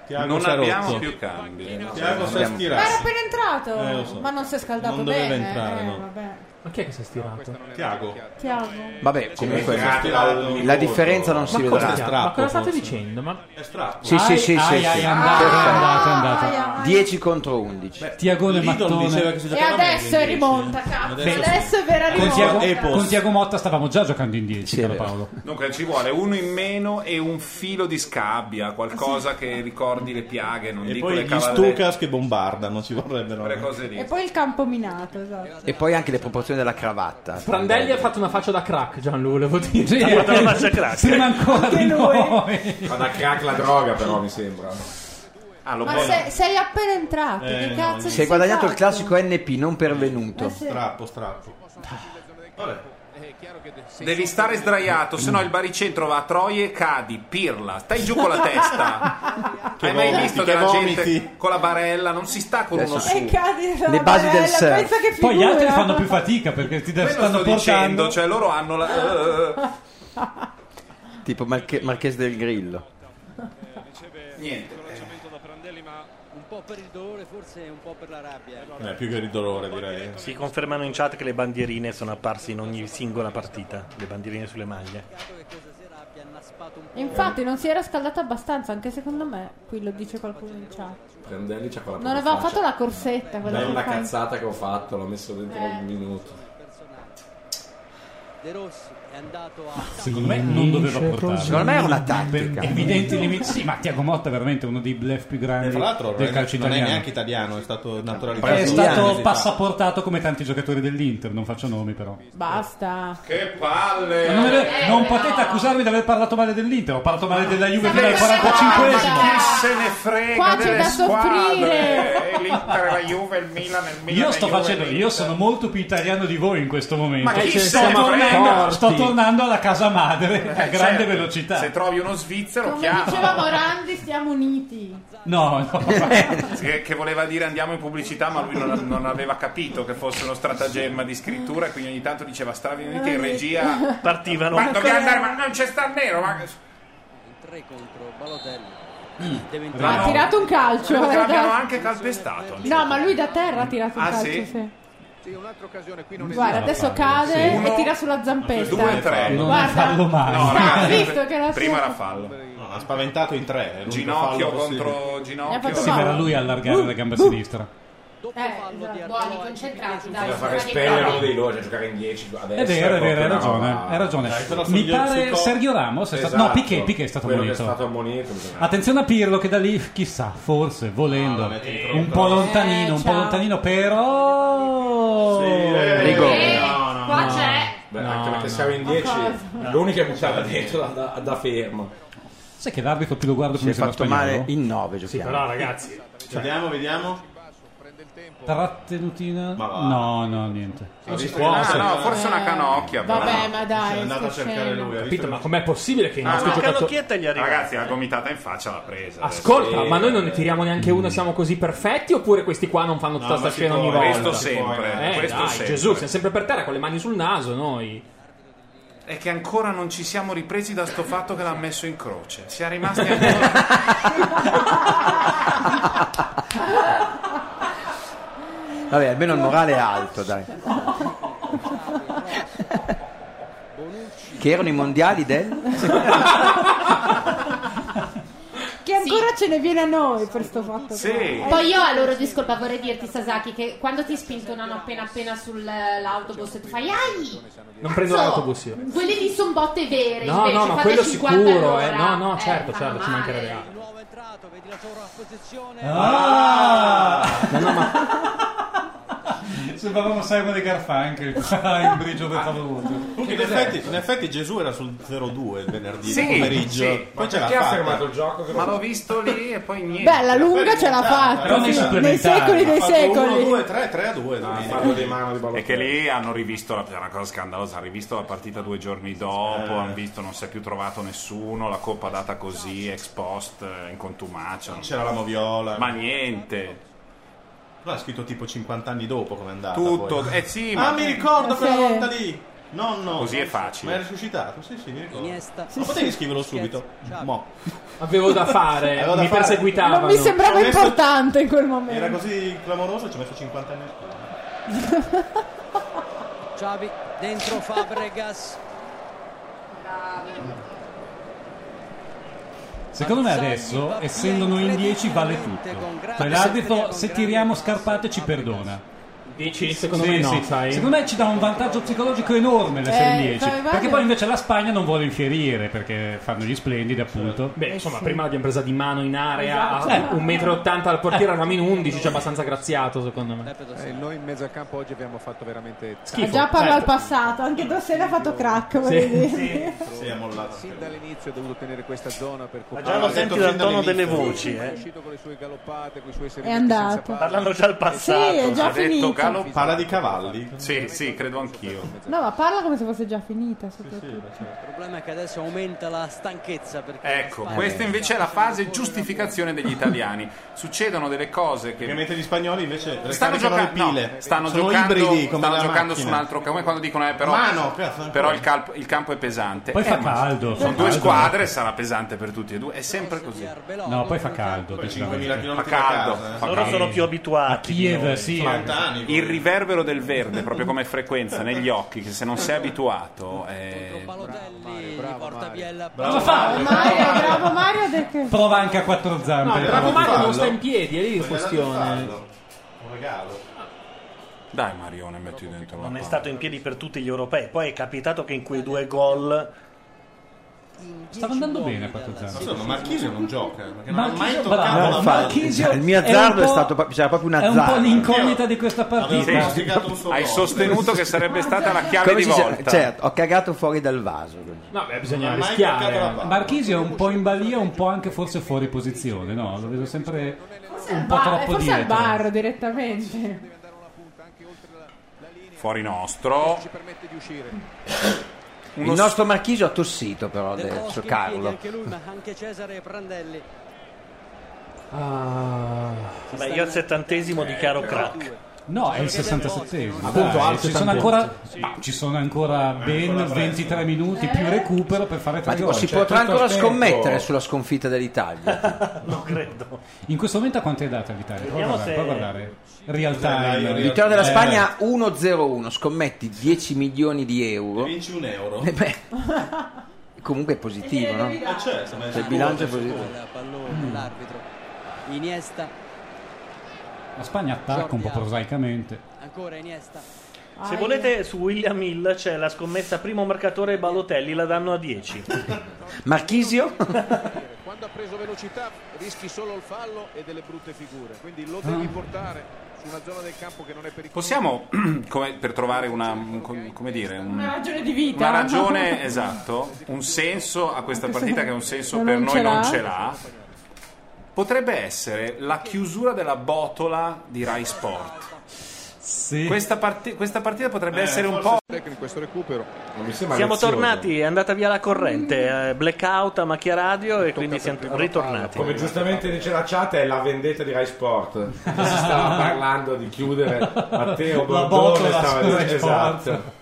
Tiago non c'ha abbiamo rotto. più cambi. Tiago si è abbiamo- Ma era stirato. appena entrato, Eh, lo so. ma non si è scaldato Non bene. doveva entrare, eh, no. vabbè. Ma chi è che si è stirato? Tiago. Tiago. Vabbè, comunque Cioè, la- tirato la di differenza non si Ma cosa, vedrà. ma cosa state dicendo? Ma... Sì, sì, sì, Ai, sì, ai, sì. ai, andate, Perfetto. andate, andate. 10 contro 11. Tiagone Mattone. E adesso è rimonta, Ah, cazzo. Adesso- Adesso è vera Con Tiago, rimonta. con Tiago Motta stavamo già giocando in 10, caro Paolo. Dunque ci vuole uno in meno e un filo di scabbia, qualcosa che ricordi le piaghe, non E dico poi le gli cavallette. Stukas che bombardano, ci vorrebbero. le cose lì. E poi il campo minato, esatto. E poi anche le proporzioni della cravatta. Prandelli ha fatto una faccia da crack, Gianlu, volevo dire. Ha fatto una (laughs) faccia crack. Prima ancora di noi. Ma da crack la droga però mi sembra. Ah, lo Ma sei, sei appena entrato, Eh, che cazzo ti Si è guadagnato il fatto? classico NP non pervenuto. Eh sì. Strappo, strappo. Devi stare sdraiato, sennò il baricentro va a troie, cadi, pirla, stai giù con la testa. Ah, Hai mai vomiti, visto che della gente vomiti. Eh, con la barella? Non si sta con uno E su. cadi dalla Le basi del barella, surf. pensa che Poi gli figura. altri fanno più fatica perché ti Quello sto stanno portando. dicendo, cioè loro hanno (laughs) la... (laughs) Tipo Marche- Marchese del Grillo. Niente. Un po' per il dolore, forse un po' per la rabbia. Eh, più che il dolore, direi. Si confermano in chat che le bandierine sono apparse in ogni singola partita, le bandierine sulle maglie. Infatti non si era scaldata abbastanza, anche secondo me, qui lo dice qualcuno in chat. Prandelli c'ha quella Non aveva fatto la corsetta quella È che Eh. una fa- cazzata che ho fatto, l'ho messo dentro Eh. un minuto. De Rossi è Secondo me non doveva Vince portarlo. così. Secondo me è una tattica. Evidenti limiti. Sì, ma Tiago Motta è veramente uno dei bluff più grandi Tra l'altro del calcio non è italiano. neanche italiano, è stato naturalizzato. È stato passaporto passaportato come tanti giocatori dell'Inter, non faccio nomi però. Basta. Che palle! Eh, Eh, Ma Non, è- non potete accusarmi di aver parlato male dell'Inter, ho parlato male della Juve fino al Ma chi 45esimo. se ne frega Qua c'è delle da squadre? soffrire. Eh, L'Inter, la Juve, il Milan, il Milan. Io la sto Juve, facendo, l'Inter. io sono molto più italiano di voi in questo momento. Ma chi Eh, cioè, se sto, ne tornando, frega? sto tornando alla casa madre Eh, a grande certo. velocità. Se trovi uno svizzero, Come chiama. diceva Morandi, stiamo uniti. No, (laughs) che, che voleva dire andiamo in pubblicità, ma lui non, non aveva capito che fosse uno stratagemma di scrittura, quindi ogni tanto diceva stravi uniti in regia. Partivano. Ma dobbiamo andare, ma non c'è sta il nero, ma. Mm. contro Balotelli. Deve Ha entrare. tirato un calcio. Credo che eh, l'abbiano dai. anche calpestato. No, ma lui da terra ha tirato un Ah, calcio. sì? sì. un'altra occasione qui non Guarda, esiste. Ah, adesso cade Sì. e tira sulla zampetta. Due, tre. Non Guarda. fallo mai. No, Sta ragazzi, zitto che la Prima sua- era fallo. No, ha spaventato in tre. l'unico Ginocchio fallo possibile. contro Ne ha fatto Uh, ginocchio. Sì, ma era lui a allargare la gamba sinistra. Eh, buoni, concentrati, dai. Bisogna Giovanni, fare espellere dai. uno dei loro, cioè giocare in 10 a destra. È vero, è vero, hai proprio ragione. una- Hai ragione. Dai, però Mi sugli- sui pare co- Sergio Ramos è stato. Esatto. No, Piquet, Piquet è stato Quello che ammonito. è stato ammonito. bisogna- Attenzione a Pirlo che da lì, chissà, forse, Ah, volendo, un po' croce. lontanino, un po' ciao. lontanino, però... eh, Rigore. no, no, qua no. c'è. Beh, anche perché no. siamo in 10, cosa? l'unica che mi stava dentro da, da, da fermo. Sai che l'arbitro più lo guardo più Si mi è sembra fatto spagnolo? male in 9 giochiamo. però, ragazzi, Cioè, Vediamo, vediamo. Trattenutina... Ma va. No, no, niente. Non si può, Ah, no, forse una canocchia. però. Eh, Vabbè, ma dai. È andato a cercare lui. ha visto Capito, ma com'è possibile che i Ah, nostri ma giocatori... Canocchietta gli arriva. Ragazzi, la gomitata in faccia l'ha presa. Ascolta, ma noi non ne tiriamo neanche uno, siamo così perfetti? Oppure questi qua non fanno tutta No, sta ma si scena può, ogni volta? questo sempre, Eh, questo dai, sempre. Gesù, siamo sempre per terra con le mani sul naso noi. È che ancora non ci siamo ripresi da sto fatto che l'ha messo in croce. Siamo (laughs) rimasti ancora. (laughs) Vabbè, almeno il morale è alto, dai. Che erano i mondiali del... Che ancora ce ne viene a noi per sto fatto. Sì. qua. Poi io a loro discolpa vorrei dirti Sasaki che quando ti spintonano appena appena sull'autobus e tu fai ai Non prendo Cazzo, l'autobus io. quelli lì sono botte vere No, invece, no, ma fate quello 50 sicuro, all'ora. eh. No, no, Eh, certo, fanno certo, male. ci mancherebbe altro. Ah! Sembravamo Simon e Garfunkel (laughs) qua Ah, in Brigio del Favoluto. In effetti, in effetti Gesù era sul 02 il venerdì Sì, pomeriggio. sì. Poi Ma ce l'ha perché ha fatta. fermato il gioco che lo- Ma l'ho visto lì e poi niente. Beh, la lunga ce l'ha fatta. sì. Nei secoli dei secoli. 3, 3 a 2. E Ah, che lì hanno rivisto la, è una cosa scandalosa, hanno rivisto la partita due giorni dopo, hanno visto non si è più trovato nessuno, la coppa data così, ex post, eh, in contumacia. Non c'era la moviola. Ma niente. Però ha scritto tipo 50 anni dopo come è andata. Tutto. poi. Eh sì, ma- Ah, mi ricordo Sì. quella volta lì. No, no. Così è facile. Ma è risuscitato? Sì, sì, mi ricordo. Iniesta. Ma potevi scriverlo subito? Mo. Avevo da fare, (laughs) Avevo da mi fare. perseguitavano. Non mi sembrava Ci ho messo- importante in quel momento. Era così clamoroso, ci ho messo 50 anni a scuola. Xavi dentro Fabregas. Secondo me adesso, essendo noi in 10, vale tutto. Cioè l'arbitro, se tiriamo scarpate, ci perdona. Dici? Secondo Sì, me no, sì. sai. Secondo me ci dà un vantaggio psicologico enorme l'essere in Eh, 10. fai, vai. perché poi invece la Spagna non vuole infierire perché fanno gli splendidi, appunto. Beh, insomma, prima l'abbiamo presa di mano in area, Esatto. a 1,80 m dal Eh. portiere, eravamo in 11, cioè abbastanza graziato secondo me. Eh, noi in mezzo al campo oggi abbiamo fatto veramente Ha già parla Certo. al passato, anche Dossena ha fatto crack. voglio dire. (laughs) Sì, è mollato. Sin dall'inizio ha dovuto tenere questa zona per Ah, già lo coprire. senti Sin dal tono dall'inizio. delle voci, eh. È uscito con le sue galoppate, con i suoi È servizi senza andato. palla. Parlano già al passato. Sì, è già ha detto finito. Galo- Parla di cavalli. Sì, sì, credo anch'io. No, ma parla come se fosse già finita. soprattutto. Il problema è che adesso aumenta la stanchezza perché Ecco, questa invece è la fase giustificazione degli italiani. Succedono delle cose che Ovviamente gli spagnoli invece recaricano stanno le giocando, pile. no, stanno Sono giocando, ibridi come stanno la giocando macchina. su un altro campo. Come quando dicono, eh, però, Ma no, cazzo, ancora. però il, calp- il campo è pesante. Poi Eh, fa ma caldo, fa Sono due caldo. squadre, sarà pesante per tutti e due. È sempre così. No, poi fa caldo. decisamente. Fa caldo. fa Loro caldo. sono più abituati. di Kiev, noi. sì. Il riverbero del verde, proprio come frequenza negli occhi, che se non sei abituato. eh, Cosa fa? Mario, bravo Mario del che... Prova anche a quattro No, zampe. il però. Drago Mario non sta in piedi, è lì la questione. Un regalo. Dai Marione, metti dentro la Non è palla. stato in piedi per tutti gli europei. Poi è capitato che in quei due gol. Stava andando bene 4-0. Ma scusa, ma Marchisio non gioca perché non ha Marchisio, mai bravo, toccato la palla. Marchisio il mio è un azzardo è, po'- stato proprio- c'era proprio un È azzardo. un po' l'incognita di questa Sì. partita. Hai sostenuto che sarebbe stata la chiave Come di si dice? volta. Certo, ho cagato fuori dal vaso. No, beh, bisogna Non ha mai toccato la rischiare. palla. Marchisio è un po' in balia, un po' anche forse fuori posizione, no? Lo vedo sempre un po' Ba- troppo forse al dietro. bar direttamente. Fuori nostro. Il nostro Marchisio ha tossito però adesso, Carlo. Anche lui, ma anche Cesare Prandelli. Ah. Beh, io al settantesimo dichiaro crack. No, è il 67esimo. Appunto, al Dai, ci, sono 70. ancora, ma ci sono ancora ben 23 minuti Eh? più recupero per fare Ma tre tipo, gol. si cioè, potrà tutto ancora il tempo. scommettere sulla sconfitta Eh, dell'Italia? Non credo. In questo momento a quanto è data l'Italia? Prova a Vediamo guardare, se- prova a guardare. Real time. Vittoria della Eh, Spagna 1-0-1, scommetti 10 milioni di euro. vinci un euro. Eh beh, comunque è (laughs) positivo, no? Eh, certo, ma è Cioè, il sicuro, bilancio è è sicuro. positivo. Il pallone, Mm. l'arbitro. Iniesta, La Spagna attacca un po' prosaicamente. ancora Iniesta. Se volete su William Hill c'è la scommessa primo marcatore Balotelli, la danno a 10. Marchisio? Quando ha preso velocità rischi solo il fallo e delle brutte figure. Quindi lo Ah. devi portare su una zona del campo che non è pericolosa. Possiamo, (clears throat) come- per trovare una, un- com- come dire, un- Una ragione di vita. una ragione, esatto, un senso a questa partita che un senso Non per ce noi non l'ha. ce l'ha, potrebbe essere la chiusura della botola di Rai Sport. Questa, parti- questa partita potrebbe essere un po'... Eh, Tecnico questo recupero. Non mi sembra Siamo razioso. tornati, è andata via la corrente, eh, blackout a macchia radio e quindi siamo ritornati. Come giustamente dice la chat, è la vendetta di (laughs) Rai Sport. Si stava parlando di chiudere Matteo La Bordone. botola Stava su Rai dicendo esatto.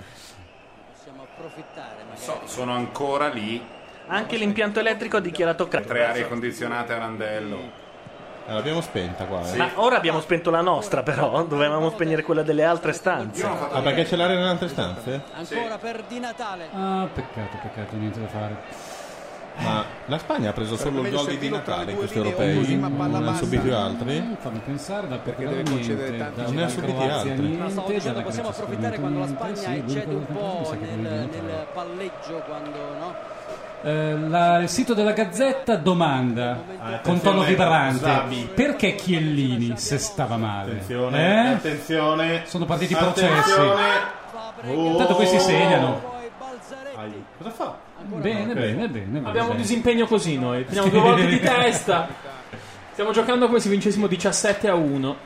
So, sono ancora lì. Anche l'impianto elettrico ha dichiarato Tre aree crack. condizionate a randello. L'abbiamo spenta qua. eh. Ma ora abbiamo spento la nostra però, (laughs) dovevamo spegnere quella delle altre stanze. Ah, perché c'è l'area nelle altre stanze? Ancora per Di Natale. Ah, peccato, peccato, niente da fare. Ma la Spagna ha preso solo il meglio gol di Di servirlo Natale in questi Così, europei, ma palla non ne ha bassa. subiti altri. Mm, Fammi pensare dal perché deve concedere niente, tanti da gol. Ne ha subiti altri. Ma stavo niente, dicendo, dalla possiamo Grecia approfittare quando la sicuramente Spagna niente, sì, eccede un l'unica cosa mi po' sa che non nel, è venuta. nel palleggio quando no? Eh, la- il sito della Gazzetta domanda con tono attenzione, vibrante Zabi. perché Chiellini se stava male Eh? Attenzione, attenzione. sono partiti i processi Eh, Attenzione. Oh. intanto questi segnano Ai, Cosa fa? bene, Ok. bene bene bene Abbiamo un bene. disimpegno così noi. Prendiamo due volte (laughs) di testa. Stiamo giocando come se vincessimo 17 a 1.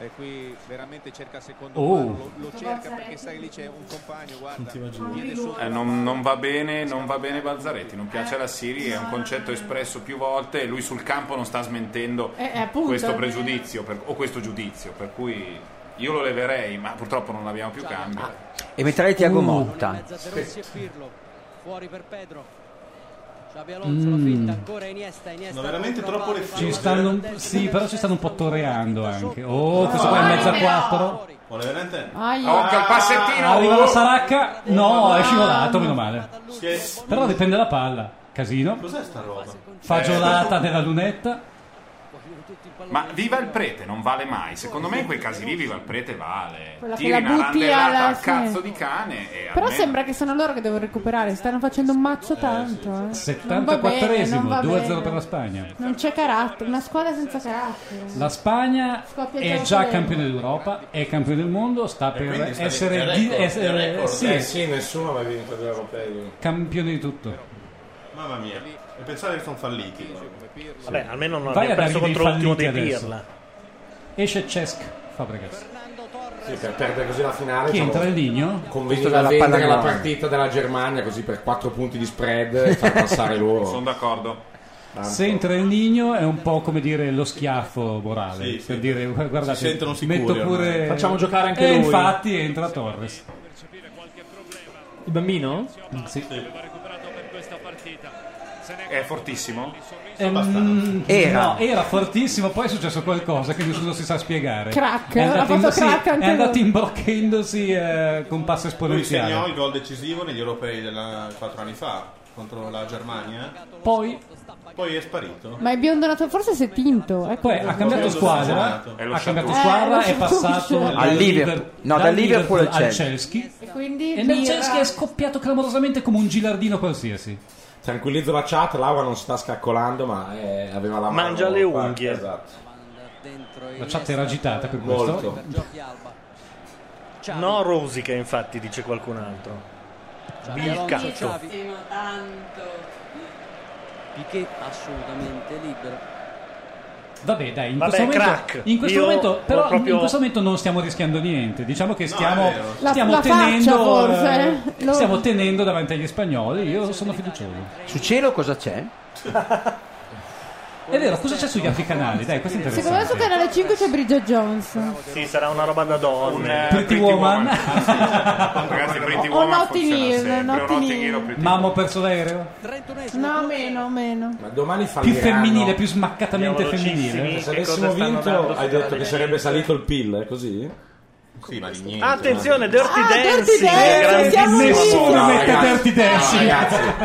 E qui veramente cerca secondo Oh. palo, lo, lo cerca perché sai che lì c'è un compagno, guarda. Viene sotto. Eh, non, non va bene, non va bene Balzaretti, non piace alla Siri, è un concetto espresso più volte e lui sul campo non sta smentendo Eh, eh, appunto. questo pregiudizio per- o questo giudizio, per cui io lo leverei, ma purtroppo non l'abbiamo più cambio. Ah, E metterei Tiago Uh. Motta. Rossi e Pirlo. Fuori per Pedro. Xabi Alonso Mm. la finta, ancora Iniesta, Iniesta. veramente contro troppo Abate, le ci palla stanno al un- destro. sì però ci stanno un po' toreando anche oh questo qua è in mezzo a quattro Vuole veramente? Ah, Occhio al passettino. Ah, arriva la Saracca no è scivolato meno male Che- però dipende la palla casino Cos'è sta roba? fagiolata Eh. della lunetta Ma viva il prete, non vale mai. Secondo me in quei casi lì viva il prete vale. Quella che Tiri la una butti randellata alla- al cazzo Eh, sì. di cane e Però almeno- sembra che sono loro che devono recuperare, stanno facendo un mazzo tanto. Eh. Non va bene, 74esimo non va 2-0 bene. per la Spagna Non c'è carattere, una squadra senza carattere. La Spagna Scoppia è già già quello. campione d'Europa, è campione del mondo, sta per Quindi sta essere, dentro il di- record, essere- il record. sì, Eh sì, nessuno ha mai vinto gli europei. campione di tutto. Mamma mia. E pensare che sono falliti. Vabbè, almeno non Vai a dargli abbiamo perso dei contro l'ultimo falliti dei adesso. Pirla. Esce Cesc Fabregas. Sì, per perdere così la finale. Chi entra il Ligno? Convinto dalla vendere la partita della Germania così per 4 punti di spread e far (laughs) passare loro. Sono d'accordo. Se entra il Ligno è un po' come dire lo schiaffo morale, Sì, sì. per dire "Gu- guardate, Si sentono sicuri metto ormai. pure... Facciamo giocare anche e lui. infatti entra Torres. Il bambino? Mm, Sì. È fortissimo? Mm, Era. no, era fortissimo, poi è successo qualcosa che nessuno si sa spiegare. Crack, è ha andato, in- fatto sì, crack anche è andato lui. imbrocchendosi eh, con passo Lui esponenziale. segnò il gol decisivo negli europei della 4 anni fa contro la Germania. Poi Poi è sparito. Ma il biondo nato forse si è tinto. Ecco. Poi ah, ha cambiato squadra, È lo ha cambiato Shakhtar. squadra, Eh, è passato Al dal Liverpool. Liver- No, dal Liverpool al Chelsea. E quindi E birra. Merceschi è scoppiato clamorosamente come un gilardino qualsiasi. Tranquillizzo la chat, Laura non sta scaccolando, ma eh, aveva la mano. Mangia le qua. unghie. Esatto. La chat era agitata per questo. Molto. No, rosica, infatti, dice qualcun altro. Bilcatto. Piquet assolutamente libero. Vabbè, dai, in Vabbè, questo crack. momento, in questo Io momento- ho però proprio- in questo momento non stiamo rischiando niente. Diciamo che stiamo, è vero. La- stiamo la faccia, tenendo forse, eh, lo- stiamo tenendo davanti agli spagnoli. Io sono fiducioso. Su cielo cosa c'è? È vero, cosa c'è sugli altri canali? Dai, questo è Secondo me interessante. su canale 5 c'è Bridget Jones. Sì, sarà una roba da donne. Oh, Pretty (laughs) Woman. Ragazzi, Pretty O Notting Hill, Notting Hill. Mamma ho perso l'aereo. No, meno, meno. Ma domani Più falliranno. femminile, più smaccatamente Velocissimi, femminile. Se avessimo vinto, hai detto che sarebbe salito il PIL, è così? Sì, ma di niente. Attenzione, Dirty Ah, Dancing. Dirty Dancing, siamo grandissimo. lì. Nessuno mette Dirty Dancing.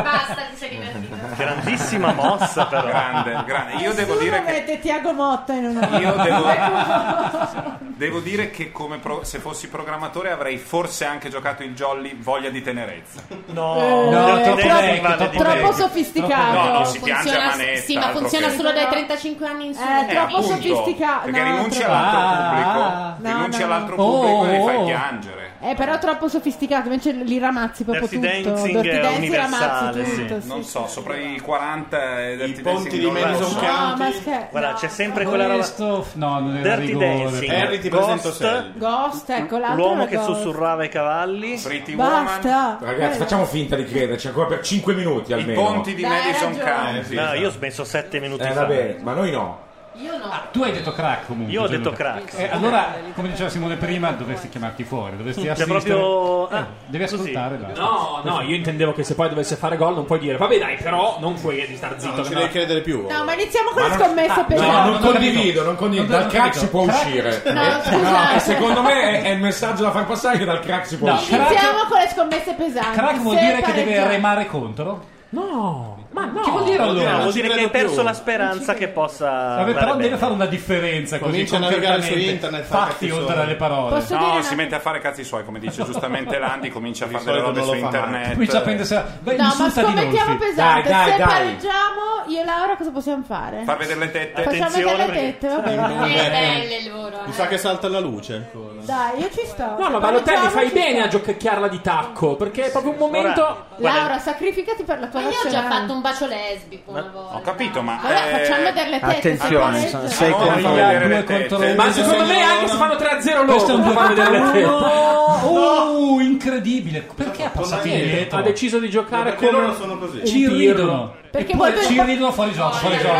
Basta, ti sei divertito. Grandissima mossa, però. Grande, grande. Io devo Nessuno dire che mette Tiago Motta in una Io devo- Ecco. Devo dire che come pro- se fossi programmatore avrei forse anche giocato il Jolly Voglia di tenerezza. No, No, troppo è troppo, vecchio, troppo troppo vecchio. sofisticato. No, no, si piange a manetta, Sì, ma altro funziona che- solo dai 35 anni in su. Eh, troppo appunto, sofisticato. Perché no, rinunci troppo- all'altro Ah. pubblico, No, rinunci no, no. all'altro Oh, pubblico e li oh, fai oh. piangere. Eh, però troppo sofisticato, invece li ramazzi proprio Dirty tutto. Dancing Dirty è Dancing universale, ramazzi tutto. sì. non so, sopra i 40 e ponti Dirty Dancing di non la Madison so. No, ma scherzo. Guarda, c'è sempre quella roba. Questo- no, non era Dirty rigore. Dancing. Harry, ti presento Ghost. Sally. Ghost, ecco l'altro. L'uomo era che Ghost. sussurrava ai cavalli. Pretty Basta. Ragazzi, facciamo finta di crederci ancora per 5 minuti almeno. esatto. ponti di Dai, hai Madison ragione. County. No, io ho smesso sette minuti Eh, fa. vabbè, ma noi no. Io no. Tu hai detto crack comunque. Io ho Gianluca. detto crack. Eh, allora, come diceva Simone prima, dovresti chiamarti fuori, dovresti Cioè, assistere. proprio- Eh, devi ascoltare. dai. No, no, io intendevo che se poi dovesse fare gol non puoi dire, vabbè dai, però non puoi star zitto. non ci devi credere più. No, ma iniziamo con Ma la non- scommessa ah, per No, non ho condivido, non condivido. Non ho Dal crack capito. si può Crack- uscire. No, Eh, scusate. no, secondo me è, è il messaggio da far passare che dal crack si può No, uscire. Iniziamo con le scommesse pesanti. Crack vuol Se dire che deve pareggia- remare contro? No, ma no. Che vuol dire No, allora? vuol dire che hai perso la speranza che possa. Vabbè, andare però Ah, bene. deve fare una differenza così Comincia a navigare su concretamente. internet, fa fatti cazzi oltre suoi. alle parole. Posso no, dire una- si mette a fare cazzi suoi, come dice giustamente Landi, comincia a fare delle solito robe non su lo fa mai. internet. Comincia a prendersi- Beh, No, ma insulta scommettiamo Dinolfi. pesante. Dai, dai, Se dai. pareggiamo, io e Laura cosa possiamo fare? Far vedere le tette. Facciamo vedere le tette, va (laughs) Eh, bene. belle loro. Mi sa che salta la luce ancora. Dai, io ci sto. No, Se ma Balotelli pareggiamo, fai ci bene sto. a giocacchiarla di tacco, perché è proprio un momento... Laura, sacrificati per la tua Ma io ho già nazionale. fatto un bacio lesbico una volta. Ho capito, ma. Vabbè, facciamo vedere le tette. Attenzione, se pareggia. sei Allora, contro fai vedere le uno. tette. Ma secondo me anche se fanno 3-0 loro, Questo è un non fanno vedere le tette. Oh, incredibile. Perché ha passato Sì, indietro? Ha deciso di giocare Perché come... loro sono così. Ci ridono. Perché e poi voi- ci ridono fuori gioco, fuori gioco.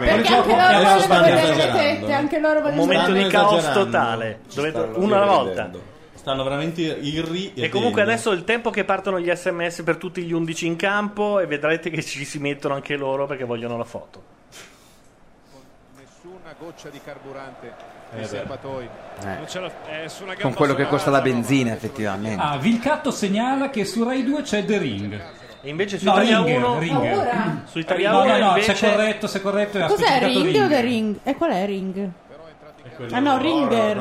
Perché anche loro vogliono vedere le tette, anche loro Un vogliono momento vedere di le caos esagerando. totale. Ci Dovete- stanno una alla volta. irridendo. Stanno veramente irri E comunque adesso è il tempo che partono gli sms per tutti gli 11 in campo e vedrete che ci si mettono anche loro perché vogliono la foto. Nessuna goccia di carburante Eh, beh. nei serbatoi. Eh. Non c'è la- è sulla gamba Con quello che sola. costa la benzina, effettivamente. Ah, Vilcatto segnala che su Rai 2 c'è The Ring. E invece su No, Italia Ringer, 1 Ringer. Paura. su Italia No, 1 no, no, invece se è corretto, se è corretto è ha Cos'è specificato Ring o Ring. The Ring? E qual è Ring? Ah no, Ringer.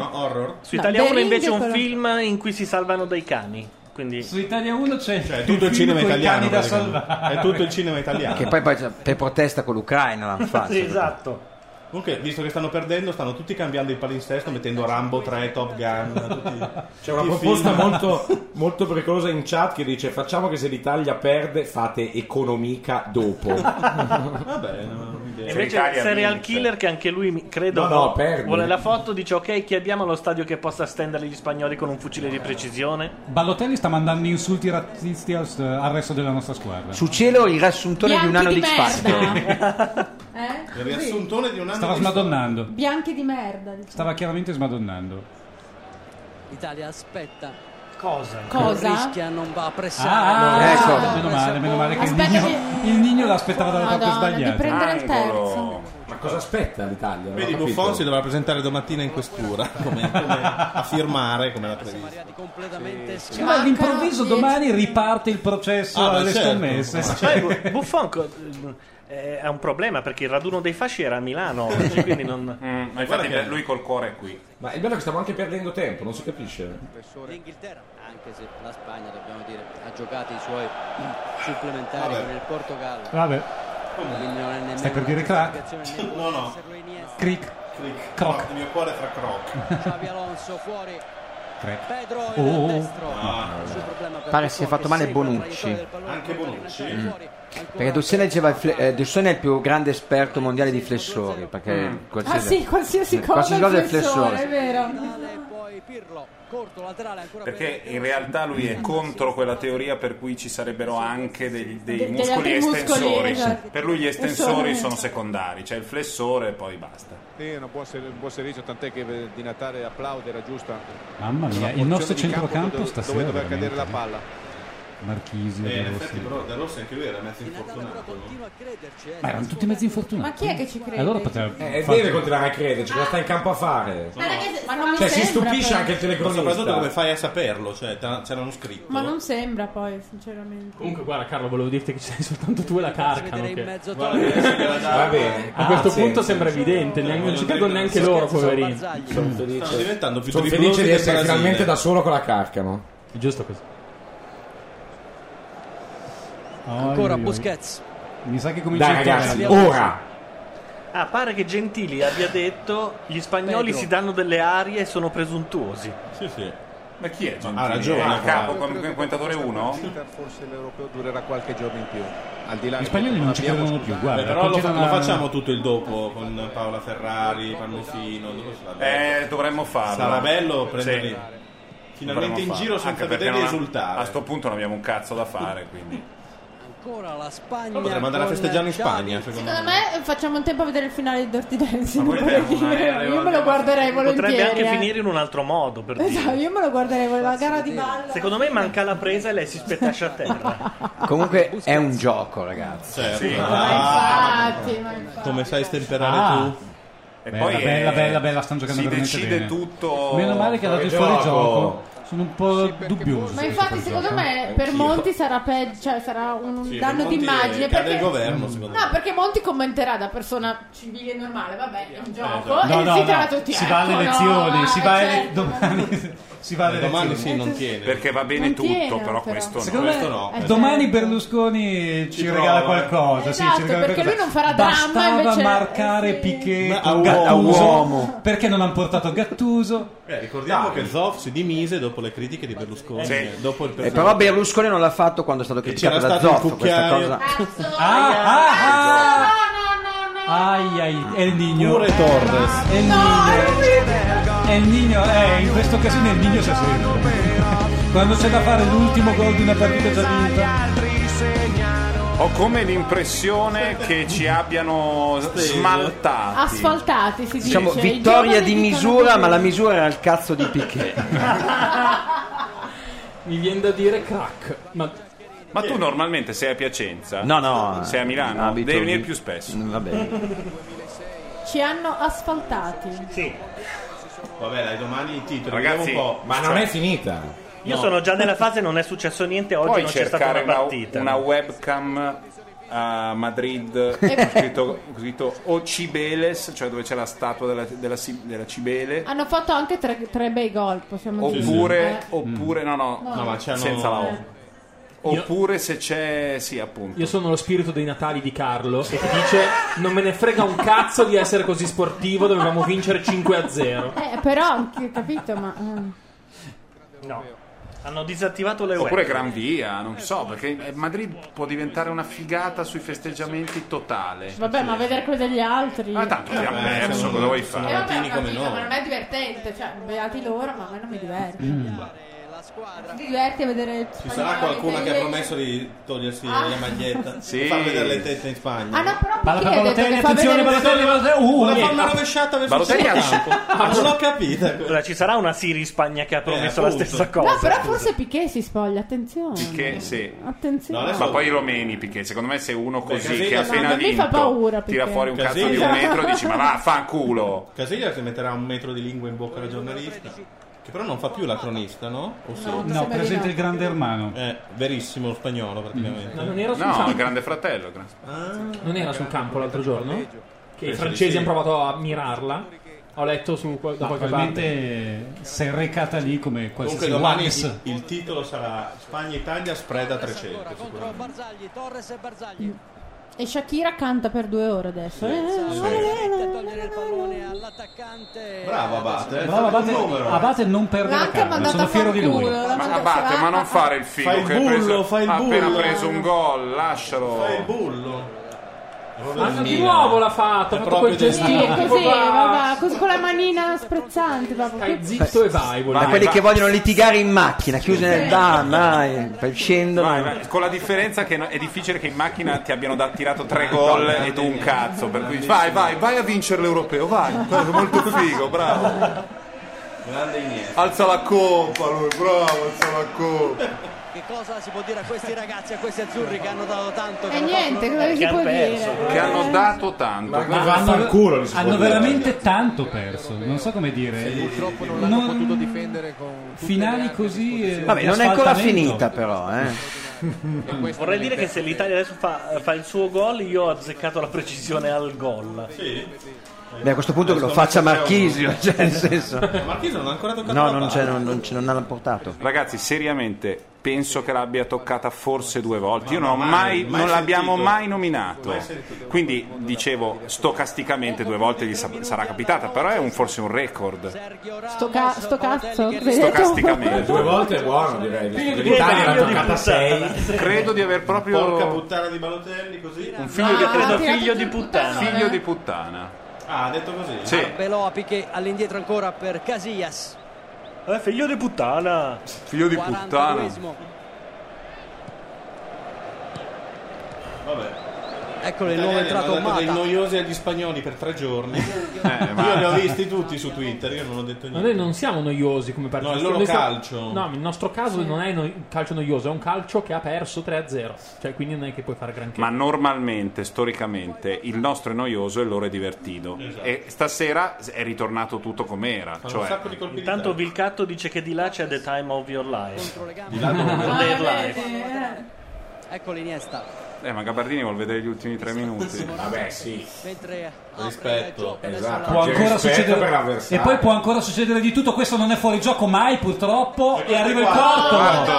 Su No, Italia The 1 Ring invece è un quello- film in cui si salvano dai cani. Quindi Su Italia 1 c'è Cioè, È tutto il film cinema coi italiano. cani da praticamente. salvare. È tutto il cinema italiano. esatto. Che poi poi per protesta con l'Ucraina (laughs) l'hanno fatto. esatto. Comunque, visto che stanno perdendo, stanno tutti cambiando il palinsesto, mettendo Rambo 3, Top Gun. tutti- C'è una tutti i proposta film. molto, molto pericolosa in chat che dice facciamo che se l'Italia perde fate economica (laughs) dopo. Cioè, Vabbè, no, non ho idea. E invece il L'Italia serial vince. killer che anche lui mi- credo No, no, perde. vuole la foto dice ok chi abbiamo allo stadio che possa stendere gli spagnoli con un fucile di precisione Ballotelli sta mandando insulti razzisti al, al resto della nostra squadra. Su cielo il riassuntore di un anno di X Factor. Eh? Il riassuntone di un anno Stava di- smadonnando. Bianchi di merda. (laughs) diciamo. Stava chiaramente smadonnando. L'Italia aspetta. Cosa? Cosa? Rischia, non va a Ah, pressare. ecco. meno male, meno male che il Aspetta nigno, che- il nigno l'aspettava dalla parte Madonna, di sbagliata. prendere il Angolo. terzo. Ma cosa aspetta l'Italia? Non Vedi, ho capito. Buffon si dovrà presentare domattina in questura (laughs) come- come- a firmare come l'ha previsto. Completamente Sì, ma all'improvviso domani riparte il processo Ah, ma alle certo. scommesse. Cioè, Sai, Bu- Buffon co- Eh, è un problema perché il raduno dei fasci era a Milano oggi, quindi (laughs) non... Mm, ma infatti beh, lui col cuore è qui. Ma il bello è che stiamo anche perdendo tempo, non si capisce. L'Inghilterra, anche se la Spagna, dobbiamo dire, ha giocato i suoi (clears throat) supplementari Vabbè. con il Portogallo. Vabbè. Quindi non è nemmeno Stai per una dire crack? classificazione né No, no. Serlo Iniesta. Cric. Cric. Croc. No, il mio cuore fra croc. (laughs) Xavi Alonso fuori. Crack. Pedro Oh, il oh, oh. destro. Ah. Il suo problema per Pare sia Buffon, fatto male che segue la Bonucci. traiettoria del pallone, Anche poi Bonucci? Mm. Mm. rimane fuori. Perché Dussene, diceva il fle- eh, Dussene è il più grande esperto mondiale di flessori. Perché Mm. qualsiasi, Mm, Ah, sì, qualsiasi cosa cosa è il flessore, flessore. è vero. Perché in realtà lui è contro quella teoria per cui ci sarebbero anche dei, dei De- degli muscoli altri muscoli, estensori. esatto. Per lui gli estensori Estensori. sono secondari, cioè il flessore e poi basta. Sì, è un buon ser- un buon servizio, tant'è che eh, Di Natale applaude, era giusta. Mamma mia, Una il nostro porzione di campo centrocampo dove- stasera Dove doveva cadere veramente. la palla. Marchisio. Eh, De in Rossi. effetti, però, Da Rossi anche lui era mezzo infortunato. no? eh. Ma erano tutti mezzi infortunati. Ma chi è che ci crede? Allora poteva- Eh, Infatti- deve continuare a crederci, cosa sta in campo a fare? Ah, Ma ragazzi, ma non mi Cioè, si sembra, stupisce però. anche il telecronista. Ma soprattutto come fai a saperlo? Cioè, te- c'era uno scritto. Ma non sembra poi, sinceramente. Comunque, guarda, Carlo, volevo dirti che c'è soltanto tu e la carcano. vedere in Che... mezzo Guarda, Tony. adesso che la- Va bene. A questo Ah, sì. punto sembra evidente, neanche- non ci credono neanche loro, poverini. Sono felice. Stanno diventando più Sono tribolosi felice di del essere Brasile. finalmente da solo con la carcano. Giusto così. Ancora Oi, oi. Busquets. Mi sa che comincia Dai, il ragazzi, torneo. ora! Ah, pare che Gentili abbia detto gli spagnoli Pedro. si danno delle arie e sono presuntuosi. Sì, sì. Ma chi è Gentili? Ha ragione, È il però. capo, com- commentatore 1? Forse l'europeo durerà qualche giorno in più. Al di là Gli di spagnoli quello non che ci abbiamo credono più, guarda. Beh, però lo, fa- continuano lo a- facciamo tutto il dopo con Paola Ferrari, Pannofino. dove sarà bello? Eh, dovremmo farlo. Sarà bello prendere Sì. finalmente Dovremmo in farlo. giro senza Anche perché vederli non ha- esultare. A sto punto non abbiamo un cazzo da fare, (laughs) quindi. Ancora la Spagna. Potremmo andare a con festeggiare in Xavi. Spagna, secondo Secondo me facciamo in tempo a vedere il finale di Dirty Dancing. Ma volevo quello è una dire. area, Io me lo guarda. guarderei volentieri. Potrebbe anche eh. finire in un altro modo, per dire. Esatto, io me lo guarderei volevo la gara di ballo. Secondo me manca la presa e lei si (laughs) spettascia a terra. Comunque è un gioco, ragazzi. Ah. Certo. Sì. Ah, Ma Ah, infatti, ma infatti. Come sai stemperare Ah. tu? E Bella, poi, bella, eh, bella, bella, stanno giocando si veramente decide bene. tutto Meno male che ha dato il fuorigioco. Sono un po' dubbioso. Ma infatti, secondo me, per Anch'io. Monti sarà peggio, cioè sarà un Sì, danno Monti cade d'immagine. Perché... Mm. il governo, secondo me. No, perché Monti commenterà da persona civile e normale, vabbè, è un Esatto. gioco. No, e no, si no, tratta tutti. si va alle ecco, no, elezioni, va, si va alle- (laughs) certo. domani. Si va alle cioè, Domani elezioni. sì, non tiene. Eh, Perché va bene Non tutto, tiene, però, però. questo no. Secondo me Questo no. domani Berlusconi ci, prova, regala eh. qualcosa. sì, Esatto, ci regala perché qualcosa. lui non farà Bastava dramma, invece- Eh, marcare Piquet Ma con a Gattuso, uomo. Perché non hanno portato Gattuso? Eh, ricordiamo Dai. che Zoff si dimise dopo le critiche di Berlusconi. Sì. eh, dopo il E però Berlusconi non l'ha fatto quando è stato criticato c'era da stato il Zoff. Questa cucchiaio. cosa. Ai ai, è il Nino. Pure Torres. È il Nino. È il Nino, eh, in questa occasione il Nino c'è sempre. Quando c'è da fare l'ultimo gol di una partita già vinta. Ho (laughs) come l'impressione che ci abbiano smaltato. Asfaltati, si Diciamo dice. I vittoria giovani di dicono misura, così. ma la misura era il cazzo di Eh, Piquet. Mi viene da dire crack. Ma Ma tu normalmente sei a Piacenza? No, no. Sei a Milano? abito Devi venire lì. più spesso. Mm, Va bene. (laughs) Ci hanno asfaltati. Sì. Vabbè, dai, domani i titoli. Ragazzi, vediamo un po'. Ma Cioè- non è finita. Io No. sono già nella fase non è successo niente, oggi Puoi non c'è stata cercare una una, partita. una webcam a (laughs) Madrid (laughs) scritto, scritto O Cibeles, cioè dove c'è la statua della, della si- della Cibele. Hanno fatto anche tre, tre bei gol, possiamo dire. Oppure, Ah, Eh. oppure no, no, No, ma c'hanno- senza la O. Eh. Oppure se c'è, sì, appunto. io sono lo spirito dei Natali di Carlo che ti dice: Non me ne frega un cazzo di essere così sportivo, dovevamo vincere 5 a 0. Eh, però, che- capito, ma... mm. No. Hanno disattivato le web. Oppure Gran Via, non so, perché eh, Madrid può diventare una figata sui festeggiamenti totale. Vabbè, ma vedere quello degli altri... Ah, Ma tanto Abbiamo perso, cosa vuoi fare? Eh, vabbè, ho capito, ma non è divertente, cioè, beati loro, ma a me non mi diverte. Ti diverti a vedere... Ci sarà qualcuno che ha Eh, promesso di togliersi Ah. la (laughs) maglietta Sì. e far vedere le tette in Spagna. Ah, no, però Palla perché per ha detto Balotelli, che fa attenzione, vedere- Balotelli, Balotelli. Uh, Vuole eh. fare una rovesciata verso il Balotelli ha- centrocampo. (laughs) Ma Ah, non l'ho capito. Allora, ci sarà una Siri Spagna che ha promesso la appunto. stessa cosa. No, però forse Piquet si spoglia, attenzione. Che sì. Attenzione. Ma poi i romeni, perché secondo me se uno così Casillas- che ha appena No, a me vinto fa paura, tira perché- fuori un cazzo di (laughs) Casillas- un metro e dici ma va, fanculo. Casiglia si metterà un metro di lingua in bocca al giornalista. Che però non fa più la cronista, no? O sì? No, No, presenta di no. il Grande Hermano. Eh, verissimo lo spagnolo praticamente. No, non era sul campo. il grande fratello. il Grande- Non era sul campo l'altro giorno? Che i Penso francesi di sì. hanno provato a mirarla. Ho letto su qua- da Ma qualche parte. probabilmente si è recata lì come qualsiasi Comunque domani Wallace. il, il titolo sarà Spagna-Italia spread a 300 sicuramente. E Shakira canta per due ore adesso. eh? Sì. Bravo Abate. eh. Bravo, Abate, Un numero. Abate non perde la calma, sono fiero di lui. Ma Abate, ma non fare il figo Fai il che hai preso- bullo, fai il ha appena bullo. preso un gol, lascialo. Fai il bullo. Ma Ah, di nuovo l'ha fatto, ha fatto quel cioè, Sì, gestino. è così, tipo, va- vabbè, così con la manina sprezzante. proprio. Stai zitto e vai, vuol Ma eh, dire. quelli che vogliono litigare in macchina, chiusi nel dam, dai, poi scendono. Vai, Con la differenza che no- è difficile che in macchina ti abbiano da- tirato tre gol e tu un cazzo. Per cui vai, vai, vai a vincere (laughs) l'europeo, vai. Guarda, Molto figo, bravo. Grande Iniesta. Alza la coppa lui, bravo, alza la coppa. Che cosa si può dire a questi ragazzi, a questi azzurri che hanno dato tanto? E niente, cosa gli si Che può han dire? Che hanno dato tanto. Ma Ma vanno hanno- al culo, gli si può hanno dire. veramente tanto perso. Non so come dire. Purtroppo non l'hanno potuto difendere con Finali così. eh, Vabbè, non è ancora asfaltamento. finita però, eh. (laughs) Vorrei dire che se l'Italia adesso fa, fa il suo gol, io ho azzeccato la precisione al gol. Beh, a questo punto che lo faccia Marchisio, (laughs) cioè nel (laughs) senso... Marchisio non ha ancora toccato No, la non, palla. c'è, non, non, c'è- non l'hanno portato. Ragazzi, seriamente, penso che l'abbia toccata forse due volte. Io non, ho Ma mai, mai, mai non l'abbiamo sentito. mai nominato. Mai sentito. Quindi dicevo, stocasticamente due volte gli sa- sarà capitata, però è un- forse un record. Sto, ca- sto cazzo. (laughs) Stocasticamente. Due volte è buono, direi. Figlio di L'Italia l'ha puttana. toccata 6. Credo di aver proprio Porca puttana di Balotelli così. un figlio di, Ah, credo, ha tirato figlio giù di il puttana. puttanone. Figlio di puttana. Ah, ha detto così. Sì. Veloa Piqué all'indietro ancora per Casillas. Eh, figlio di puttana. Figlio di puttana. 42esimo. Vabbè. Eccolo il il nuovo entrato dei Mata. noiosi agli spagnoli per tre giorni. ma- (laughs) Io li ho visti tutti su Twitter, io non ho detto Ma niente. noi non siamo noiosi come partita. No, il loro Noi stiamo- calcio. No, ma il nostro caso non è no- un calcio noioso, è un calcio che ha perso 3-0. Cioè, quindi non è che puoi fare granché. Ma normalmente, storicamente, il nostro è noioso e loro è divertito. E stasera è ritornato tutto com'era. Cioè, Intanto Vilcatto dice che di là c'è The Time of Your Life. Ah, Di là dove? Ah, The Air Life. Eccolo Iniesta. eh, ma Gabardini vuol vedere gli ultimi tre minuti. Vabbè, sì. Mentre Rispetto. Esatto. Può C'è ancora rispetto per succedere, e l'avversario. poi può ancora succedere di tutto. Questo non è fuori gioco mai, purtroppo. E arriva il quarto. Guarda,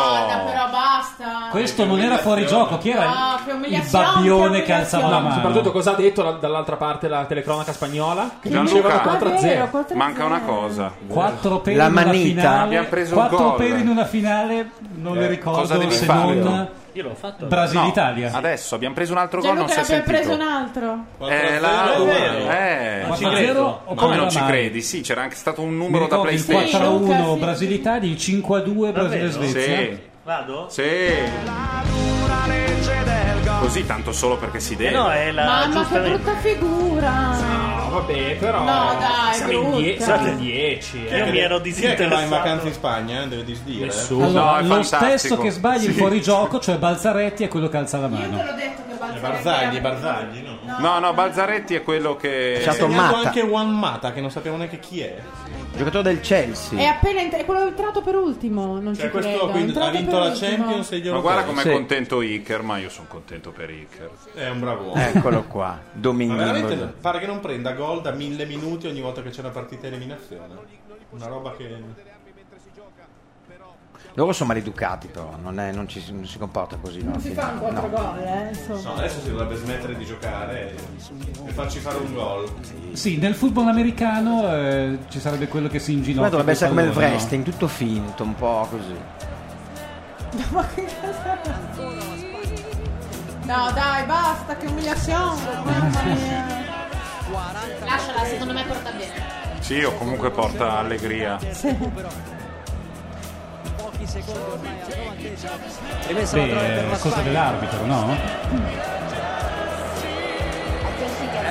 però basta. Questo non era fuori gioco. Chi era? Ah, che il umiliazione, babbione che che alzava la No, mano. soprattutto cosa ha detto la- dall'altra parte la telecronaca spagnola? Che diceva Gianluca, 4-0. manca una cosa. 4 per La in una manita. finale. Abbiamo preso un 4 gol. Eh, per in una finale, non le ricordo cosa devi se fare? non Io l'ho fatto. Brasil-Italia. No, adesso abbiamo preso un altro gol, non Gianluca si ne è abbiamo sentito. preso un altro. Eh, la- È vero. eh, Ma ci fa credo. zero o Come come non la ci mano? credi? Sì, c'era anche stato un Mi numero da ricordo il PlayStation. 4 a 1 Brasil-Italia, il 5 a 2 Brasile-Svezia. Sì. Vado? Sì. Così tanto solo perché si Eh, deve. no, è la- Mamma, che brutta figura. No, vabbè, però. No, dai, siamo in brutta. die- siamo in eh. 10. Chi è che- Chi è che va in vacanza in Spagna? eh? Devo disdire. Nessuno. Allora, lo stesso che sbaglia il fuorigioco, cioè Balzaretti, è quello che alza la mano. Barzagli, Barzagli, no? No, no, Balzaretti è quello che. Ha segnato anche Juan Mata, che non sappiamo neanche chi è. Giocatore del Chelsea. È appena ent- è quello entrato per ultimo. Non Cioè, ci questo credo. ha quindi- ha Entrato vinto per la ultimo. Champions e gli Ma guarda com'è Sì. contento Iker, ma io sono contento per Iker. È un bravo uomo. Eccolo qua, Ma veramente Domingo. pare che non prenda gol da mille minuti ogni volta che c'è una partita a eliminazione. Una roba che. Loro sono maleducati però, non, è- non ci si, non si comporta così. no, Non si sì, fa un no. 4 gol, eh, insomma. No, adesso si dovrebbe smettere di giocare e, e farci fare un gol. Sì, nel football americano eh, ci sarebbe quello che si inginocchia. Ma dovrebbe col essere come il pallone, no? wrestling, tutto finto, un po' così. (laughs) No, dai, basta, che umiliazione. Mamma mia. Lasciala, secondo me porta bene. Sì, o comunque porta allegria. Pochi secondi ormai al novantesimo. Rimessa la trave per Beh, la è cosa Spagna. dell'arbitro, no?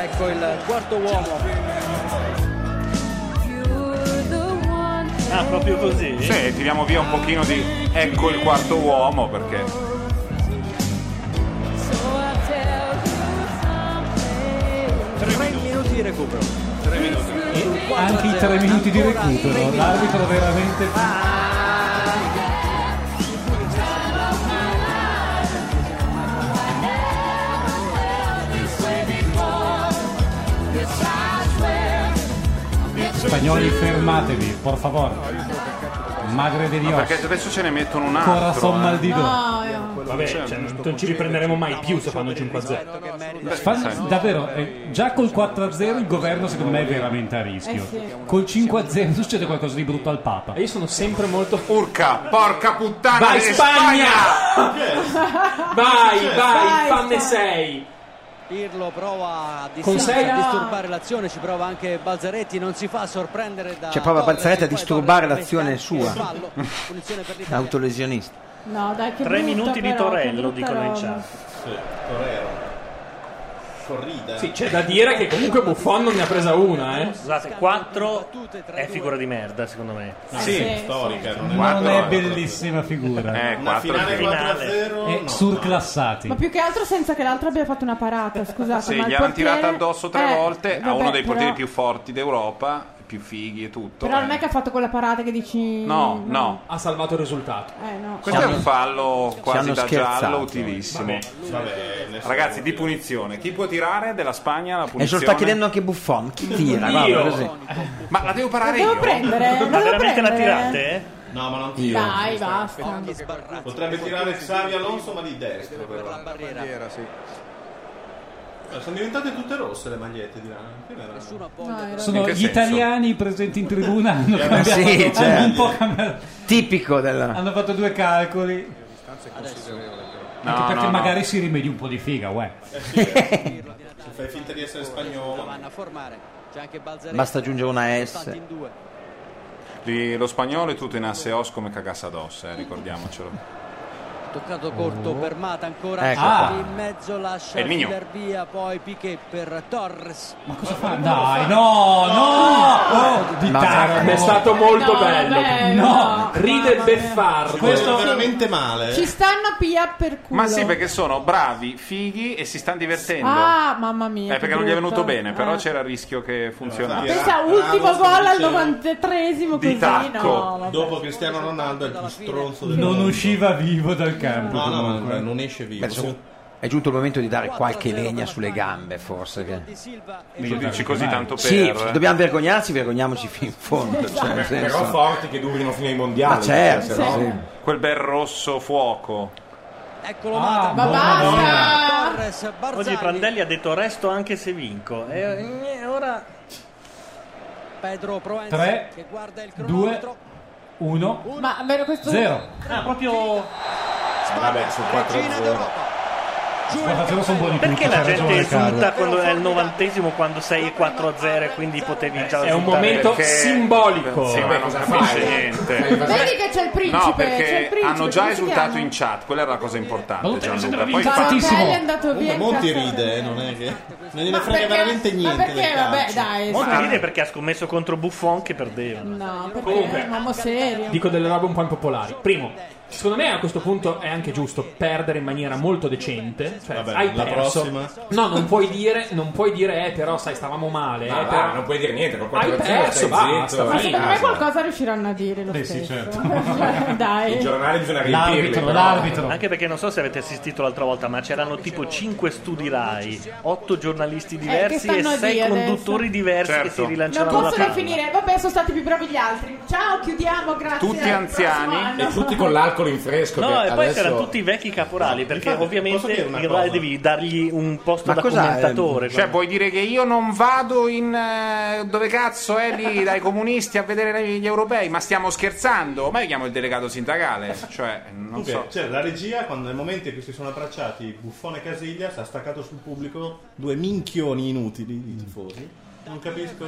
Ecco il quarto uomo. Ah, proprio così? Sì, tiriamo via un pochino di. Ecco il quarto uomo perché. Tre minuti di recupero. E anche i tre minuti di recupero, l'arbitro veramente... Ah, Spagnoli fermatevi, por favor. Madre di Ma Dios. perché adesso ce ne mettono un altro. Corazon eh. maldido. Vabbè, cioè, non, non ci riprenderemo mai Ah, più se fanno 5-0. Fanno- davvero, eh, già col 4-0 il governo secondo me è veramente a Eh Eh, rischio. Col 5-0 succede qualcosa di brutto al Papa. Eh, Io sono sempre molto. Urca, porca puttana! Vai di Spagna! (laughs) Eh, Vai, vai, Cioè, vai, fanne Spagna. 6. Pirlo prova a, dis- Con sei- a disturbare l'azione, ci prova anche Balzaretti, non si fa sorprendere da Cioè, prova Torres, Balzaretti a poi disturbare Torres l'azione mette anche il sua. fallo. Punizione per l'Italia. Autolesionista. No, dai, che Tre brutta, minuti di però, che Torello, brutta dicono in roba. chat. Sì, Torero. Corrida. Sì, c'è da dire che comunque Buffon non ne ha presa una, eh. Scusate, 4 è figura di merda, secondo me. Ah, Sì, sì, storica, Non è bellissima figura. Eh, Una quattro- finale finale. 4-0, Eh, no. surclassati. Ma più che altro senza che l'altro abbia fatto una parata, scusate. Sì, ma il gli hanno portiere- tirata addosso tre eh, volte a vabbè, uno dei però- portieri più forti d'Europa, più fighi e tutto. eh. Però non è che ha fatto quella parata che dici... No, no. Ha salvato il risultato. Eh, no. Questo è un fallo quasi hanno da scherzato. giallo utilissimo. Vabbè, Ragazzi, di punizione. Chi può tirare della Spagna la E ce lo punizione? sta chiedendo anche Buffon. Chi tira? Io. Guarda, così. Ma la devo parare La devo io? prendere, la Ma devo veramente la prendere. tirate, eh? No, ma non Io. Dai, basta. Potrebbe tirare Xavi Alonso, ma di destra. Per la barriera, sì. Sono diventate tutte rosse le magliette di Rana. Nessuno Sono gli italiani presenti in tribuna hanno Eh, cambiato sì, hanno certo. un po' cambiato- Tipico della. hanno fatto due calcoli. Anche No, perché no, no. magari si rimedi un po' di figa, uè. Se fai finta di essere spagnolo. Vanno a formare, c'è anche Balzaretti. Basta aggiungere una S. In due. Lì, lo spagnolo è tutto in asse os come cagassa addosso, eh, ricordiamocelo. Toccato corto Oh. per Mata ancora Ah. Ecco qua. in mezzo lascia È il Mignon. filar via poi Piquet per Torres. Ma cosa fa? Dai, no, no! Oh, di Ma tacco. è stato molto bello. No, Ride beffardo. Questo- veramente male. Ci stanno pia per culo. eh. Ma sì, perché sono bravi, fighi e si stanno divertendo. Ah, mamma mia. Eh, perché che non gli è venuto brutto. bene, però Eh. c'era il rischio che funzionasse. Pensa, ultimo gol al 93esimo Di così, no. tacco. vabbè. Dopo Cristiano Ronaldo è il più stronzo del Non mondo. usciva vivo dal campo. No, no, ma comunque. non esce vivo. Adesso È giunto il momento di dare qualche legna sulle gambe, forse. Che... Tu dici così tanto per... Sì, se dobbiamo vergognarsi, vergogniamoci fino in fondo. Cioè, Esatto. nel Beh, senso- Però forti che durino fino ai mondiali. Ma certo, cioè, se no- sì. Quel bel rosso fuoco. Eccolo Ah, ma Mata. boh, Torres Oggi Barzagli. Prandelli ha detto resto anche se vinco. E eh, ora Pedro Proenza Tre, che guarda il Due, cronometro. uno, Ma vero questo zero. Ah, proprio Eh, vabbè, su 4-0. Guarda, zero sono buoni perché tutti, la c'ha gente ragione esulta Carlo. quando è il novantesimo quando sei 4-0 e quindi potevi già È un esultare? momento simbolico. Sì, ma non Cosa capisce fai? niente. Vedi che c'è il principe, Eh, No, Eh, c'è il perché principe. hanno già come si esultato chiama? in chat, quella era la cosa importante. Gianluca. Poi Tarantella è andato via. Comunque Monti in ride, eh, non è che. Non gliene Ma frega perché- veramente ma niente. perché, del vabbè, calcio. dai, esatto. Ma- Monti ride perché ha scommesso contro Buffon che perdeva. No, perché Comunque. è un uomo serio. Dico delle robe un po' impopolari. Primo, secondo me a questo punto è anche giusto perdere in maniera molto decente. Cioè, Vabbè, hai la perso. prossima? No, non puoi dire, non puoi dire, eh, però sai, stavamo male. Ma eh, va, però- non puoi dire niente, con Hai 4-0 certo, perso, stai basta. esatto, zitto. Ma secondo me Basta. qualcosa riusciranno a dire lo Beh, stesso. sì, (laughs) certo. dai. I giornali bisogna L'arbitro, riempirli. però. Anche perché non so se avete assistito l'altra volta, ma c'erano tipo 5 studi Rai, 8 giornalisti diversi Eh, che e stanno a 6 dire conduttori adesso? diversi che Certo. si Non rilanciavano la possono palla. finire. Vabbè, sono stati più bravi gli altri. Ciao, chiudiamo, grazie. Tutti al anziani prossimo anno. E tutti con l'alcol in fresco. No, e che poi adesso- c'erano tutti i vecchi caporali, perché ovviamente dire una in Rai cosa? devi dargli un posto da cos'ha, commentatore. Cioè, vuoi dire che io non vado in. eh, dove cazzo è lì dai comunisti a vedere gli europei? Ma stiamo scherzando? Ma io chiamo il delegato sindacale. Cioè, non Comunque, so. Cioè, certo. la regia, quando nel momento in cui si sono abbracciati Buffone e Casillas, ha staccato sul pubblico due minchioni inutili di tifosi. Non capisco.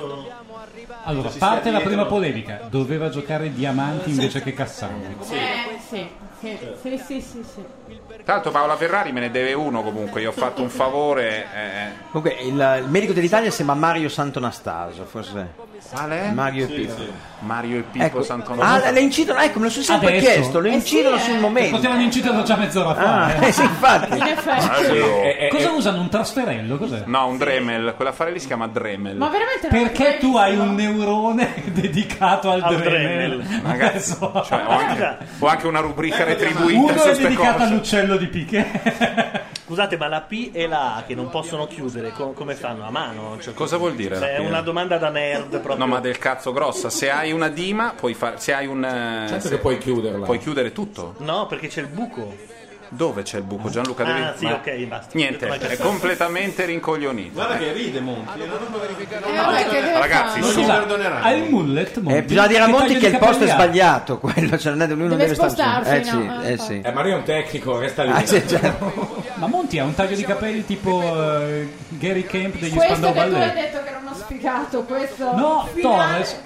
Allora, Ci parte sia la dietro. prima polemica. Doveva giocare Diamanti invece che Cassano. Eh, sì, sì, sì, sì, sì, sì. Tanto Paola Ferrari me ne deve uno comunque. Io ho fatto un favore. eh. Comunque, il, il medico dell'Italia sembra Mario Santonastaso, forse. Eh? Ale? Mario e Sì, Pippo. sì. Mario e Pippo Ecco. Sant'Onofrio. Ah, le incidono, ecco, me lo sono sempre Adesso? chiesto, le Eh sì, incidono eh. sul momento. Potevano inciderlo già mezz'ora fa. Ah, eh sì, infatti. In effetti. Ah, sì. Eh, eh, Cosa eh. usano? Un trasferello? Cos'è? No, un Dremel, quell'affare lì si chiama Dremel. Ma veramente non Perché tu hai un neurone (laughs) dedicato al, Al Dremel? (laughs) Dremel. Ragazzi, cioè, ho, anche, ho anche una rubrica Uno retribuita è su queste dedicato cose. all'uccello di Piquet. Scusate, ma la P e la A che non possono chiudere, co- come fanno? A mano? Cioè, Cosa vuol dire la È P? una domanda da nerd proprio. No, ma del cazzo grossa. Se hai una dima, puoi fare. Se hai un. eh, Certo se- che puoi chiuderla. Puoi chiudere tutto. No, perché c'è il buco. Dove c'è il buco, Gianluca? Ah, Devi... sì, ok, basta. Niente, Ho detto una è cazzata. completamente rincoglionito. Guarda che ride Monti. Eh, non lo verificare. Ragazzi, non sono- mi perdoneranno. Hai il mullet, Monti? Eh, bisogna dire a Che Monti taglio che di il posto è capelli ha? sbagliato, quello, cioè non è uno Deve deve starci. spostarsi, Eh sì, no, eh, eh sì. Eh, Mario è un tecnico, resta lì. Ah, sì, Ma Monti ha un taglio di capelli tipo eh, Gary Camp degli Questo Spandau che tu hai Ballet. detto che non ho spiegato, questo. No, finale- Torres,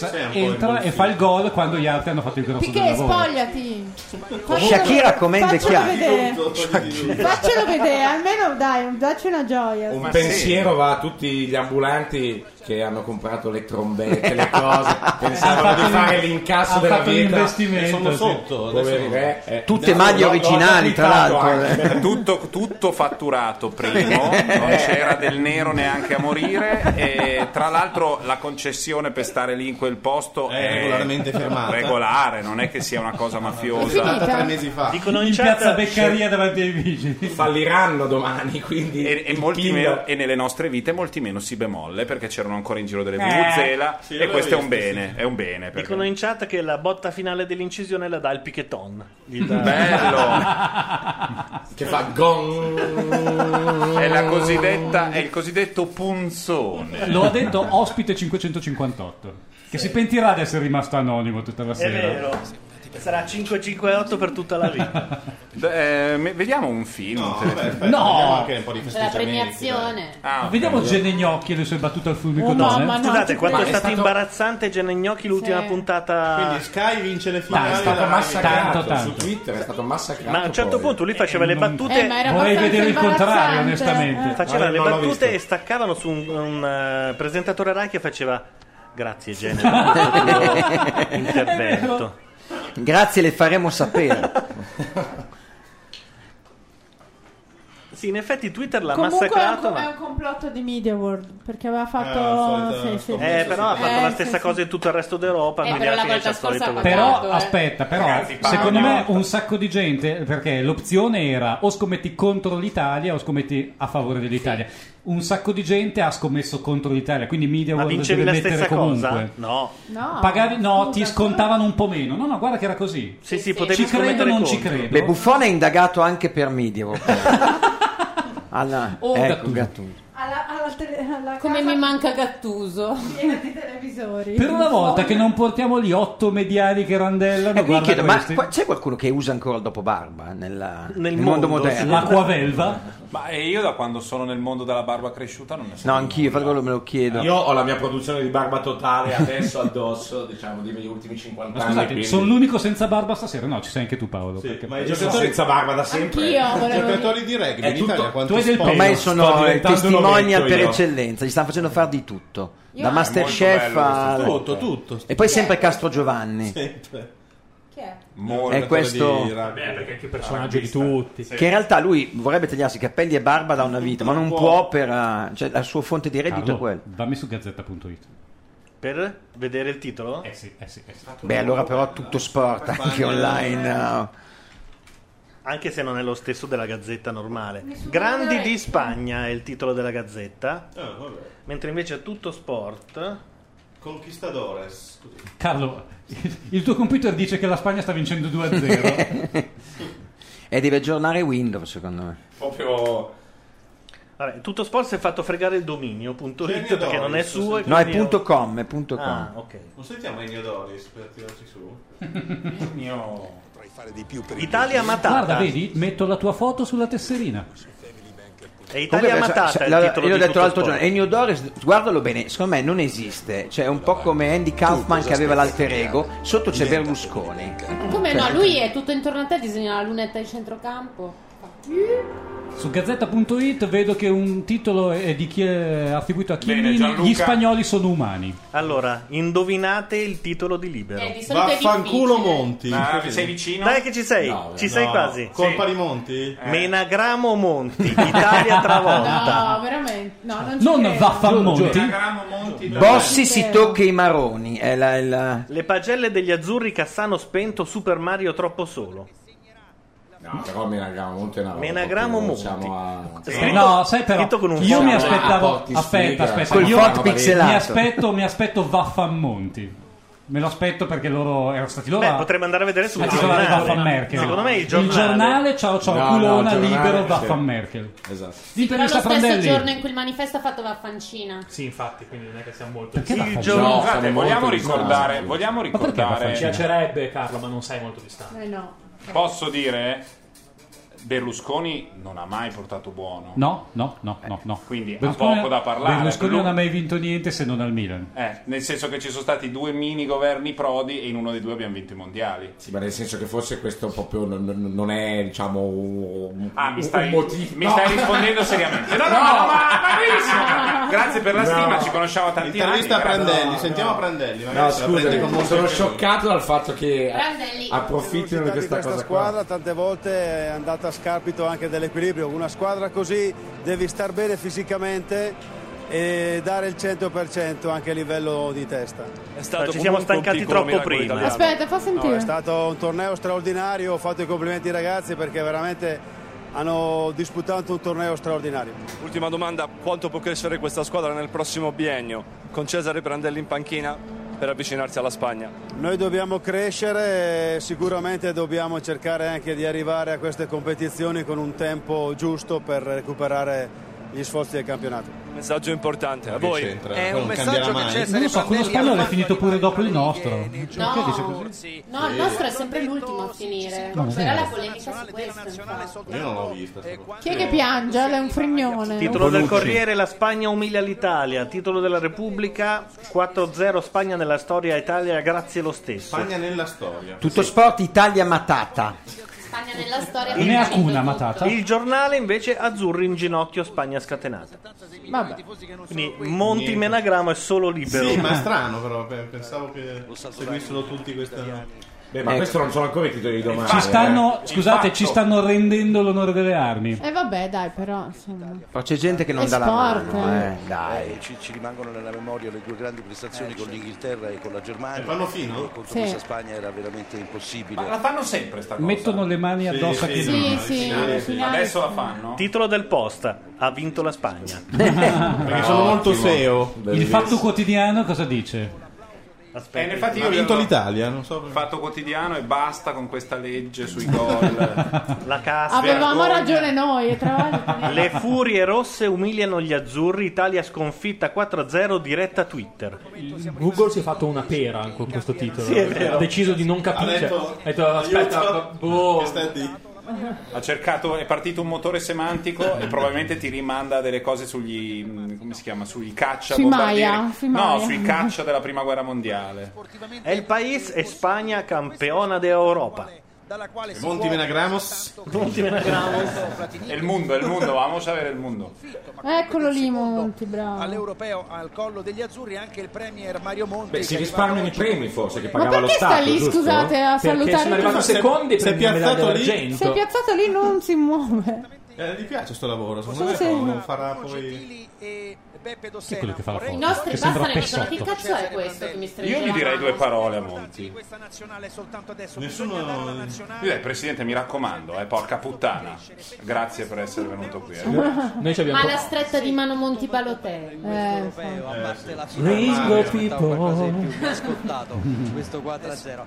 Torres Sì. entra e fa il gol quando gli altri hanno fatto il grosso del Piquet, lavoro. spogliati. Faccelo- Cioè, Shakira com'è faccelo chiaro. vedere. Faccelo vedere, almeno dai, dacci una gioia. Un pensiero va a tutti gli ambulanti che hanno comprato le trombette, le cose, pensavano di Hanno fatto- fare l'incasso hanno della fatto vita. l'investimento, Sono sì. sotto, adesso Poveri no. re, Eh, Tutte no, maglie no, originali, no, Eh. tra capitato l'altro. anche. Tutto, tutto fatturato (laughs) primo, non c'era del nero neanche a morire. E tra l'altro la concessione per stare lì in quel posto È regolarmente fermata. regolare, non è che sia una cosa mafiosa. Dicono in, in chat- certo- piazza Beccaria davanti ai vigili. Falliranno domani, quindi. E, e molti Pillo. meno- e nelle nostre vite molti meno si bemolle perché c'erano ancora in giro delle Eh. vuvuzela Sì, e l'avevo questo è un visto, bene, è un bene. perché- Dicono in chat che la botta finale dell'incisione la dà il piqueton. Gli dà- Bello! che fa gong. È, la cosiddetta, è il cosiddetto punzone. Lo ha detto ospite 558, che si pentirà di essere rimasto anonimo tutta la È sera. vero. Sarà 558 per tutta la vita. D- eh, me- vediamo un film. un telefilm. aspetta, No! vediamo anche un po' di La premiazione. Ah, ok. Vediamo Gene Gnocchi e le sue battute al fulmico Oh, d'one. mamma, no, Scusate, quanto è, Ma stato stato- imbarazzante Gene Gnocchi l'ultima Sì. puntata. Quindi Sky vince le Ma finali. è stato della Rai. massacrato, Tanto, Su Twitter è stato massacrato. Ma a un certo poi. punto lui faceva le battute. Eh, ma era Vorrei abbastanza vedere il contrario, imbarazzante. onestamente. Faceva Eh, le non l'ho battute visto. e staccavano su un, un, eh, presentatore Rai che faceva. Grazie, Gene. (laughs) per il tuo intervento. Grazie, le faremo sapere. Sì, in effetti Twitter l'ha Comunque è un, massacrato. è Ma... un complotto di Media World perché aveva la fatto. sì, sì. Eh, però ha fatto Eh, la sì, stessa sì. cosa in tutto il resto d'Europa. Eh, quindi però alla fine la c'è volta il solito scorsa ha governo. Però Tanto, eh. aspetta, però Ragazzi, parla secondo una me volta. un sacco di gente perché l'opzione era o scommetti contro l'Italia o scommetti a favore dell'Italia. Un sacco di gente ha scommesso contro l'Italia, quindi Media Ma World vincevi deve la mettere stessa comunque. cosa? No. No, Pagavi- no, scusa, ti scontavano un po' meno. No, no, guarda che era così. Sì, sì, ci credo o non ci credo. Beh, Buffone è indagato anche per Medieval. Alla, Oh, ecco, Gattuso. Gattuso. Alla- alla tele- alla Come casa mi manca Gattuso. piena di televisori. Per una volta che non portiamo lì otto mediali che randellano, E mi guarda chiedo, ma questi. qua- c'è qualcuno che usa ancora il dopobarba nella- nel, mondo, mondo, moderno? L'acqua velva? Ma eh, io da quando sono nel mondo della barba cresciuta non ne so. No, anch'io, infatti quello me lo chiedo. Io ho la mia produzione di barba totale adesso addosso, (laughs) diciamo, degli ultimi 50 Ma anni. scusate, quindi- sono l'unico senza barba stasera? No, ci sei anche tu Paolo. perché- ma i Io sono giocatori- senza barba da sempre. Anch'io volevo- Giocatori di rugby È in Italia, tutto- quanto tu hai del sport? pelo. Ormai sono Sto eh, diventando un testimonial ovetto per io. eccellenza, gli stanno facendo fare di tutto. Io- Da È Masterchef molto bello a... questo Tutto, sport, eh. tutto. E poi sempre Castro Giovanni. Chi è? È Giocatore questo- di rugby. Beh, perché è il più Ah, personaggio di tutti. Che in realtà lui vorrebbe tagliarsi i capelli e barba da una vita, ma non può per... eh, Cioè, la sua fonte di reddito Carlo, è quella. Dammi su gazzetta.it. Per vedere il titolo? Eh sì, eh sì. Beh, allora però tutto sport, anche online. eh. Anche se non è lo stesso della gazzetta normale. Grandi di Spagna è il titolo della gazzetta. Ah, vabbè. Mentre invece tutto sport. Conquistadores. scusi. Carlo, il tuo computer dice che la Spagna sta vincendo 2-0. e deve aggiornare Windows, secondo me. Proprio. Vabbè, tutto sport si è fatto fregare il dominio.it Genio perché non è Doris, suo. e No, è quindi punto .com, è punto Ah, .com. ok. Non sentiamo Ennio Doris per tirarci (laughs) su? Mio. Potrei fare di più per (laughs) Italia Matata. Guarda, vedi, metto la tua foto sulla tesserina. È Italia Comunque, Matata. sa- sa- il la- titolo io l'ho di detto tutto l'altro sport. giorno, Ennio Doris, guardalo bene, secondo me non esiste. Cioè, è un po' come Andy Kaufman che aveva l'alter ego, sotto c'è Berlusconi. Cioè, Certo. Come no, lui è tutto intorno a te, disegna la lunetta in centrocampo. Su gazzetta.it vedo che un titolo è di chi è attribuito a Chiellini, Gianluca. gli spagnoli sono umani. Allora, indovinate il titolo di libero. Eh, di solito è Vaffanculo difficile. Monti. Ah, Così. sei vicino? Dai che ci sei. No, ci no. sei quasi. Colpa Sì. di Monti? Menagramo Monti, Italia travolta. No, veramente. No, non ci Non credo. Vaffanmonti. Bossi si tocca i maroni. È la, è la- Le pagelle degli azzurri Cassano spento Super Mario troppo solo. No, però Menagramo Monti è una roba Menagramo proprio, Monti. siamo a- Scritto- no, sai però, scritto con un io mi font. aspettavo, Ah, aspetta, porti aspetta, sfiga. io Col font mi pixelato. aspetto, mi aspetto Vaffanmonti. Me lo aspetto perché loro erano stati loro. Beh, a- potremmo andare a vedere sul a titolare giornale. Vaffan Merkel. Secondo me il Il giornale- giornale ciao ciao No, no, culona il giornale, libero sì. Vaffan Merkel. Esatto. Sì, però lo Intervista stesso Prandelli. giorno in cui il manifesto ha fatto vaffancina. Sì, infatti, quindi non è che siamo molto Perché distanti. la facciamo? No, Guardate, sono vogliamo molto ricordare, distanti. vogliamo Ma perché la ricordare. facciamo? Ci piacerebbe, Carlo, ma non sei molto distante. Eh no. Posso dire Berlusconi non ha mai portato buono. No, no, no, no, no. Quindi ha poco da parlare. Berlusconi Lui- non ha mai vinto niente se non al Milan. Eh, nel senso che ci sono stati due mini governi Prodi e in uno dei due abbiamo vinto i mondiali. Sì, ma nel senso che forse questo proprio non, non- non è, diciamo, un, Ah, mi stai, un motivo. mi No. stai rispondendo seriamente. No, no, No. ma, ma- ma benissimo. Grazie per la No. stima, ci conosciamo tanti Intervista anni. a grazie. Prandelli, sentiamo a Prandelli. magari No, se la prende con scusami, Monti sono anche lui. scioccato dal fatto che Prandelli. approfittino di di questa questa cosa qua. squadra tante volte è andata a scapito anche dell'equilibrio. Una squadra così devi star bene fisicamente e dare il 100% anche a livello di testa. stato Ci siamo comunque un stancati piccolo troppo miracolo prima. italiano. Aspetta, fa sentire. No, è stato un torneo straordinario, ho fatto i complimenti ai ragazzi perché veramente hanno disputato un torneo straordinario. Ultima domanda, quanto può crescere questa squadra nel prossimo biennio? Con Cesare Prandelli in panchina per avvicinarsi alla Spagna. Noi dobbiamo crescere e sicuramente dobbiamo cercare anche di arrivare a queste competizioni con un tempo giusto per recuperare gli sforzi del campionato. Messaggio importante, a che voi. c'entra? È Quello un non messaggio cambierà che mai. Non Cesare lo so, quello Prandelli spagnolo è finito pure dopo il nostro. Perché cioè, dice No, così? no, il nostro è sempre l'ultimo a finire. No, ma C'era sì. la polemica su questo. infatti. Io non l'ho vista. Chi è che piange? È un frignone. Titolo del Corriere, la Spagna umilia l'Italia. Titolo della Repubblica, 4-0 Spagna nella storia, Italia grazie lo stesso. Spagna nella storia. Tutto sport Italia matata. Spagna nella storia. Il- ha vinto tutto. Il giornale invece azzurri in ginocchio, Spagna scatenata. Ah, Vabbè. Quindi Monti Niente. Menagramo è solo libero. Sì, ma è strano però, beh, pensavo che eh, seguissero tutti questa... Eh, Beh, ma Ecco. questo non sono ancora i titoli di domani. Ci stanno, eh. scusate, ci stanno rendendo l'onore delle armi. Eh vabbè, dai, però insomma. Però c'è gente che non È dà la sport, mano. eh. eh, Dai. Ci, ci rimangono nella memoria le due grandi Eh, prestazioni certo. con l'Inghilterra e con la Germania. E fanno fino? Contro Sì. questa Spagna era veramente impossibile. Ma la fanno sempre sta cosa. Mettono le mani addosso a chi sì, sì, finale, sì. Adesso la fanno. Titolo del post, ha vinto la Spagna. Perché sono molto SEO. Il fatto quotidiano cosa dice? Eh, in effetti Ma io ha vinto avevo l'Italia, non so. Fatto quotidiano e basta con questa legge sui gol. La casa. Avevamo ragione noi, e (laughs) tra l'altro. Le furie rosse umiliano gli azzurri, Italia sconfitta 4-0 diretta Twitter. Google si è fatto una pera con questo titolo. Sì, è vero. Ha deciso di non Ha capire. detto- cioè, ha detto, aspetta, boh. Ha cercato, è partito un motore semantico e probabilmente ti rimanda a delle cose sugli. mh, come si chiama? Sugli caccia Sui bombardieri. Maya, sui No, Maya. sui caccia della prima guerra mondiale. È il paese e Spagna campiona d'Europa. Monti Menagramos. Monti È il mondo, è il mondo, vamos a vedere il mondo. Eccolo lì, Monti, bravo. All'europeo al collo degli azzurri anche il premier Mario Monti. Beh, si che risparmiano i premi forse che Ma pagava lo perché Stato. sta lì, giusto? scusate, a salutare tutti? secondi, prendi una medaglia d'argento. Si è piazzato lì, non si muove. Eh, gli piace sto lavoro, secondo Sì, me sì. lo farà Ecco, poi... Chi è quello che fa la foto? I nostri Che sembra bastano e dicono che Pessotto. cazzo è questo che mi stringe Io gli la direi mano?" due parole a Monti. Nessuno... Io direi, Presidente, mi raccomando, eh, porca puttana. Grazie per essere venuto qui. eh. Noi ci abbiamo Ma la stretta di mano Monti Balotelli. Eh. Eh, A Eh, parte la Ringo Supermario, Pippo. più (laughs) ascoltato questo 4-0.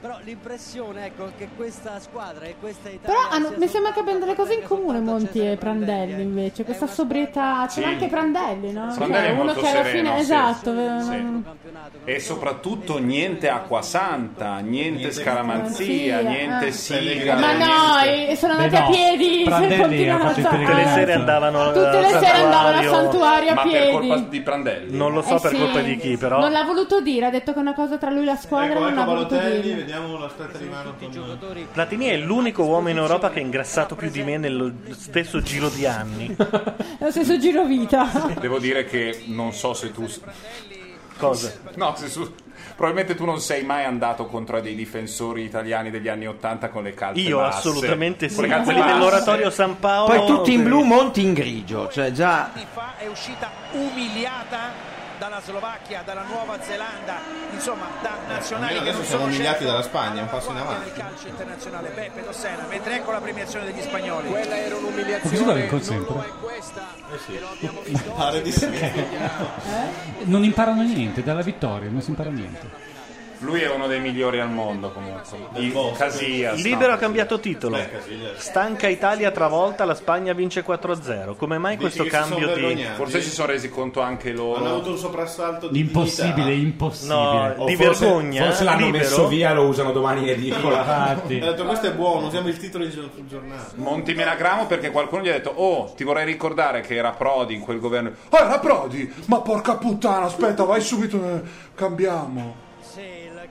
Però l'impressione ecco che questa squadra e questa Italia Però hanno- mi sembra che abbiano delle cose in comune Monti e Prandelli invece, questa sobrietà, c'è Sì. anche Prandelli, no? Prandelli Cioè, è uno molto che alla sereno, sì, fine, esatto, sì. eh, E soprattutto niente acqua santa, niente scaramanzia, Sì, niente eh. siga. Ma no, e sono andati Beh, a no, piedi, se Prandelli continuano ha a fatto il saltare. Tutte le sere andavano al Tutte le sere andavano al santuario a Ma per piedi. colpa di Prandelli. Non lo so Eh per sì. colpa di chi, però. Non l'ha voluto dire, ha detto che è una cosa tra lui e la squadra, Ecco, non l'ha ecco voluto Balotelli, dire. Vediamo la stretta di mano. Con... Platini è l'unico uomo in Europa che ha ingrassato più di me nello stesso giro di anni. Lo stesso giro vita. Devo dire che non so se tu. Cosa? No, se su- probabilmente tu non sei mai andato contro dei difensori italiani degli anni Ottanta con le calze Io basse. assolutamente Con sì. le calze Quelli basse. dell'oratorio San Paolo. Poi tutti in blu, Monti in grigio. Cioè già è uscita umiliata dalla Slovacchia, dalla Nuova Zelanda, insomma da nazionali Almeno che non adesso siamo sono umiliati certo dalla Spagna, un passo in avanti. del calcio internazionale. Beppe Dossena, mentre ecco la premiazione degli spagnoli. Così la vinco sempre. Eh (laughs) Pare di sentire. Eh? Non imparano niente dalla vittoria, non si impara niente. Lui è uno dei migliori al mondo comunque. Di Casillas. Libero no. ha cambiato titolo. Stanca Italia travolta, la Spagna vince 4-0. Come mai questo cambio di. Forse si sono resi conto anche loro. Hanno avuto un soprassalto di Impossibile, impossibile. No, di vergogna. eh, Forse l'hanno libero. messo via, lo usano domani in edicola. Ha detto questo è buono, usiamo il titolo sul giornale. Monti Melagramo perché qualcuno gli ha detto Oh, ti vorrei ricordare che era Prodi in quel governo. Oh, era Prodi! Ma porca puttana, aspetta, vai subito, eh, cambiamo.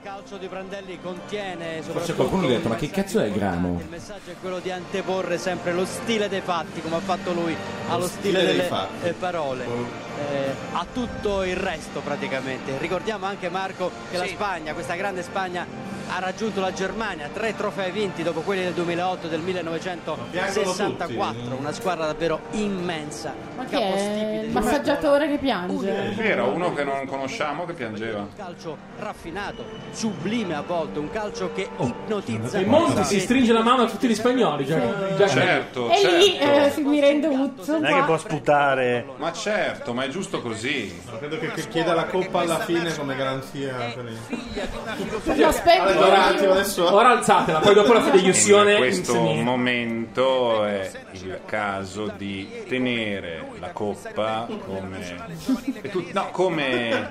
Il calcio di Brandelli contiene Forse soprattutto qualcuno gli ha detto: Ma che cazzo è il grano? Il messaggio è quello di anteporre sempre lo stile dei fatti, come ha fatto lui, allo stile stile, dei delle fatti. Oh. eh, parole, eh, a tutto il resto praticamente. Ricordiamo anche Marco che la Spagna, questa grande Spagna, ha raggiunto la Germania, tre trofei vinti dopo quelli del 2008 e del 1964, tutti. una squadra davvero immensa. Ma chi è il massaggiatore che piange? Era uno che non conosciamo che piangeva. calcio raffinato, sublime a volte, un calcio che Oh, ipnotizza. E Monti si stringe la mano a tutti gli spagnoli. Già, già Certo, E lì certo. eh, si mi rende uzzo. Non è che può sputare. Ma certo, ma è giusto così. Credo che, che chieda la coppa alla fine come garanzia. per il- Allora, attimo, adesso- Ora alzatela, poi dopo la fideiussione. In questo insieme. momento è il caso di tenere la coppa come, e tu- no, come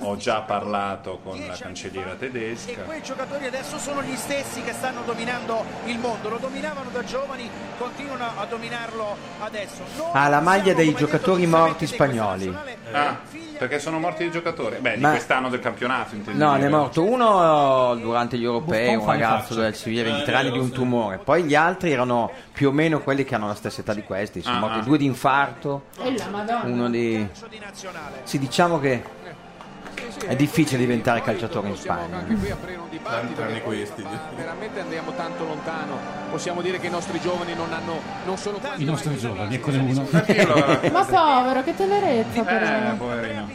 ho già parlato con la cancelliera tedesca. Quei giocatori adesso sono gli stessi che stanno dominando il mondo, lo dominavano da giovani, continuano a dominarlo adesso. Noi ha Ah, la maglia dei giocatori morti spagnoli. Eh. Ah, perché sono morti i giocatori? Beh, di Ma- quest'anno del campionato, intendo. No, dire. ne è morto uno eh, durante gli europei, un Buffon fa Eh, le ragazzo facce. del Siviglia, 23 anni, di un tumore. Poi gli altri erano più o meno quelli che hanno la stessa età di questi. Sono Ah, morti ah. due di infarto, E la madonna. uno di... Sì, diciamo che è difficile diventare calciatore in Spagna. Qui aprire un dibattito Tranne che questi. veramente andiamo tanto lontano. Possiamo dire che i nostri giovani non hanno non sono quasi I nostri giovani, eccone uno. Ma povero, che tenerezza Eh, però. boh, poverino.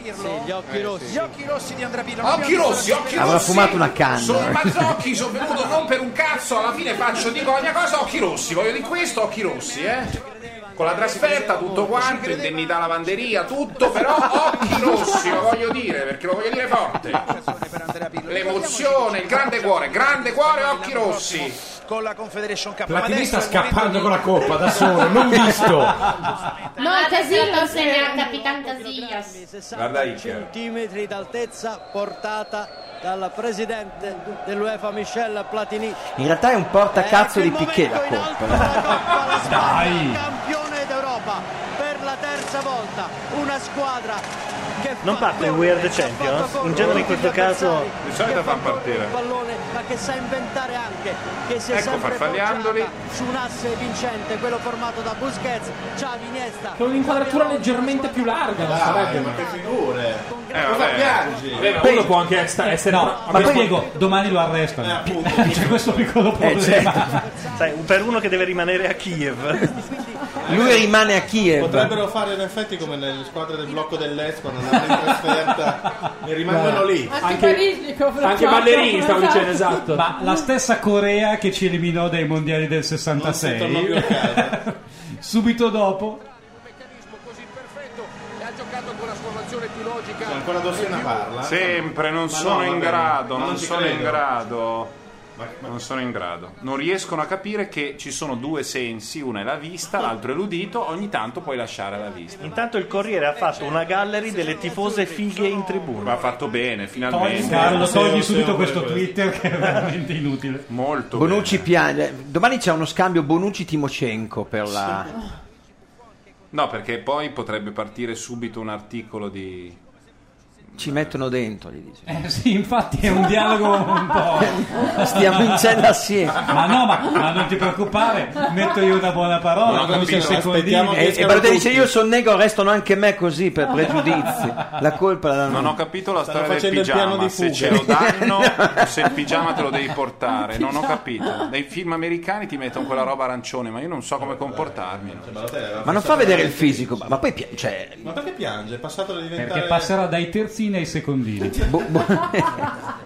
gli occhi rossi. Gli occhi rossi di Andrea Pirlo. Ah, Occhi rossi, occhi Avrà rossi. fumato una canna. Sono Mazzocchi, sono venuto non per un cazzo, alla fine faccio di ogni cosa, occhi rossi, voglio di questo, occhi rossi, eh. Con la trasferta, tutto quanto, indennità lavanderia, tutto, però occhi rossi, lo voglio dire, perché lo voglio dire forte. L'emozione, il grande cuore, grande cuore, occhi rossi. Con la Confederation Cup. Platini sta Cioè, Ma adesso è il scappando con la coppa da solo, (laughs) non visto. No, è Casillas Casillas se ne ha è- Capitan Casillas. Guarda centimetri d'altezza portata dal presidente dell'UEFA Michel Platini In realtà è un Eh, portacazzo ecco di Piquet la coppa. Dai! campione d'Europa per la terza volta una squadra che Non parte in Weird Champions? In genere in questo caso. Di solito fanno partire. pallone ma che sa inventare anche che si è Ecco, sempre farfalliandoli. poggiata su un asse vincente quello formato da Busquets Xavi Iniesta Con un'inquadratura leggermente più larga. non sarebbe- ma che figure! Eh, Cosa piangi? Vabbè, ma uno può anche sta- essere. Eh, No, ma poi dico, domani lo arrestano. C'è questo Eh, piccolo problema. Eh, certo. certo. Sai, un- per uno che deve rimanere a Kiev. Lui rimane a Kiev. Potrebbero fare in effetti come nelle squadre del blocco dell'Est quando andavano in trasferta e rimangono lì. Anche Parigi, come anche faccio? ballerini stavo Esatto. (laughs) dicendo, esatto. Ma la stessa Corea che ci eliminò dai mondiali del torna più a 66, (laughs) subito dopo, e ha giocato con la formazione più logica. Cioè, ancora Dossena parla. Sempre, non Ma sono no, in vabbè, grado, ma non ci sono credo. in grado. Non sono in grado. Non riescono a capire che ci sono due sensi, uno è la vista, l'altro è l'udito, ogni tanto puoi lasciare la vista. Intanto il Corriere ha fatto una gallery delle tifose fighe in tribuna. Ma ha fatto bene, togli, finalmente. Ah, Carlo, togli subito se- questo Twitter che è veramente inutile. Molto Bonucci piange. Domani c'è uno scambio Bonucci-Timocenco per la... No, perché poi potrebbe partire subito un articolo di Ci mettono dentro, gli dice. Eh, sì, infatti è un dialogo un (laughs) po'. Stiamo in cella assieme. Ma no, ma, ma non ti preoccupare, metto io una buona parola. E, capisci, secondini. Eh, e Baratelli dice: Io sonnego, arrestano anche me così (laughs) per pregiudizi. La colpa la danno. Non ho capito la Stanno storia facendo del il piano pigiama, di se fuga. ce lo (laughs) danno o se il pigiama te lo devi portare, non ho capito. Nei film americani ti mettono quella roba arancione, ma io non so come comportarmi. Ma non fa vedere il fisico, ma ma poi pi- cioè, Ma perché piange? È passato da diventare. Perché passerà dai terzini (laughs) ai secondini. Boh,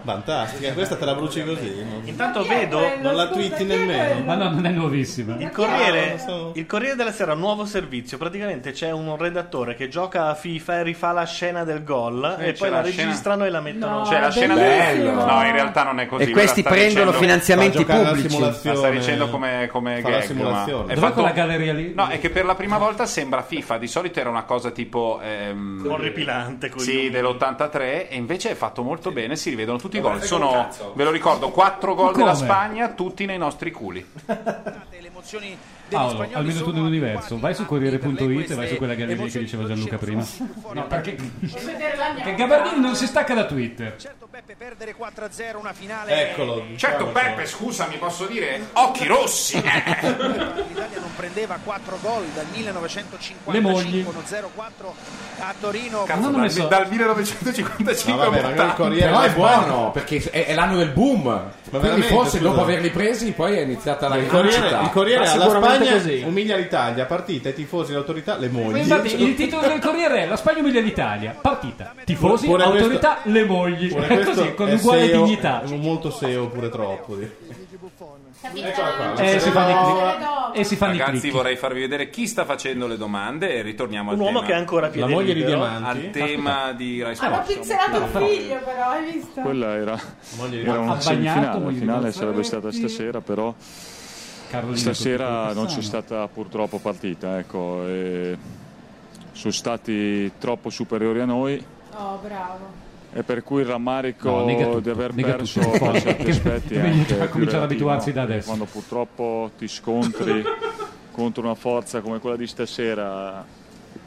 Fantastica, questa te la bruci così. non- Intanto vedo. Non la twitti nemmeno. Ma no, non è nuovissima. Il Corriere, il Corriere della Sera, nuovo servizio. Praticamente c'è un redattore che gioca a FIFA e rifà la scena del gol Eh, e c'è poi la, la scena. registrano e la mettono. Cioè, la scena del No, in realtà non è così. E questi quella sta prendono dicendo- finanziamenti sta giocando alla pubblici. simulazione. La sta dicendo come, come Fa la gag, ma simulazione. è Dov'è fatto- quella galleria lì? No, è che per la prima volta sembra FIFA. Di solito era una cosa tipo ehm, Orripilante, con gli Sì, umili. dell'83 e invece è fatto molto bene, si rivedono tutti i Ma gol. guarda che Sono cazzo. ve lo ricordo, quattro gol Come? della Spagna, tutti nei nostri culi. Paolo, al minuto dell'universo, vai su Corriere.it e vai su quella galleria che diceva Gianluca prima. No, perché che Gabardini non si stacca da Twitter. Perdere 4-0 una finale. Diciamo Eccolo. Certo Peppe, scusami, posso dire occhi (laughs) rossi. (laughs) L'Italia non prendeva 4 gol dal 1955. Le mogli. 1-0-4 a Torino. Cazzo, dal, dal 1955 Ma vabbè, a magari il Corriere Però è buono perché è, è l'anno del boom. Quindi veramente, forse scusa. dopo averli presi poi è iniziata la Il Corriere, rivincita. il Corriere Ma alla sicuramente Spagna così. umilia l'Italia, partita, i tifosi, le autorità, le mogli. Infatti, il titolo del Corriere è La Spagna umilia l'Italia. Partita. Tifosi, Pure questo- autorità, le mogli. Pure È Cioè, questo così, con è uguale SEO, dignità. è Molto SEO, pure troppo. di- Eh, si fanno i click. eh, E si fanno i Ragazzi, clicchi. vorrei farvi vedere chi sta facendo le domande e ritorniamo al Un uomo tema. che è ancora a piede La moglie di libero. Diamanti. Al tema di Rai Hanno Sport. pizzelato Ah, il figlio, però, hai visto? Quella era, era Abbagliato, una semifinale, la voglio finale dire, sarebbe stata Ferretti. stasera, però stasera non c'è stata purtroppo partita, ecco, e sono stati troppo superiori a noi Oh, bravo. e per cui il rammarico No, nega tutto, di aver nega perso tutto. per certi Che- aspetti è bisogna anche già più cominciare ad relativo, abituarsi da adesso. Quando purtroppo (laughs) ti scontri contro una forza come quella di stasera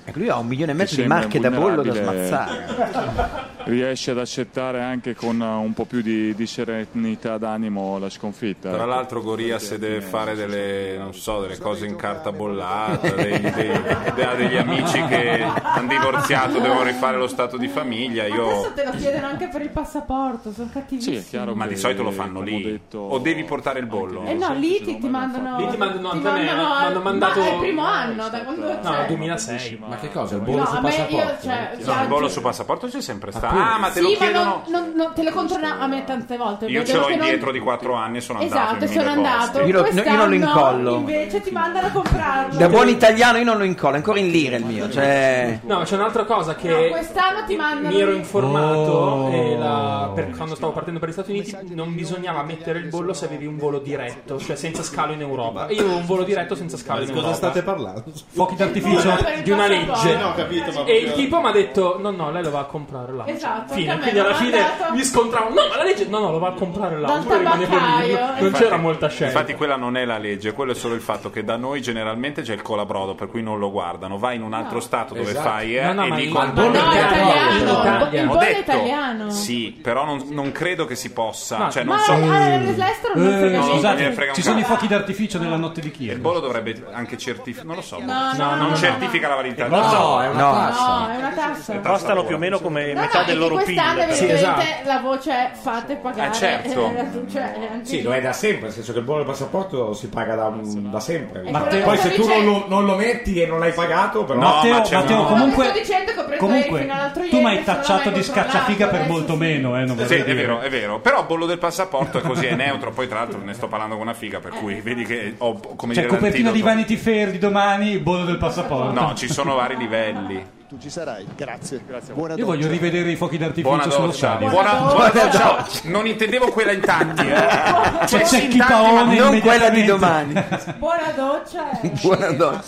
Ecco, lui ha un milione e Ti mezzo di sembra marche da bollo da invulnerabile. smazzare. riesci ad accettare anche con eh, un po' più di, di serenità d'animo la sconfitta. Tra ecco. l'altro Goria se deve fare delle, non so, delle cose in carta bollata, dei- dei- ha degli amici che hanno divorziato, devono rifare lo stato di famiglia, Adesso io... te lo chiedono anche per il passaporto, sono cattivissimi. Ma di solito lo fanno lì. o devi portare il bollo. Eh no, lì ti, ti mandano. Lì ti mandano- ti a me mandano hanno al- mandato- Ma è il primo anno, da quando. No, cioè- 2006. Ma che cosa? Il bollo No, sul a me- io, Eh, passaporto? cioè, No, cioè, il bollo sul passaporto c'è sempre stato. Appunto. Ah, ma te sì, lo ma chiedono... non- non- non- te lo controllano a me tante volte. Io ce vedo l'ho che non- indietro di 4 anni e sono andato Esatto, in sono mille andato. posti. Quest'anno incollo. Invece ti mandano a comprarlo. Da buon italiano io non lo incollo, è ancora in lire il mio. Cioè... No, ma c'è un'altra cosa che No, quest'anno ti mandano. mi ero informato e la- per- quando stavo partendo per gli Stati Uniti non bisognava mettere il bollo se avevi un volo diretto, cioè senza scalo in Europa. E io avevo un volo diretto senza scalo Ma in di Europa. cosa state parlando? Fuochi d'artificio di una legge. No, ho capito, ma e il proprio- tipo mi ha detto: No, no, lei lo va a comprare là. Esatto, anche a Fine. me Quindi alla mi ha fine mandato- mi scontravo. No, ma la legge. No, no, lo va a comprare là. Dal oppure rimane lì. tabaccaio. Non Infatti- c'era molta scelta. Infatti, quella non è la legge, quello è solo il fatto che da noi generalmente c'è il colabrodo, per cui non lo guardano. Vai in un altro stato dove Esatto. fai No, eh, no, e ma lì il- con- ma no, è italiano, In Italia. il bo- il Ho bollo è detto, italiano. Sì, però non, non credo che si possa. No, cioè, Ma non so. all- all'estero non Eh, frega no, niente. gliene frega Scusate, un ci sono i cazzo. fuochi d'artificio nella notte di Kiev. Il bollo dovrebbe anche certificare, non lo so. No, no, non no, certifica la validità. No, no, è una No, è una tassa. No, Costano più o meno come no, metà è del che loro quest'anno PIL. evidentemente esatto. esatto. la voce è fate pagare. Eh, certo. eh, (laughs) cioè, anzi- Sì, lo è da sempre, nel senso che il buono del passaporto si paga da, da sempre. Ma quello te- che poi sto se tu non dicendo- lo, non lo metti e non l'hai pagato, però... Matteo, Matteo, comunque, Sto dicendo che ho preso ieri fino comunque all'altro ieri, tu mi hai se non tacciato l'hai di scacciafiga per controllato, molto meno, eh, non Sì, vorrei è dire. vero, è vero. Però bollo del passaporto è così, è neutro. Poi, tra l'altro, ne sto parlando con una figa, per cui vedi che ho come Cioè, dire Eh. copertina di l'antidoto. Vanity Fair di domani, il bollo del passaporto. No, ci sono vari livelli. Tu ci sarai, grazie. Buona Io voglio rivedere i fuochi Buona d'artificio sullo doccia, stadio. buona, buona doccia. Non intendevo quella in tanti, eh. Cioè, sì, c'è in chi tanti, paone ma immediatamente. Non quella di domani. Buona doccia. eh. Buona donna.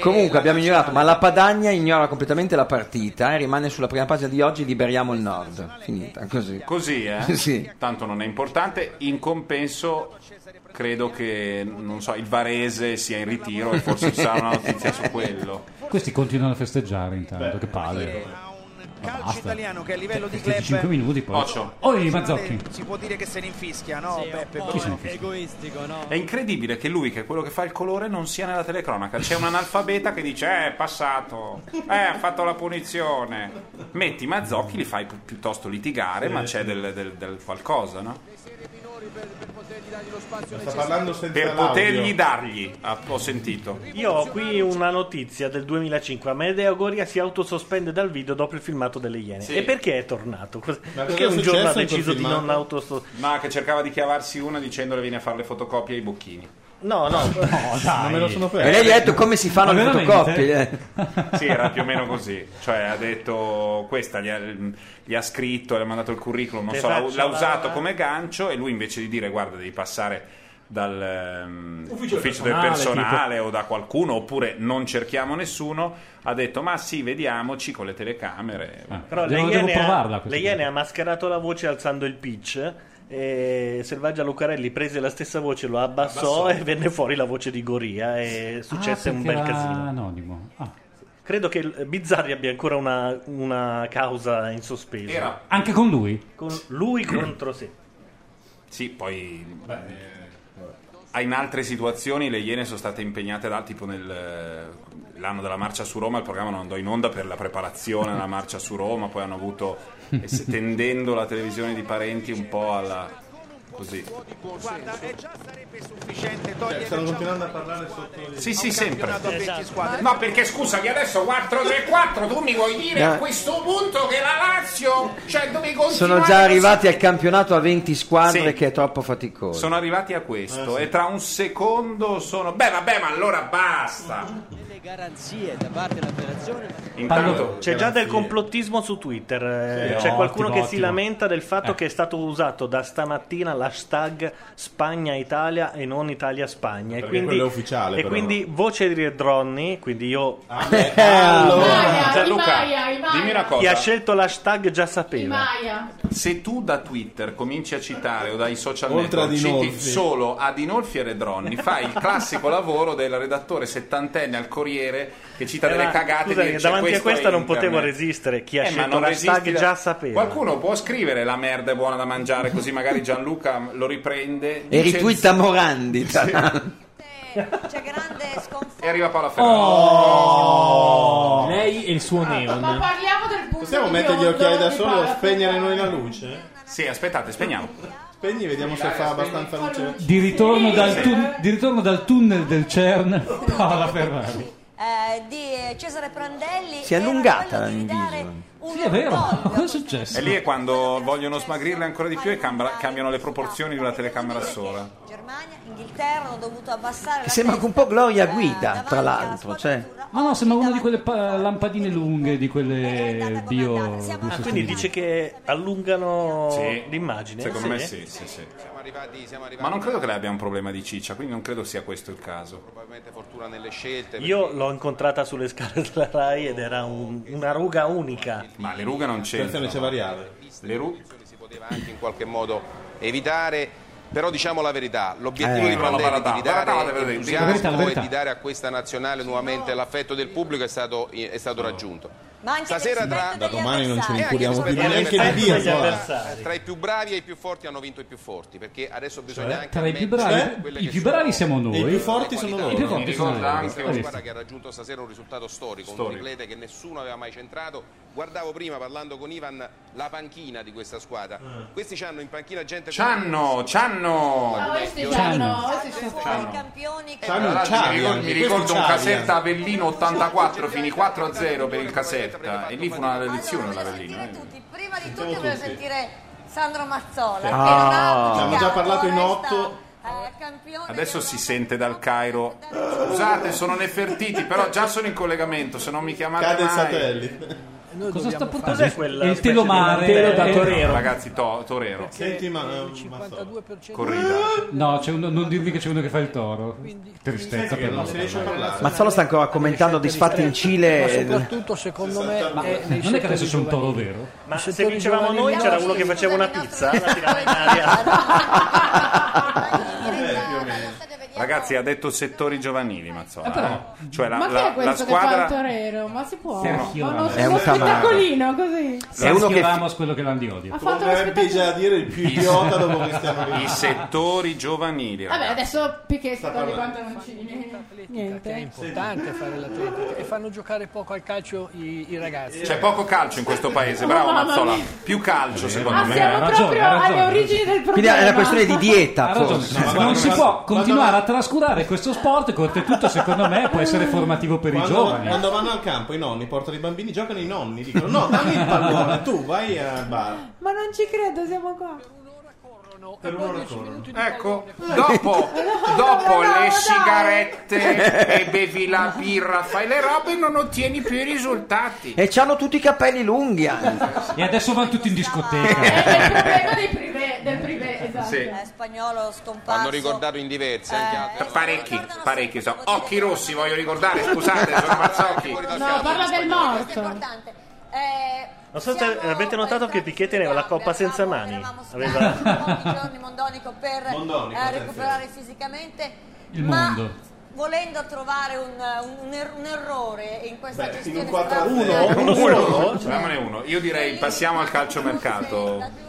Comunque abbiamo ignorato, ma la Padagna ignora completamente la partita e rimane sulla prima pagina di oggi Liberiamo il Nord. Finita, così. Così, eh? Sì. Tanto non è importante. In compenso, credo che, non so, il Varese sia in ritiro e forse ci sarà una notizia su quello. Questi continuano a festeggiare intanto, che palle. calcio basta. italiano che a livello di club 25 minuti poi. Occhio. Oi, Mazzocchi. si può dire che se ne infischia, no? Beppe, po' Bruno? egoistico, no? È incredibile che lui, che è quello che fa il colore, non sia nella telecronaca. C'è un analfabeta che dice: Eh, è passato, eh, ha fatto la punizione. Metti Mazzocchi, li fai pi- piuttosto litigare, Sì. ma c'è del, del- del qualcosa, no? Sta parlando senza Per l'audio. potergli dargli, ah, ho sentito. Io ho qui una notizia del 2005. Amedeo Goria si autosospende dal video dopo il filmato delle Iene. Sì. E perché è tornato? Cos- Ma Perché cosa è un giorno ha successo in quel deciso di filmato? non autosospendere? Ma che cercava di chiavarsi una dicendole vieni a fare le fotocopie ai bocchini. No, no, dai. Non me lo sono perso. E lei gli ha detto come si fanno Ma le veramente? fotocopie. eh? (laughs) Sì, era più o meno così. Cioè, ha detto questa, gli ha, gli ha scritto, le ha mandato il curriculum, non Te so, l'ha, faccio l'ha la- usato come gancio e lui invece di dire guarda devi passare dall'ufficio Ufficio del personale, personale o da qualcuno oppure non cerchiamo nessuno, ha detto ma sì, vediamoci con le telecamere. Però le Iene, ha, le Iene ha mascherato la voce alzando il pitch. E Selvaggia Lucarelli prese la stessa voce, lo abbassò, Abbassò. e venne fuori la voce di Goria. E successe Ah, un perché bel era casino. anonimo. Ah. Credo che eh, Bizzarri abbia ancora una, una causa in sospeso. Era. Anche con lui? Con lui contro sé. Sì, poi eh, in altre situazioni le Iene sono state impegnate da tipo nel eh, l'anno della marcia su Roma il programma non andò in onda per la preparazione alla marcia su Roma, poi hanno avuto eh, se- tendendo la televisione di parenti un po' alla così. Guarda, è già sarebbe sufficiente togliere Cioè, Stanno il continuando a parlare sotto Sì, sì, sempre. campionato a 20 squadre. No, perché scusami, adesso 4-3-4, tu mi vuoi dire No. a questo punto che la Lazio, cioè dove Sono già arrivati al campionato a 20 squadre Sì. che è troppo faticoso. Sono arrivati a questo Eh, sì. e tra un secondo sono Beh, vabbè, ma allora basta. Le garanzie da parte della federazione. Intanto C'è già del complottismo su Twitter. eh, Sì, C'è ottimo, qualcuno che si ottimo. lamenta del fatto Eh. che è stato usato da stamattina l'hashtag Spagna-Italia e non Italia-Spagna. E Perché quindi, quello è ufficiale, E però. quindi voce di Redronni, quindi io. (laughs) Maia, Maia, Maia. Chi ha scelto l'hashtag già sapeva. Maia. Se tu da Twitter cominci a citare o dai social Oltre network ad citi Inolfi. solo Adinolfi e Redronni, fai il classico lavoro del redattore settantenne al Corriere che cita Eh, delle ma, cagate scusami, e dice, davanti a "Questo questa è non internet". potevo resistere. Chi ha Eh, ma scelto non l'hashtag resisti la- già sapeva. Qualcuno può scrivere la merda è buona da mangiare, così magari Gianluca lo riprende E dice- ritwitta Morandi. tra Sì. l'altro. E arriva Paola Ferrara. Oh! Oh! Lei e il suo neon. Ma parliamo del punto Possiamo di mettere gli biondo occhiali da di solo e Paola spegnere Ferrara. noi la luce? Sì, aspettate, spegniamo. Spegni e vediamo se fa abbastanza luce. Di ritorno, dal Sì. tun- di ritorno dal tunnel del CERN Paola Ferrari. eh, di eh, Cesare Prandelli Si è allungata la Invision. un Sì, è vero. Cosa è successo? E lì è quando vogliono smagrirle ancora di più e cambra- cambiano le proporzioni di una telecamera sola. Germania, Inghilterra hanno dovuto abbassare la Sembra anche un po' Gloria Guida, tra l'altro. Cioè. Ma no, sembra una di quelle pa- lampadine lunghe di quelle bio. Ah, quindi dice che allungano l'immagine. Secondo me sì, sì, sì. Ma non credo che lei abbia un problema di ciccia, quindi non credo sia questo il caso. Probabilmente fortuna nelle scelte. Io l'ho incontrata sulle scale della Rai ed era un- una ruga unica. Ma le rughe non c'entrano. Attenzione, c'è variabile. Le rughe si poteva anche in qualche modo evitare. Però diciamo la verità, l'obiettivo Eh, di Prandelli la è di verità, la verità, la dare verità. entusiasmo La verità, la verità. e di dare a questa nazionale nuovamente l'affetto del pubblico è stato, è stato raggiunto. Ma anche Stasera tra, rispetto degli domani non ce ne avversari. curiamo più di rispetto neanche agli di avversari. dirlo, eh. Tra- Tra i più bravi e i più forti hanno vinto i più forti, perché adesso bisogna anche Cioè, Tra i più ammettere bravi, quelle i che più sono- bravi siamo noi. E i più forti sono loro. I più forti sono loro. anche una Hai squadra visto? che ha raggiunto stasera un risultato storico, un Storico. triplete che nessuno aveva mai centrato. Guardavo prima parlando con Ivan la panchina di questa squadra. Ah. Questi c'hanno in panchina gente C'hanno, Ma c'hanno. questi sanno, questi sono C'hanno. campioni che Tra l'altro mi ricordo, mi ricordo un casetta Caserta Avellino 84, finì 4-0 per il casetta. E lì fu una dedizione all'Avellino. eh. prima di tutti voglio sentire Sandro Mazzola Ah. Ne abbiamo già parlato in otto Adesso si sente dal Cairo. Scusate, sono Nefertiti, però già sono in collegamento, se non mi chiamate Cade il mai. satellite. Cosa sta portando? Cos'è quella il specie telomare di mantelo da Eh, torero? Ragazzi, to- Torero. Senti, ma... eh, ma so. No, c'è uno- non dirmi che c'è uno che fa il toro. Tristezza Senti che per non si riesce a parlare. loro. Mazzolo sta ancora commentando disfatti in Ma Cile. eh, soprattutto secondo me Ma è nei non è che settori adesso c'è un toro giovanili. vero? Ma I se settori vincevamo giovanili- noi c'era uno che (laughs) (laughs) faceva una pizza, la tirava in aria. più o meno. Ragazzi, ha detto settori giovanili Mazzola. Eh, però- eh. Cioè, la, ma la- che è la questo che fa il squadra. torero? Ma si può? Sergio Ma uno, Ramos. È uno un tamarro. spettacolino così. È uno che- Ramos quello che l'Andi odia. Ha fatto lo spettacolo. già dire il più idiota dopo Cristiano Ronaldo. (laughs) I settori giovanili. Vabbè, ragazzi. adesso Piquet sta con i parlando. pantaloncini. Niente. importante fare l'atletica e fanno giocare poco al calcio i, i ragazzi. C'è poco calcio in questo paese, bravo Oh, mamma Mazzola. mia. Più calcio, secondo Ah, me. Eh, siamo proprio alle origini del problema. Quindi è una questione di (laughs) dieta, Ha ragione. forse. No, non si può continuare a trascurare questo sport che oltretutto secondo me può essere formativo per i Quando- giovani. Quando vanno al campo i nonni portano i bambini, giocano i nonni, dicono no, dammi il pallone, tu vai al bar. Ma non ci credo, siamo qua. Ecco, dopo, dopo le sigarette e bevi la birra, fai le robe e non ottieni più i risultati. E c'hanno tutti i capelli lunghi anche. E adesso vanno tutti in discoteca. Eh, (laughs) Problema dei privé, del privé, esatto. Sì. Eh, spagnolo scompasso. Hanno ricordato in diverse parecchi, parecchi so. Occhi rossi voglio ricordare, scusate, sono Mazzocchi. No, parla del morto. Non so se avete notato che Piquet teneva la coppa senza mani. Aveva... giorni mondonico per Mondonico, eh, sì, recuperare fisicamente. Il ma mondo. volendo trovare un, un er- un errore in questa Beh, gestione in un 4 a sbagliata, Uno, solo? Fammone uno. Io direi passiamo al calciomercato.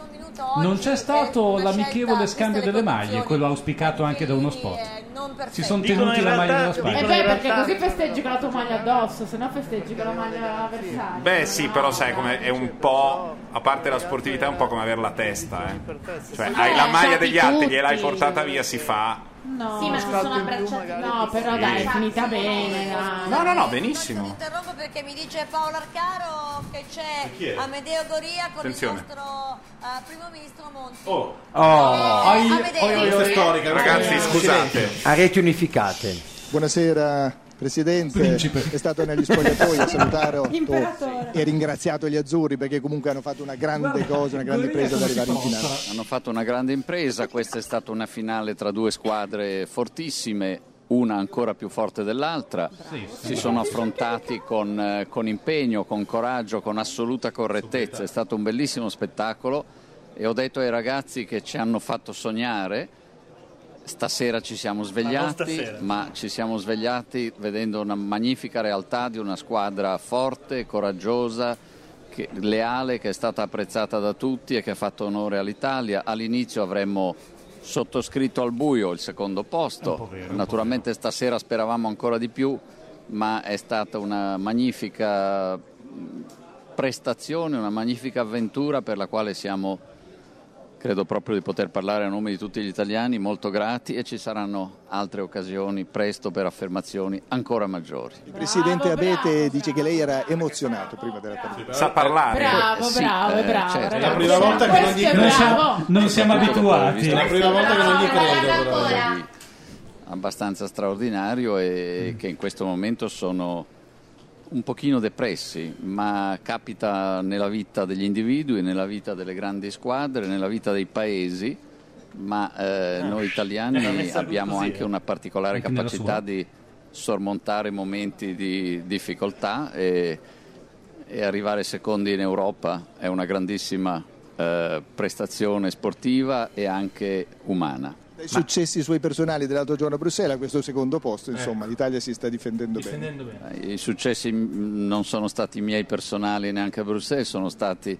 Non c'è stato l'amichevole scambio delle maglie, quello auspicato anche da uno spot. Si sono Dicono tenuti in la realtà- maglia della E Spagna. beh, perché così festeggi con la tua maglia addosso, se no festeggi con la maglia avversaria. Beh sì, però sai come è un po', a parte la sportività, è un po' come avere la testa. eh. Cioè hai la maglia degli altri, gliel'hai portata via, si fa. No, Sì, ma si sono abbracciati. No, però Sì. dai, è finita bene. dai. No, no, no, benissimo. Interrompo perché mi dice Paolo Arcaro che Chi c'è è? Amedeo Goria con Attenzione. il nostro eh, primo ministro Monti. Oh. Oh. Eh, Amedeo, Ragazzi, scusate. A reti unificate. Buonasera Presidente, è stato negli spogliatoi a (laughs) salutare Imperatore. e ringraziato gli azzurri perché comunque hanno fatto una grande cosa, una grande presa ad arrivare in finale. Hanno fatto una grande impresa, questa è stata una finale tra due squadre fortissime, una ancora più forte dell'altra, si sono affrontati con, eh, con impegno, con coraggio, con assoluta correttezza, è stato un bellissimo spettacolo e ho detto ai ragazzi che ci hanno fatto sognare. Stasera ci siamo svegliati, stasera. ma ci siamo svegliati vedendo una magnifica realtà di una squadra forte, coraggiosa, che- leale che è stata apprezzata da tutti e che ha fatto onore all'Italia. All'inizio avremmo sottoscritto al buio il secondo È un po' posto, vero, è un po' naturalmente stasera speravamo ancora di più, ma è stata una magnifica mh, prestazione, una magnifica avventura per la quale siamo, credo proprio di poter parlare a nome di tutti gli italiani, molto grati e ci saranno altre occasioni presto per affermazioni ancora maggiori. Il Presidente Abete dice che lei era emozionato prima della partita. Sa parlare. Bravo, Sì, bravo, eh, bravo. certo. ragazzi. La prima volta che non gli- Questo è Noi siamo- bravo. Non siamo abituati. Visto la prima volta che non gli credo, però. abbastanza straordinario e Mm. che in questo momento sono un pochino depressi, ma capita nella vita degli individui, nella vita delle grandi squadre, nella vita dei paesi, ma eh, noi l'ha italiani messa abbiamo così, anche eh. una particolare Anche nella capacità sua. di sormontare momenti di difficoltà e, e arrivare secondi in Europa è una grandissima eh, prestazione sportiva e anche umana. Dai successi suoi personali dell'altro giorno a Bruxelles, a questo secondo posto, insomma, Eh. l'Italia si sta difendendo, bene. I successi mh, non sono stati miei personali neanche a Bruxelles, sono stati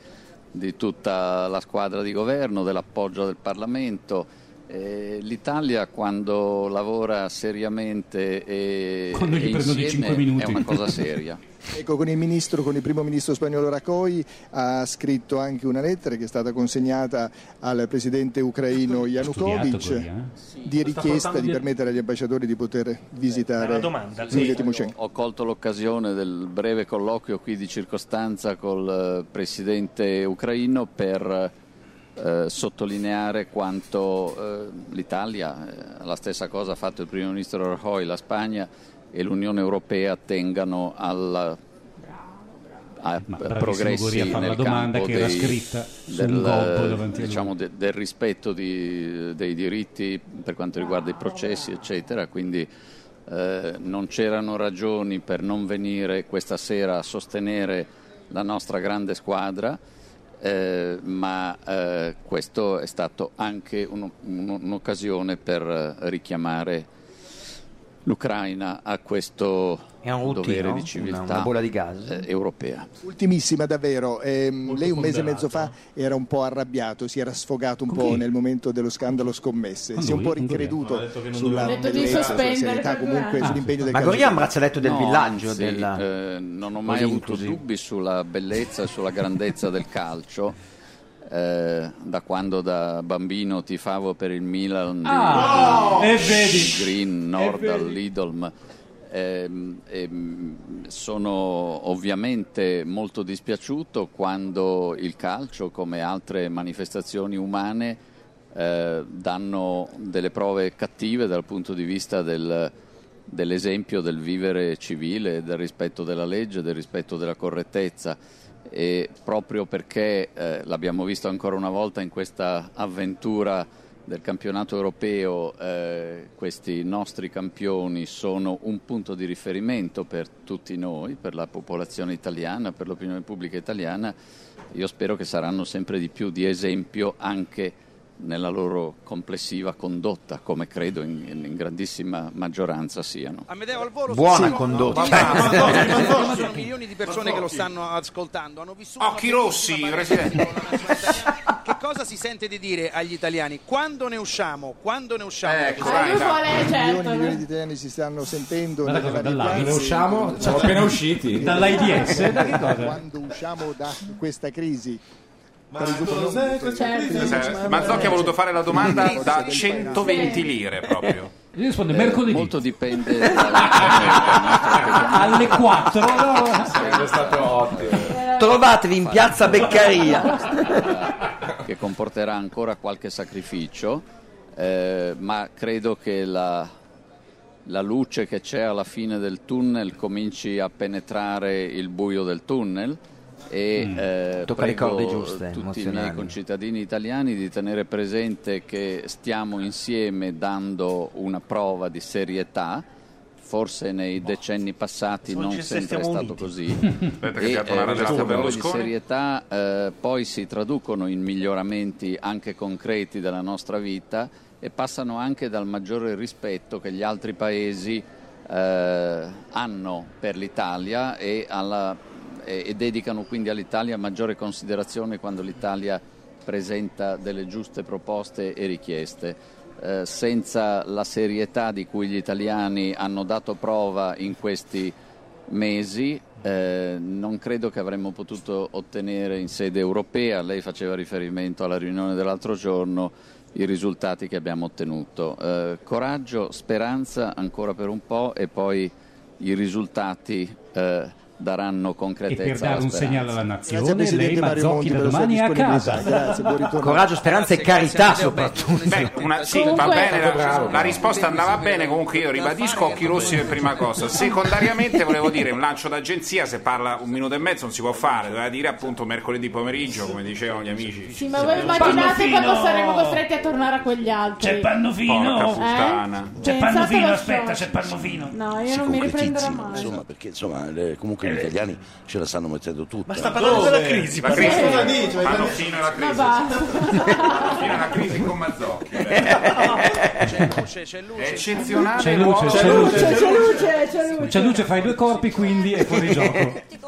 di tutta la squadra di governo, dell'appoggio del Parlamento. Eh, L'Italia quando lavora seriamente e, Quando gli e prendono di insieme cinque minuti. è una cosa seria. (laughs) Ecco, con il ministro, con il primo ministro spagnolo Raccoi ha scritto anche una lettera che è stata consegnata al presidente ucraino Yanukovych Goria, eh? di Sta richiesta portando di via- permettere agli ambasciatori di poter visitare Giulia Sì, Timoshenko. Ho colto l'occasione del breve colloquio qui di circostanza col eh, presidente ucraino per eh, sottolineare quanto eh, l'Italia, eh, la stessa cosa ha fatto il primo ministro Rajoy, la Spagna e l'Unione Europea tengano alla a bravissimo Goria, progressi fa la nel domanda campo che era dei- scritta su del, un gobbo davanti a lui. diciamo, de- del rispetto di- dei diritti per quanto riguarda i processi, eccetera. Quindi eh, non c'erano ragioni per non venire questa sera a sostenere la nostra grande squadra. eh, ma eh, questo è stato anche un- un- un'occasione per eh, richiamare l'Ucraina ha questo dovere di civiltà una bolla di gas. eh, europea. Ultimissima davvero, Ehm, lei un mese e mezzo fa era un po' arrabbiato, si era sfogato un po' nel momento dello scandalo scommesse, Con si è un lui, po' con Goria. ricreduto Ha detto che non sulla doveva- Ha detto di bellezza, sulla sospendere serietà, per due comunque anni. sull'impegno del Ah, Ma Goria ha un calciatore. braccialetto del No, villaggio anzi, della- eh, non ho mai avuto Olympus. dubbi sulla bellezza e sulla grandezza del calcio. eh, da quando da bambino tifavo per il Milan di Ah, no! E vedi. Green, Nordal, vedi. Lidl. Ehm, ehm, sono ovviamente molto dispiaciuto quando il calcio, come altre manifestazioni umane, eh, danno delle prove cattive dal punto di vista del, dell'esempio del vivere civile, del rispetto della legge, del rispetto della correttezza e proprio perché eh, l'abbiamo visto ancora una volta in questa avventura del campionato europeo, eh, questi nostri campioni sono un punto di riferimento per tutti noi, per la popolazione italiana, per l'opinione pubblica italiana. Io spero che saranno sempre di più di esempio anche nella loro complessiva condotta, come credo in- in- in grandissima maggioranza siano. Buona condotta. Ci sono milioni di persone che lo stanno ascoltando, hanno vissuto una Occhi bellissima rossi, barriera Presidente. con la nazionale italiana. Che cosa si sente di dire agli italiani? Quando ne usciamo? Quando ne Eh, usciamo? Ah, Ecco, Esatto. eh, certo. certo, Milioni e milioni di italiani si stanno sentendo Guarda nelle cosa varie bella. piazze. Ne usciamo? Eh, Siamo appena usciti. Dall'AIDS? Da che cosa? Quando usciamo da questa crisi. Ma cos'è Cioè, Mazzocchi ha voluto fare la domanda da 120 lire proprio. Io rispondo mercoledì. Eh, Molto dipende (laughs) alle 4. Sarebbe stato ottimo. Trovatevi in piazza Beccaria. che comporterà ancora qualche sacrificio, eh, ma credo che la, la luce che c'è alla fine del tunnel cominci a penetrare il buio del tunnel e eh, Tocca Mm. le prego corde giuste, tutti i miei emozionali. concittadini italiani di tenere presente che stiamo insieme dando una prova di serietà forse nei decenni passati Solo non ci sempre è siamo stato uniti. così Aspetta che e sia tornata eh, la queste prove di Berlusconi. serietà eh, poi si traducono in miglioramenti anche concreti della nostra vita e passano anche dal maggiore rispetto che gli altri paesi eh, hanno per l'Italia e, alla- e- e dedicano quindi all'Italia maggiore considerazione quando l'Italia presenta delle giuste proposte e richieste. Eh, senza la serietà di cui gli italiani hanno dato prova in questi mesi. eh, non credo che avremmo potuto ottenere in sede europea, lei faceva riferimento alla riunione dell'altro giorno, i risultati che abbiamo ottenuto. Eh, coraggio, speranza ancora per un po' e poi i risultati eh, daranno E concretezza. per dare alla un speranza. segnale alla nazione, lei Mazzocchi da per la sua domani è a casa. disponibilità. Grazie, buon ritorno. Coraggio, speranza e carità soprattutto. Beh, una- sì, Comunque- va bene, Stato la, bravo. la risposta andava bene, comunque io ribadisco occhi rossi per prima cosa. Secondariamente volevo dire un lancio d'agenzia, se parla un minuto e mezzo non si può fare, doveva dire appunto mercoledì pomeriggio, come dicevano gli amici. Sì, ma voi immaginate Pannofino! quando saremo costretti a tornare a quegli altri. Eh? Cioè, C'è Pannofino! Porca puttana. C'è Pensate Pannofino, allo aspetta, shock. c'è Pannofino. No, io Si non mi concretizzi, riprenderò mai. Insomma, perché insomma, eh, le- comunque Eh. gli italiani ce la stanno mettendo tutta. Ma sta parlando della crisi, La crisi, fanno fino alla Ma crisi. basta. Fino alla crisi con Mazzocchi. C'è luce, c'è luce. È eccezionale. C'è il luce, ruolo- c'è luce, c'è C'è luce, c'è luce. C'è luce, fai due corpi, quindi è (laughs) fuori gioco.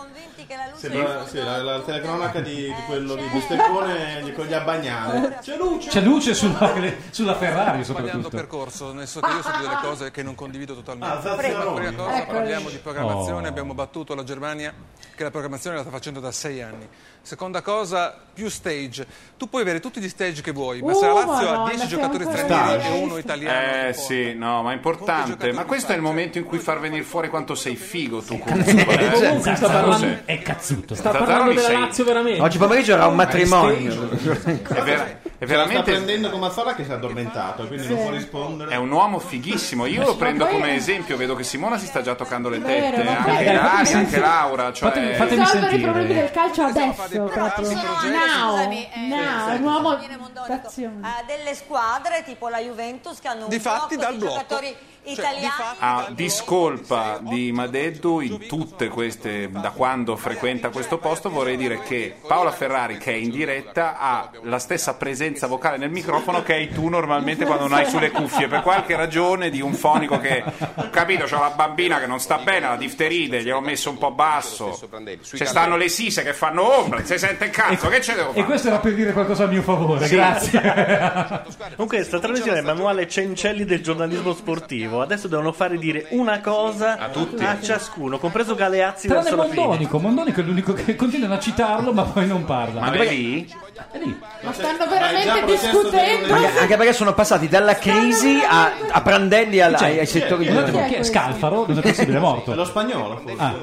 Sembra sì, la, la telecronaca di, di quello lì, di Steccone di- con gli Eh. abbagnati. C'è luce! C'è luce sulla, sulla Ferrari sbagliando soprattutto. percorso, nel senso che io so delle cose che non condivido totalmente. Ecco. Ah, Zazzaroni. Ma prima cosa Eccoli. parliamo di programmazione, Oh. abbiamo battuto la Germania che la programmazione la sta facendo da sei anni. Seconda cosa, più stage. Tu puoi avere tutti gli stage che vuoi, ma se la Uh, Lazio ha Madonna, 10 siamo giocatori ancora stranieri in e uno realtà. italiano, Eh sì, no, ma è importante. Ma questo è il momento in cui far venire fuori quanto sei figo tu come Comunque sta parlando, Sì. è cazzuto. Sta Zazzaroni parlando della sei- Lazio veramente. Oggi pomeriggio era un matrimonio. È, ver- è Sta veramente prendendo come Mazzara che si è addormentato e quindi non Sì. può rispondere. è un uomo fighissimo. Io lo Ma prendo poi- come esempio, vedo che Simona si sta già toccando le Vero, tette, eh. ma anche poi- Dai, fatemi Ilaria, anche sentire- Laura, cioè fatemi- Risolvere i problemi del calcio adesso, proprio. Now, eh. now, un uomo d'azione. Ha delle squadre tipo la Juventus che hanno un Difatti, blocco dal di blocco giocatori italiani. a discolpa di Madeddu in tutte queste da quando frequenta questo posto vorrei dire che Paola Ferrari che è in diretta ha la stessa presenza vocale nel microfono che hai tu normalmente quando non hai sulle cuffie per qualche ragione di un fonico che ho capito c'ho la bambina che non sta bene la difterite gliel'ho messo un po' basso ci stanno le sise che fanno ombra si sente il cazzo che ce devo E fare questo era per dire qualcosa a mio favore, Sì. grazie. Comunque, questa trasmissione è manuale Cencelli del giornalismo sportivo. Adesso devono fare dire una cosa a, ciascuno, compreso Galeazzi Tranne verso la fine. Mondonico, Mondonico è l'unico che continuano a citarlo ma poi non parla. Ma Poi- lì? Ma stanno Ma è veramente già processo discutendo. Perché- anche perché sono passati dalla crisi a, a Prandelli alla- Cioè, ai, ai chi è- settori chi è- giornali. chi è? Scalfaro? Non è possibile, è morto. È lo spagnolo, forse. Ah.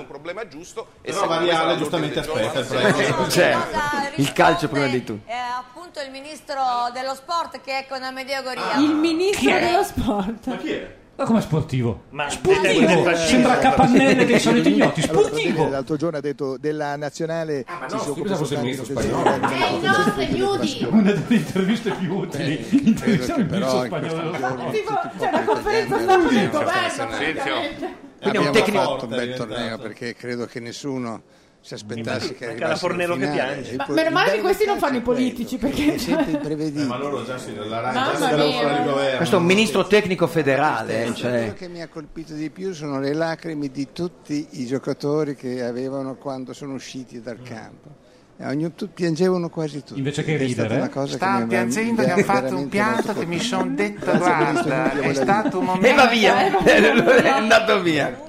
E Però Variale giustamente aspetta il Certo. prezzo. il calcio prima di tutto. Eh, appunto il ministro dello sport che è con Amedeo Goria. Il ministro Chi è? dello sport. Ma chi è? Ma come sportivo? Eh, Ma eh, Sportivo! Sembra Capannelle dei soliti ignoti. Allora, Sportivo! Prandelli l'altro giorno ha detto della nazionale ci si occupa soltanto scusa, fosse del- ministro Eh, spagnolo. del- Eh, del- del- del- del- Una delle interviste più utili. Intervistiamo il però ministro in questo spagnolo. C'è una conferenza stampa del governo. Quindi è un Abbiamo tecnico- fatto un bel torneo perché credo che nessuno si aspettasse che Manca la arrivasse in Fornero che finale. piange. E Ma poi- meno male che Beh, questi non fanno i politici perché sempre imprevedibile. Ma loro già si la RAI Mamma già si dava mia. fuori governo. Questo è un ministro tecnico federale. eh, Quello cioè. che mi ha colpito di più sono le lacrime di tutti i giocatori che avevano quando sono usciti dal campo. E ogni- tu- piangevano quasi tutti. Invece che Ed è stata ridere. una cosa che Stanno mi ha- piangendo, mi che hanno fatto un veramente pianto molto che mi colpito. sono detto Grazie, ministro, guarda, non è volevo stato dire. un momento... Eh, E va (laughs) via, è andato via.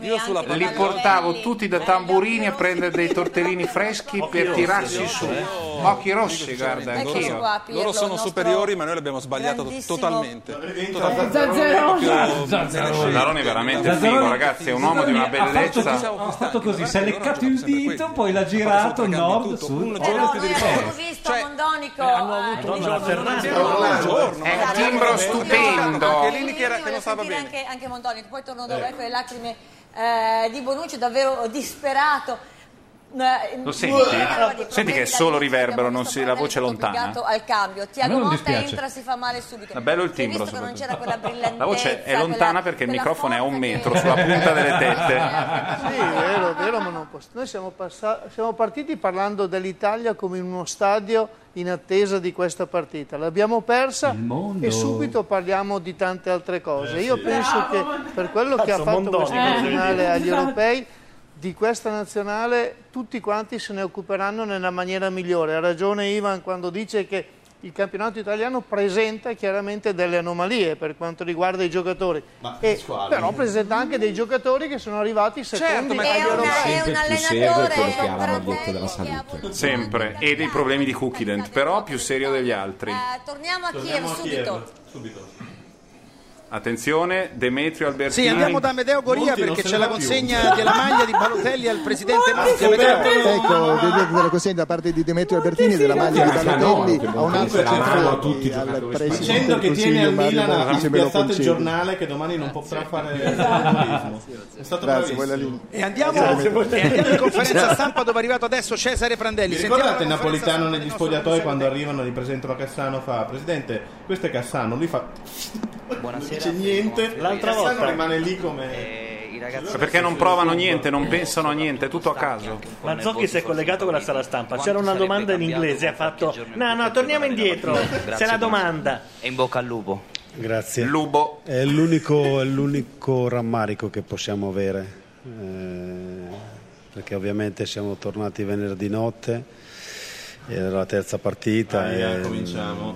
Io sulla li portavo tutti da tamburini a prendere dei tortellini freschi per rossi, tirarsi occhi su. rossi. Occhi rossi, guarda, Loro anch'io. sono- Loro sono superiori, ma noi l'abbiamo sbagliato grandissimo- totalmente. Zazzeroni. Zazzaroni. Zazzaroni è veramente figo, ragazzi, è un uomo di una Ah, Ha bellezza. fatto, ha fatto così, si è leccato il dito, poi l'ha girato nord, sud. Eh, Però noi abbiamo visto Mondonico. eh, Madonna Ferrari. È un timbro stupendo. Chiellini che, era, che non stava bene. anche, anche Mondonico, poi torno dopo, ecco le lacrime eh, di Bonucci, davvero disperato. Eh, Lo di- senti? allora, di Senti che è problemi solo riverbero, non si- la voce è legato lontana. al cambio. A me Tiago non Motta dispiace. entra, si fa male subito. Ma bello il Si è timbro, visto che non soprattutto. c'era quella brillantezza. La voce è quella- lontana perché il quella microfono è a un forza metro che- sulla (laughs) punta delle tette. Sì, vero, vero, ma non posso. Noi siamo, passa- siamo partiti parlando dell'Italia come in uno stadio in attesa di questa partita. L'abbiamo persa e subito parliamo di tante altre cose. Io sì. penso Bravo, che per quello che ha Cazzo, fatto questa Mondoni, cosa devi nazionale (laughs) dire? agli Esatto. europei, di questa nazionale tutti quanti se ne occuperanno nella maniera migliore. Ha ragione Ivan quando dice che il campionato italiano presenta chiaramente delle anomalie per quanto riguarda i giocatori. E- squadre. però presenta anche dei giocatori che sono arrivati secondi Certo, ma agli è una- europei. è un allenatore, quello che ha la maglietta della salute. Sempre. E dei problemi di Cookident, però più serio degli altri. Eh, torniamo a Kiev Torniamo a Kiev. subito. Attenzione, Demetrio Albertini. Sì, andiamo da Amedeo Goria Monti non perché se c'è ne la va più. consegna della maglia di (laughs) Balotelli al presidente Monti. Ecco, vedete della consegna da parte di Demetrio Albertini della maglia di Balotelli a un altro centrale tutti al Dicendo presidente che del tiene Consiglio al Mario Milan ha Monti se me lo spiazzato il concede. giornale che domani non potrà fare il giornalismo. È stato Grazie, quella bravissimo. E andiamo, e andiamo in conferenza stampa dove è arrivato adesso Cesare Prandelli. Vi Sentiamo ricordate il la conferenza napolitano stampa negli del nostro spogliatoi quando arrivano gli presentano Cassano fa Presidente, questo è Cassano, lui fa Buonasera, non dice niente, L'altra Cassano volta. rimane lì come Ma Perché non provano niente, non pensano a niente, è tutto a caso. Ma Zocchi si è collegato con la sala stampa. C'era una domanda in inglese, ha fatto "No, no, torniamo indietro". C'è la domanda. E in bocca al lupo. Grazie. Lubo. È l'unico, è l'unico rammarico che possiamo avere, eh, perché ovviamente siamo tornati venerdì notte, era la terza partita. Ah, e, cominciamo.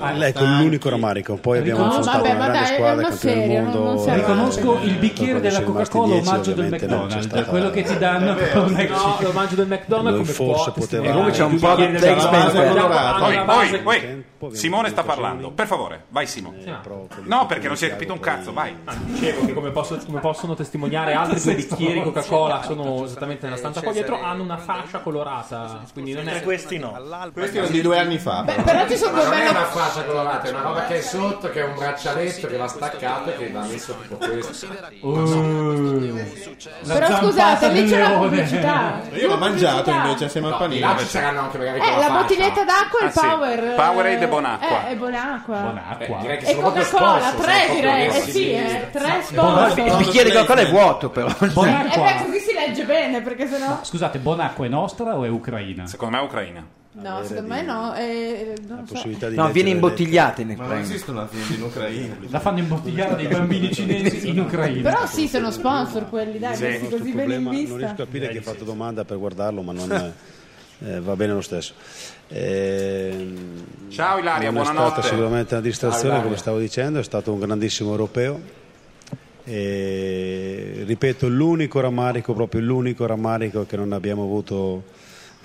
eh, ecco l'unico rammarico, poi abbiamo No, affrontato vabbè, una ma grande dai, squadra, erano campione del serio, mondo. non- non si arrabbiano. Riconosco il bicchiere della Coca-Cola, omaggio del McDonald's, quello che ti danno con No, lo mangio del McDonald's come forse può. poteva- E Comunque c'è un due po' di bicchieri della expense base, per- hanno Poi, la poi, base- poi. Simone sta parlando, per favore, vai Simone. No, perché non si è capito un cazzo, vai. Dicevo che come, posso- come (laughs) possono testimoniare altri due bicchieri Coca-Cola Cioè, sono esattamente nella stanza qua dietro, hanno una fascia colorata. Quindi non è... Mentre questi no. Questi erano di due anni fa. Beh, però. però ci sono Ma due non belle è una opzioni. fascia colorata, è una roba che è sotto, che è un braccialetto che va staccato e che va messo tipo questo. Oh, Però scusate, lì c'è la pubblicità. Io l'ho mangiato invece assieme al panino. Là ci saranno anche magari Eh, la bottiglietta d'acqua e Ah, il sì. power. Powerade e Bonacqua. Eh, e Bonacqua. Eh, Bonacqua. direi che E sono proprio Coca-Cola, sponsor, sono tre proprio direi. Eh messi sì, lì. eh, tre Bonacqua. sponsor. Il bicchiere di Coca-Cola è vuoto, però. Eh Bonacqua. beh, così si legge bene, perché sennò... Scusate, Bonacqua è nostra o è ucraina? Secondo me è ucraina. No, secondo me no. eh, non lo so. No, viene imbottigliata in Ma non Ucraina. esiste un'azienda in Ucraina. La fanno imbottigliare dei (laughs) bambini cinesi in Ucraina. Però sì, sono sponsor quelli, dai, Sì, messi il nostro Eh, così bene in problema- non riesco a vista. capire chi ha fatto domanda per guardarlo, ma non, eh, va bene lo stesso. Ehm, Ciao, Ilaria, non È buonanotte. stata sicuramente una Ciao, distrazione, Ilaria. come stavo dicendo, è stato un grandissimo europeo. E, ripeto, l'unico rammarico, proprio l'unico rammarico è che non abbiamo avuto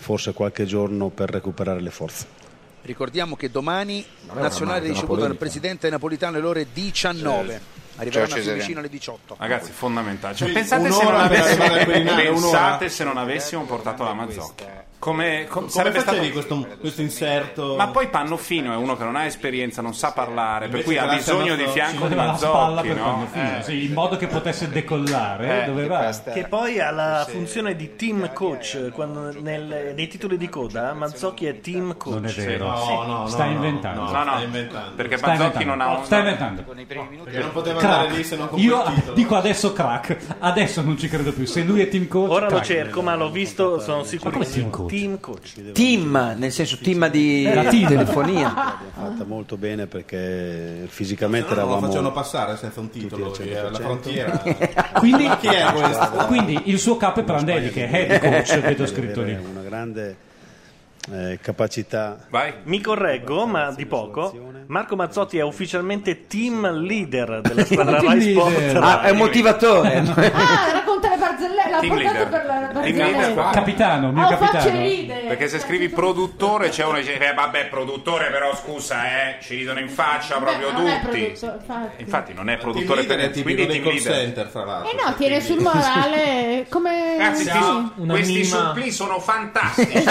forse qualche giorno per recuperare le forze. Ricordiamo che domani è Nazionale una ricevuto dal polemica. presidente napolitano alle ore Certo. 19. Arriverà una vicino alle 18. Certo. Ragazzi, fondamentale. Cioè, Sì, pensate, se un'ora non, per avessimo, arrivare al Quirinale, pensate un'ora. se non avessimo portato la Mazzocchi. Come, com- Come sarebbe stato facevi questo, questo inserto? Ma poi Pannofino è uno che non ha esperienza, non sa parlare, per Invece cui ha grazie a bisogno di Mazzocchi fianco ci di voleva la spalla Mazzocchi, per no? Pannofino, Eh. sì, in modo che potesse decollare, Eh, doveva. Che poi ha la funzione di team coach. Quando nel- nei titoli di coda Mazzocchi è team coach. Non è vero. Sì. No, no, no, Sta no, inventando. no, No, no, Sta inventando. perché Sta Mazzocchi non inventando. ha un... Sta inventando. Perché non poteva Crack. andare lì se non con Io quel titolo. dico adesso crack, adesso non ci credo più. Se lui è team coach, Ora lo crack. cerco, ma l'ho visto, sono sicuro. come team coach? Team coach. Team, nel senso team di Eh, La team. telefonia. fatta molto bene perché fisicamente No, no, lo eravamo facevano passare senza un titolo, Tutti al era la 100%. Cioè, (laughs) frontiera. Quindi, Ma chi Cioè, è questo? quindi il suo capo è Prandelli, che è head coach, (laughs) vedo scritto lì. una grande eh, capacità Mi correggo, ma di poco. Marco Mazzotti è ufficialmente team leader della squadra Team Rai leader. Sport. Ah, è un motivatore. Ah, racconta le barzellette, l'ha Team portato leader. per la Team barzelletta. leader. Capitano, mio Oh, facce capitano. ride. Perché se scrivi produttore c'è uno che dice, eh, vabbè, produttore però scusa, eh, ci ridono in faccia proprio Beh, non è tutti. prodotto, infatti. Infatti non è Produttore leader produttore è per tipico quindi dei team call leader. center, fra l'altro. Eh no, tiene sul morale come... Ragazzi, sì. questi- una questi mima. supplì sono fantastici.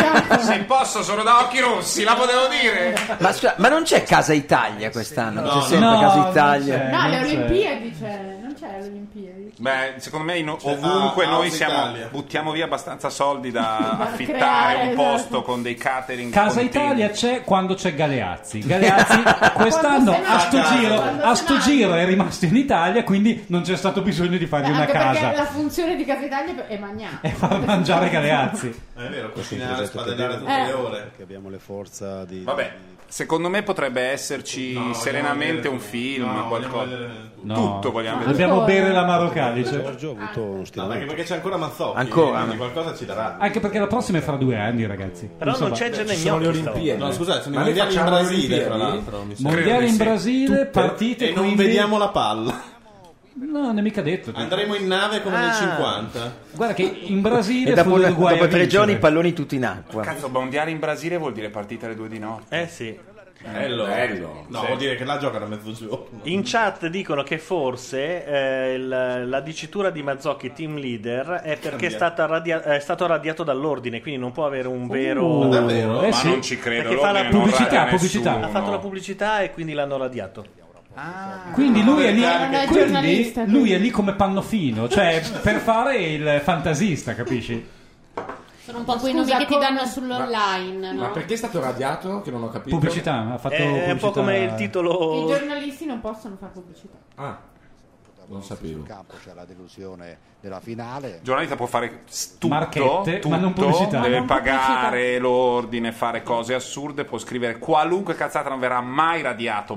Se posso, sono da occhi rossi, la potevo dire. Ma, scusa, ma non c'è Casa Italia quest'anno? No, c'è sempre no, Casa non Italia. c'è. No, le non c'è. Olimpiadi c'è, non c'è le Olimpiadi. Beh, secondo me in- ovunque ah, noi House siamo- Italia. buttiamo via abbastanza (laughs) soldi da creare, affittare un esatto. posto con dei catering. Casa continui. Italia c'è quando c'è Galeazzi. Galeazzi quest'anno Quando se a sto, n'è andato, giro, quando a se sto n'è giro è rimasto in Italia, quindi non c'è stato bisogno di fargli Beh, una Cioè, anche perché la casa. funzione di Casa Italia è mangiare. E far (laughs) mangiare Galeazzi. Eh, È vero, questo è un cucinare, progetto che spadellare abbiamo, tutte Eh. le ore. che abbiamo le forze di Vabbè, secondo me potrebbe esserci serenamente un film, qualcosa. Tutto vogliamo vedere. Dobbiamo bere la Marocalice. Giorgio ha avuto uno Ma anche stiramento perché c'è ancora Mazzocchi. Ancora? quindi qualcosa ci darà. Anche perché la prossima è fra due anni, ragazzi. Però non c'è Insomma, Gene ci sono le Gnocchi Olimpiadi. No, scusate, sono Ma i noi mondiali in facciamo le Brasile, Olimpiadi? tra l'altro. mi sembra. Mondiali in Sì. Brasile, Tutte. partite E non quindi- vediamo la palla. No, non è mica detto. Andremo in nave come Ah. nel 50. Guarda che in Brasile E dopo, fu Cioè. una- l'Uruguay dopo a tre vincere. giorni i palloni tutti in acqua. (laughs) Cazzo, mondiale in Brasile vuol dire partita alle due di notte. Eh sì. Bello. Bello. No, Sì. vuol dire che la giocano a mezzogiorno. (laughs) In chat dicono che forse eh, il- la dicitura di Mazzocchi team leader è perché è, Cambia. stata radia- è stato radiato dall'ordine, quindi non può avere un vero... Ma davvero? Eh Ma sì. non ci credo. Perché fa la l'ordine non pubblicità, radia pubblicità. nessuno. Ha fatto la pubblicità e quindi l'hanno radiato. Quindi lui è lì, Non è quindi giornalista, quindi. lui è lì come pannofino, cioè per fare il fantasista, capisci? Sono un po' quei Scusa, nomi che ti come- danno sull'online, Ma no? perché è stato radiato? Che non ho capito. Pubblicità, ha fatto Eh, È pubblicità. un po' come il titolo... Oh. I giornalisti non possono fare pubblicità. Ah, non sapevo. campo c'è la delusione della finale. Il giornalista può fare s- tutto, Marchette, tutto, ma non pubblicità. deve Ma non pagare l'ordine, fare cose assurde, può scrivere qualunque cazzata, non verrà mai radiato,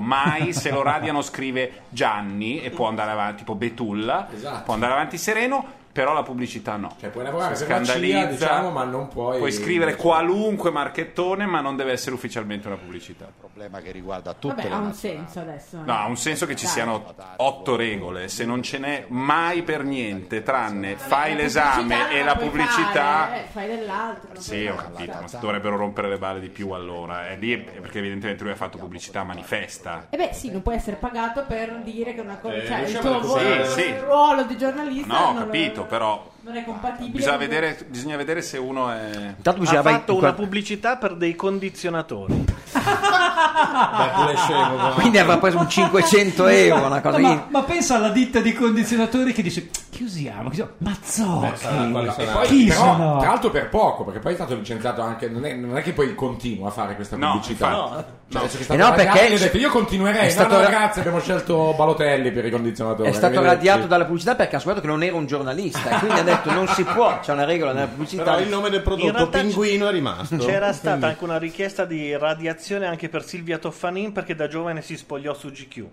(laughs) mai se lo radiano scrive Gianni e può andare avanti, tipo Betulla, Esatto. può andare avanti sereno, però la pubblicità no. Cioè puoi lavorare per la CIA, diciamo, ma non puoi- Puoi scrivere qualunque marchettone, ma non deve essere ufficialmente una pubblicità. Problema che riguarda tutte Vabbè, le ha un nazionali. senso adesso. eh. No, ha un senso che ci Dai. siano otto regole, se non ce n'è mai per niente, tranne fai La l'esame pubblicità e non la puoi pubblicità... fare, eh, fai dell'altro. non Sì, puoi ho fare. capito, ma dovrebbero rompere le balle di più allora. È lì è perché evidentemente lui ha fatto pubblicità manifesta. Eh beh, sì, non puoi essere pagato per dire che una cosa. Eh, cioè, il riusciamo tuo a recuperare. ruolo, Sì, sì. ruolo di giornalista. No, ho non- capito, però Non è compatibile. bisogna con- vedere, bisogna vedere se uno è... ha fatto una pubblicità per dei condizionatori. Quindi aveva preso (laughs) un 500 euro, una cosa ma, lì. ma pensa alla ditta di condizionatori che dice chi usiamo? Chi usiamo? Mazzocchi. E poi, chi però, sono? tra l'altro per poco, perché poi è stato licenziato anche. Non è, non è che poi continua a fare questa pubblicità. infatti. Cioè, No. adesso che è Eh stato no, perché radiato, gli ho è detto, io continuerei. è No, stato no, ra- ragazzi, abbiamo scelto Balotelli per i condizionatori. È stato Arrivederci. radiato dalla pubblicità perché ha scoperto che non era un giornalista e quindi ha detto non si può, c'è una regola nella pubblicità. Però il nome del prodotto, In realtà Pinguino, è Ah, rimasto. C'era stata Quindi- anche una richiesta di radiazione anche per Silvia Toffanin perché da giovane si spogliò su GQ.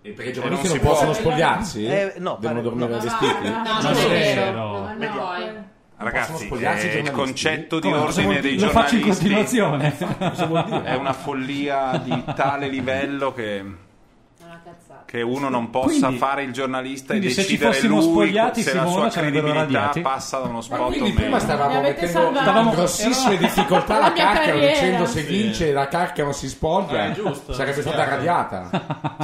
E perché i giornalisti non possono spogliarsi? Eh, Devono no, pare- dormire no. vestiti? No, no, Non non è è vero. vero. Possono Ragazzi, spogliarsi i eh, il Ah, giornalisti? concetto di Come? Cosa ordine vuol dei dire? Lo faccio in giornalisti continuazione. (laughs) è una follia di tale livello che, che uno non possa Quindi- fare il giornalista e quindi se ci decidere fossimo lui spogliati, se la Simona, sua ci avrebbero credibilità radiati. passa da uno spot o Quindi prima meno. stavamo Mi avete mettendo salvato. stavamo in grossissime Però- difficoltà La la mia carcca carriera. dicendo se Sì. vince la carcca non si spoglia Eh, giusto. sarebbe Sì, stata sì. radiata.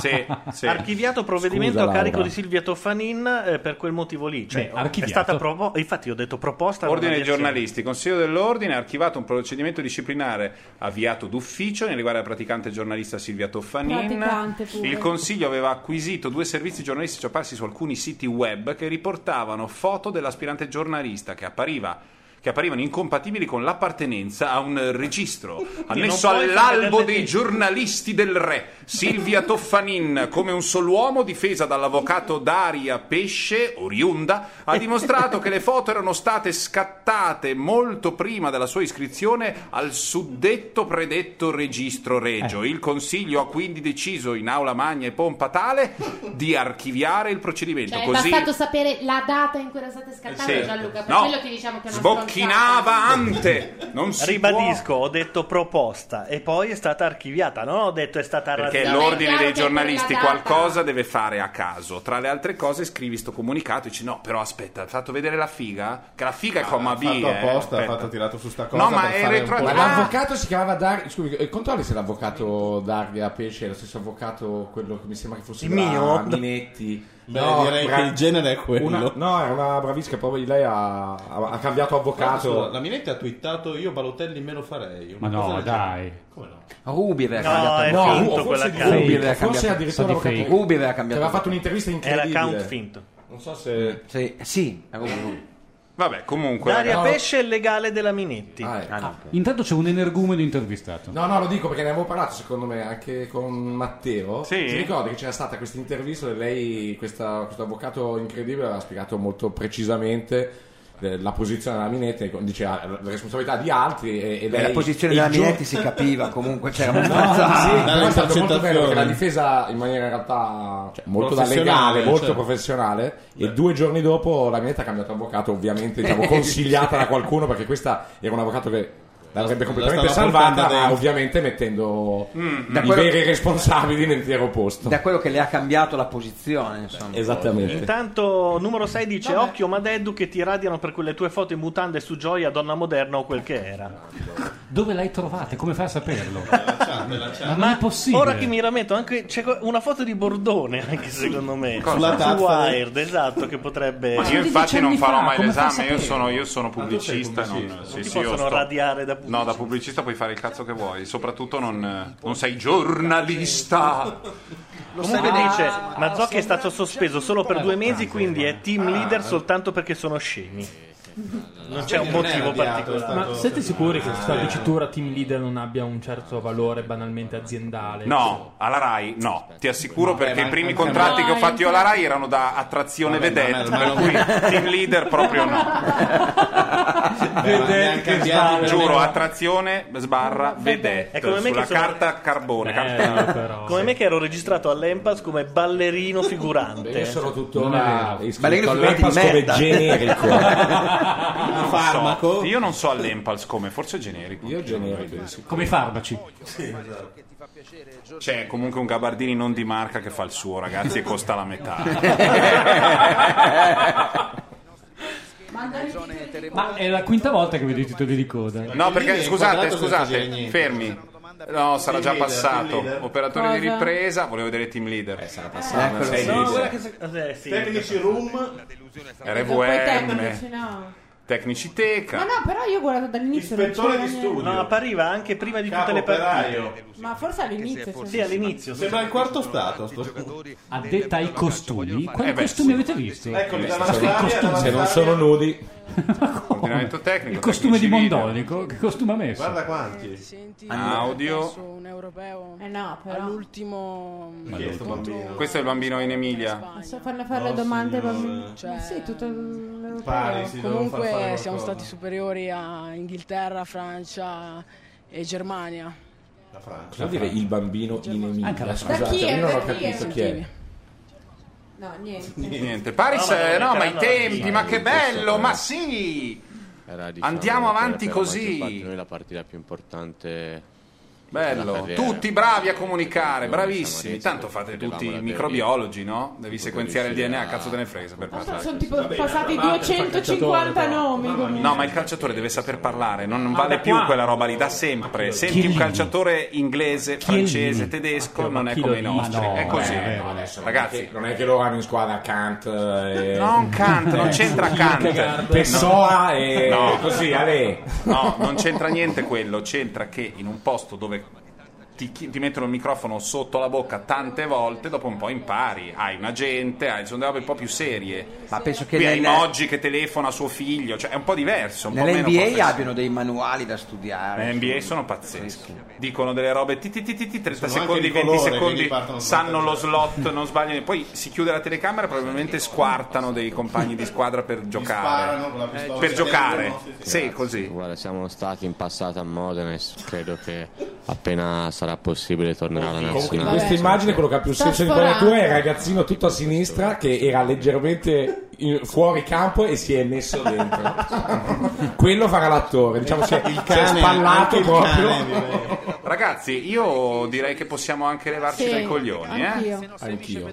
Sì, sì. Archiviato provvedimento Scusa, a carico Laura. di Silvia Toffanin eh, per quel motivo lì. Cioè, Beh, è archiviato. stata provo- infatti, ho detto proposta. alla Ordine dei radiazione. giornalisti. Consiglio dell'Ordine ha archivato un procedimento disciplinare avviato d'ufficio nei riguardi della praticante giornalista Silvia Toffanin. Praticante pure. Il Consiglio aveva acquisito due servizi giornalistici apparsi su alcuni siti web che riportavano foto dell'aspirante giornalista che appariva che apparivano incompatibili con l'appartenenza a un registro annesso non puoi all'albo fare delle dei giornalisti del re. Silvia Toffanin, come un uomo difesa dall'avvocato Daria Pesce, oriunda, ha dimostrato che le foto erano state scattate molto prima della sua iscrizione al suddetto predetto registro regio. Il Consiglio ha quindi deciso in aula magna e pompa tale di archiviare il procedimento. Cioè, è Così bastato sapere la data in cui era stata scattata Sì. Gianluca, per No. quello ti diciamo che è una sbocchinava stronzata. ante, non si Ribadisco, ho detto proposta e poi è stata archiviata. Non ho detto è stata Perché radiata. l'ordine dei giornalisti qualcosa deve fare a caso. Tra le altre cose scrivi sto comunicato e dici no, però aspetta, hai fatto vedere la figa? Che la figa Ah, è comma B. fatto eh, apposta, aspetta. fatto tirato su sta cosa No, ma per è fare un Ma retroattivo. l'avvocato si chiamava Daria. Scusi, eh, controlli se l'avvocato Daria Pesce è lo stesso avvocato, quello che mi sembra che fosse Il da mio? Minetti. Beh, direi che il genere è quello. una- no, era una bravisca, poi lei ha, ha- ha cambiato Scusa, avvocato. La Minetti ha twittato io Balotelli me lo farei. Ma una no, cosa del genere. dai. Come no? Rubi aveva No, cambiato è il nome. finto Rubi quella aveva cara. cambiato- Forse addirittura Sono di avvocato- fake. Rubi aveva Che cambiato aveva fatto un'intervista incredibile. Non so se. Sì, sì, era proprio (laughs) lui. Vabbè, comunque. Daria No. Pesce è il legale della Minetti. Ah, Ah, ecco. Ah, ecco. Intanto c'è un energumeno intervistato. Certo. No, no, lo dico perché ne avevo parlato secondo me anche con Matteo. Sì? Ti ricordi che c'era stata questa intervista e lei, questa- questo avvocato incredibile, aveva spiegato molto precisamente eh, la posizione della Minetti, diceva la responsabilità di altri e, e Beh, lei- la posizione e della il gio- Minetti si capiva comunque, c'era (laughs) Ah. No, abbastanza- sì, Dalla però è stato molto bello perché l'ha intercettazione. difesa in maniera in realtà cioè, molto da Professionale, legale, molto certo. cioè. professionale. E due giorni dopo la Minetti ha cambiato avvocato, ovviamente diciamo, consigliata da qualcuno perché questa era un avvocato che l'avrebbe completamente stava salvata, portando ma dentro. ovviamente mettendo Da i quello- veri responsabili nell'intero posto. Da quello che le ha cambiato la posizione, insomma. Esattamente. Intanto numero 6 dice occhio Madeddu che ti radiano per quelle tue foto in mutande su Gioia, donna moderna o quel che era. Dove l'hai trovata? Come fai a (laughs) saperlo? Ma Ma, non è possibile. ora che mi rammento anche c'è co- una foto di Bordone (laughs) anche secondo me Cosa? sulla Tazza di- Wired esatto che potrebbe Ma io infatti non farò mai l'esame, io sono, io sono pubblicista. Non, non sì, ti sì, io possono sto- radiare da No, da pubblicista puoi fare il cazzo che vuoi, soprattutto non, non sei giornalista. Lo Comunque sai- cioè, dice Mazzocchi è stato sospeso solo per due mesi quindi è Ah. team leader soltanto perché sono scemi non c'è un motivo particolare Ma siete sicuri Ah, che questa dicitura team leader non abbia un certo valore banalmente aziendale? No, alla Rai no, ti assicuro Vabbè, perché ma i primi anche a me. contratti che ho Dai, fatto io alla infatti. Rai erano da attrazione Vabbè, ma a me- vedette, ma per non- cui team leader proprio no. Beh, ma ne ha cambiati per Giuro, me. attrazione sbarra vedette È come me sulla che sono- carta carbone. Bello, carta- Eh, come me che ero registrato all'Empas (laughs) come ballerino figurante Io sono Non tuttora è vero. iscritto all'Epas come generico. (laughs) (laughs) Non so, farmaco? io non so all'Empals come, forse generico. Io generico. Come i farmaci. esatto. C'è comunque un gabardini non di marca che fa il suo, ragazzi, e costa la metà. Ma è la quinta volta che vedo i titoli di coda. No, perché scusate, scusate, (laughs) fermi. No, sarà già Team leader, passato. team leader. Operatore di Cosa? ripresa, volevo vedere team leader. sarà passato. Eccolo. Ah, Sei No, leader. guarda che se- eh, sì. Tecnici room. RVM. no. Tecniciteca. Ma no, però io ho guardato dall'inizio. non c'era niente. No, appariva anche prima di tutte Capo le partite. operaio. Ma forse all'inizio. Sì, all'inizio. Sembra il quarto stato. sto- A detta ai costumi, quali Eh beh, costumi avete visto? Ecco, Eccoli, dalla Quali Slavia, costumi? dalla Se non Slavia. sono nudi. Ordinamento tecnico. Il costume di tecnico civile. Mondolico, che costume ha messo? Guarda quanti. Ah, Audio. un europeo Eh no, però. all'ultimo Ma chi è sto bambino? Questo è il bambino in Emilia. Posso farle fare le domande ai bambini? Ma sì, tutto l'europeo. Pari, sì, devo far fare Cioè, comunque qualcosa. siamo stati superiori a Inghilterra, Francia e Germania Cosa vuol dire il bambino in Anche Emilia? la Scusate, Francia. io non ho Da chi è? capito chi è. No, niente. Niente, Paris, No, ma eh, no, non ma i erano tempi, sì. ma che bello, Questo, ma eh. sì! Era, Andiamo per- avanti per la così. maggior parte noi la partita più importante della Bello, carriera. tutti bravi a comunicare, Noi bravissimi. siamo Tanto fate potevamo tutti i davvero- microbiologi, no? Devi sequenziare il riuscire DNA, a- cazzo te ne fresa per Sono, passare. tipo Vabbè, passati ma- ma- 250 nomi. comunque. No, ma il calciatore deve saper parlare, non non vale più quella roba lì da sempre. Senti un Chiellini. calciatore inglese, francese, Chiellini. tedesco, Ma non è chi lo- come i nostri. ma no, È così. eh, no, adesso non è Ragazzi, che- non è che loro hanno in squadra Kant eh, (laughs) Non Kant, non eh, (laughs) c'entra Kierkegaard, Kant. Pessoa No. e No. così, Ale. No, non c'entra niente quello, c'entra che in un posto dove ti, chi- ti mettono il microfono sotto la bocca tante volte, dopo un po' impari, hai un agente, hai sono delle robe un po' più serie. Ma penso che Qui hai nel- Moggi che telefona a suo figlio, cioè è un po' diverso, un po' meno Nell'NBA professionale. abbiano dei manuali da studiare. Le NBA sono pazzeschi. Dicono delle robe ti, ti, ti, ti, ti, 30 Sono secondi, anche di 20 colore, quindi secondi, partono sanno lo slot, non sbagliano. Poi si chiude la telecamera, probabilmente squartano dei compagni di squadra per sparano con la giocare. pistola. Per Sì, giocare. sì, sì. Sì, così. Guarda, siamo stati in passato a Modena e s- credo che appena sarà possibile tornerà Eh, alla Comunque, in nazionale. questa immagine quello che ha più Sta senso di quella tua sforando. è il ragazzino tutto a sinistra che era leggermente in- fuori campo e si è messo (laughs) dentro. quello farà l'attore, diciamo Cioè, si è, il cane, si è spallato anche il proprio. (laughs) cane, Ragazzi, io direi che possiamo anche levarci Sì, dai coglioni, eh? anch'io. Anch'io.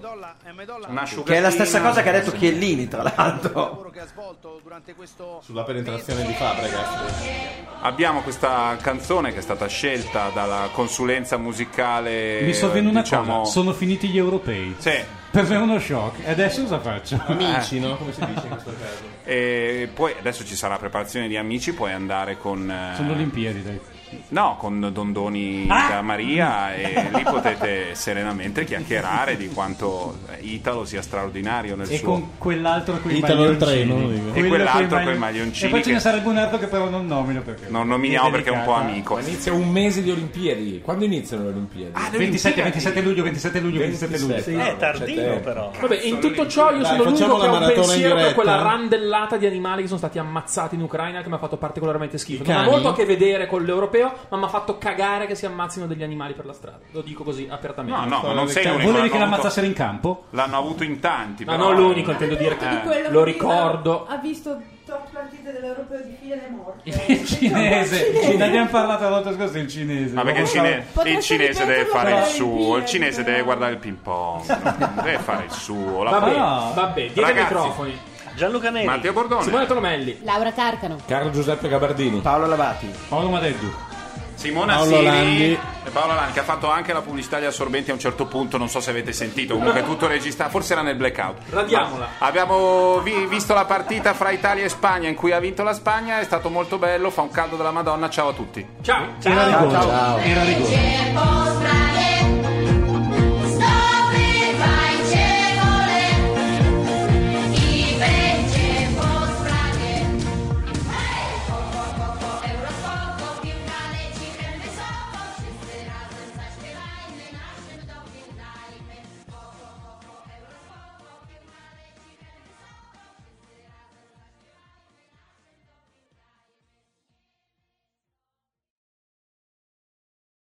Una Che è la stessa cosa che ha detto Chiellini, tra l'altro. Sulla penetrazione di Fabregas. Abbiamo questa canzone che è stata scelta dalla consulenza musicale. Mi sovviene una diciamo, cosa, sono finiti gli europei. Sì. Eh. Per me è uno shock. E adesso cosa faccio? Amici, no? Come si dice in questo caso? E poi adesso ci sarà preparazione di amici, puoi andare con. eh, Sono le Olimpiadi, dai. No, con Dondoni Ah! da Maria e lì potete serenamente chiacchierare di quanto eh, Italo sia straordinario nel E suo... con quell'altro con i Italo il maglioncini. treno, dico. E quell'altro coi maglioncini E poi ce ne che- sarebbe un altro che però non nomino perché... Non nominiamo è perché è un po' delicato. amico. Ah, Ma inizia un mese di Olimpiadi. Quando iniziano le Olimpiadi? le 27, 27 luglio, 27 luglio, 27 luglio. 27, Eh, È tardino, cioè, però. Vabbè, in tutto ciò io Dai, sono facciamo l'unico che la ho un maratona in pensiero per diretta. quella randellata di animali che sono stati ammazzati in Ucraina che mi ha fatto particolarmente schifo. I Non ha cani? molto a che vedere con l'europeo, ma mi ha fatto cagare che si ammazzino degli animali per la strada. Lo dico così apertamente. No, no, ma non sei Cioè, l'unico. volevi che l'hanno avuto- l'ammazzassero in campo? L'hanno avuto in tanti. Ma però. non l'unico, intendo dire che- Eh. Quello Lo che ricordo. Ha visto top partite dell'Europeo di fila ed è morto. (laughs) Il cinese, ne abbiamo parlato la volta scorsa. Il cinese, Ma perché il, cine- il cinese deve fare il suo, cinese il eh. cinese deve guardare il ping (laughs) pong, non deve fare il suo. La Vabbè, prego. vabbè, dietro ai Ragazzi, microfoni. Gianluca Neri, Matteo Bordone, Simone Tonomelli, Laura Carcano. Carlo Giuseppe Gabardini, Paolo Lavati, Paolo Madeddu, Simona Paolo Siri Landi. e Paolo Landi che ha fatto anche la pubblicità di assorbenti a un certo punto, non so se avete sentito, comunque tutto registrato, forse era nel blackout. radiamola. Ma Abbiamo vi- visto la partita fra Italia e Spagna in cui ha vinto la Spagna, è stato molto bello, fa un caldo della Madonna, ciao a tutti. Ciao, Era rigore. Era rigore. Postrade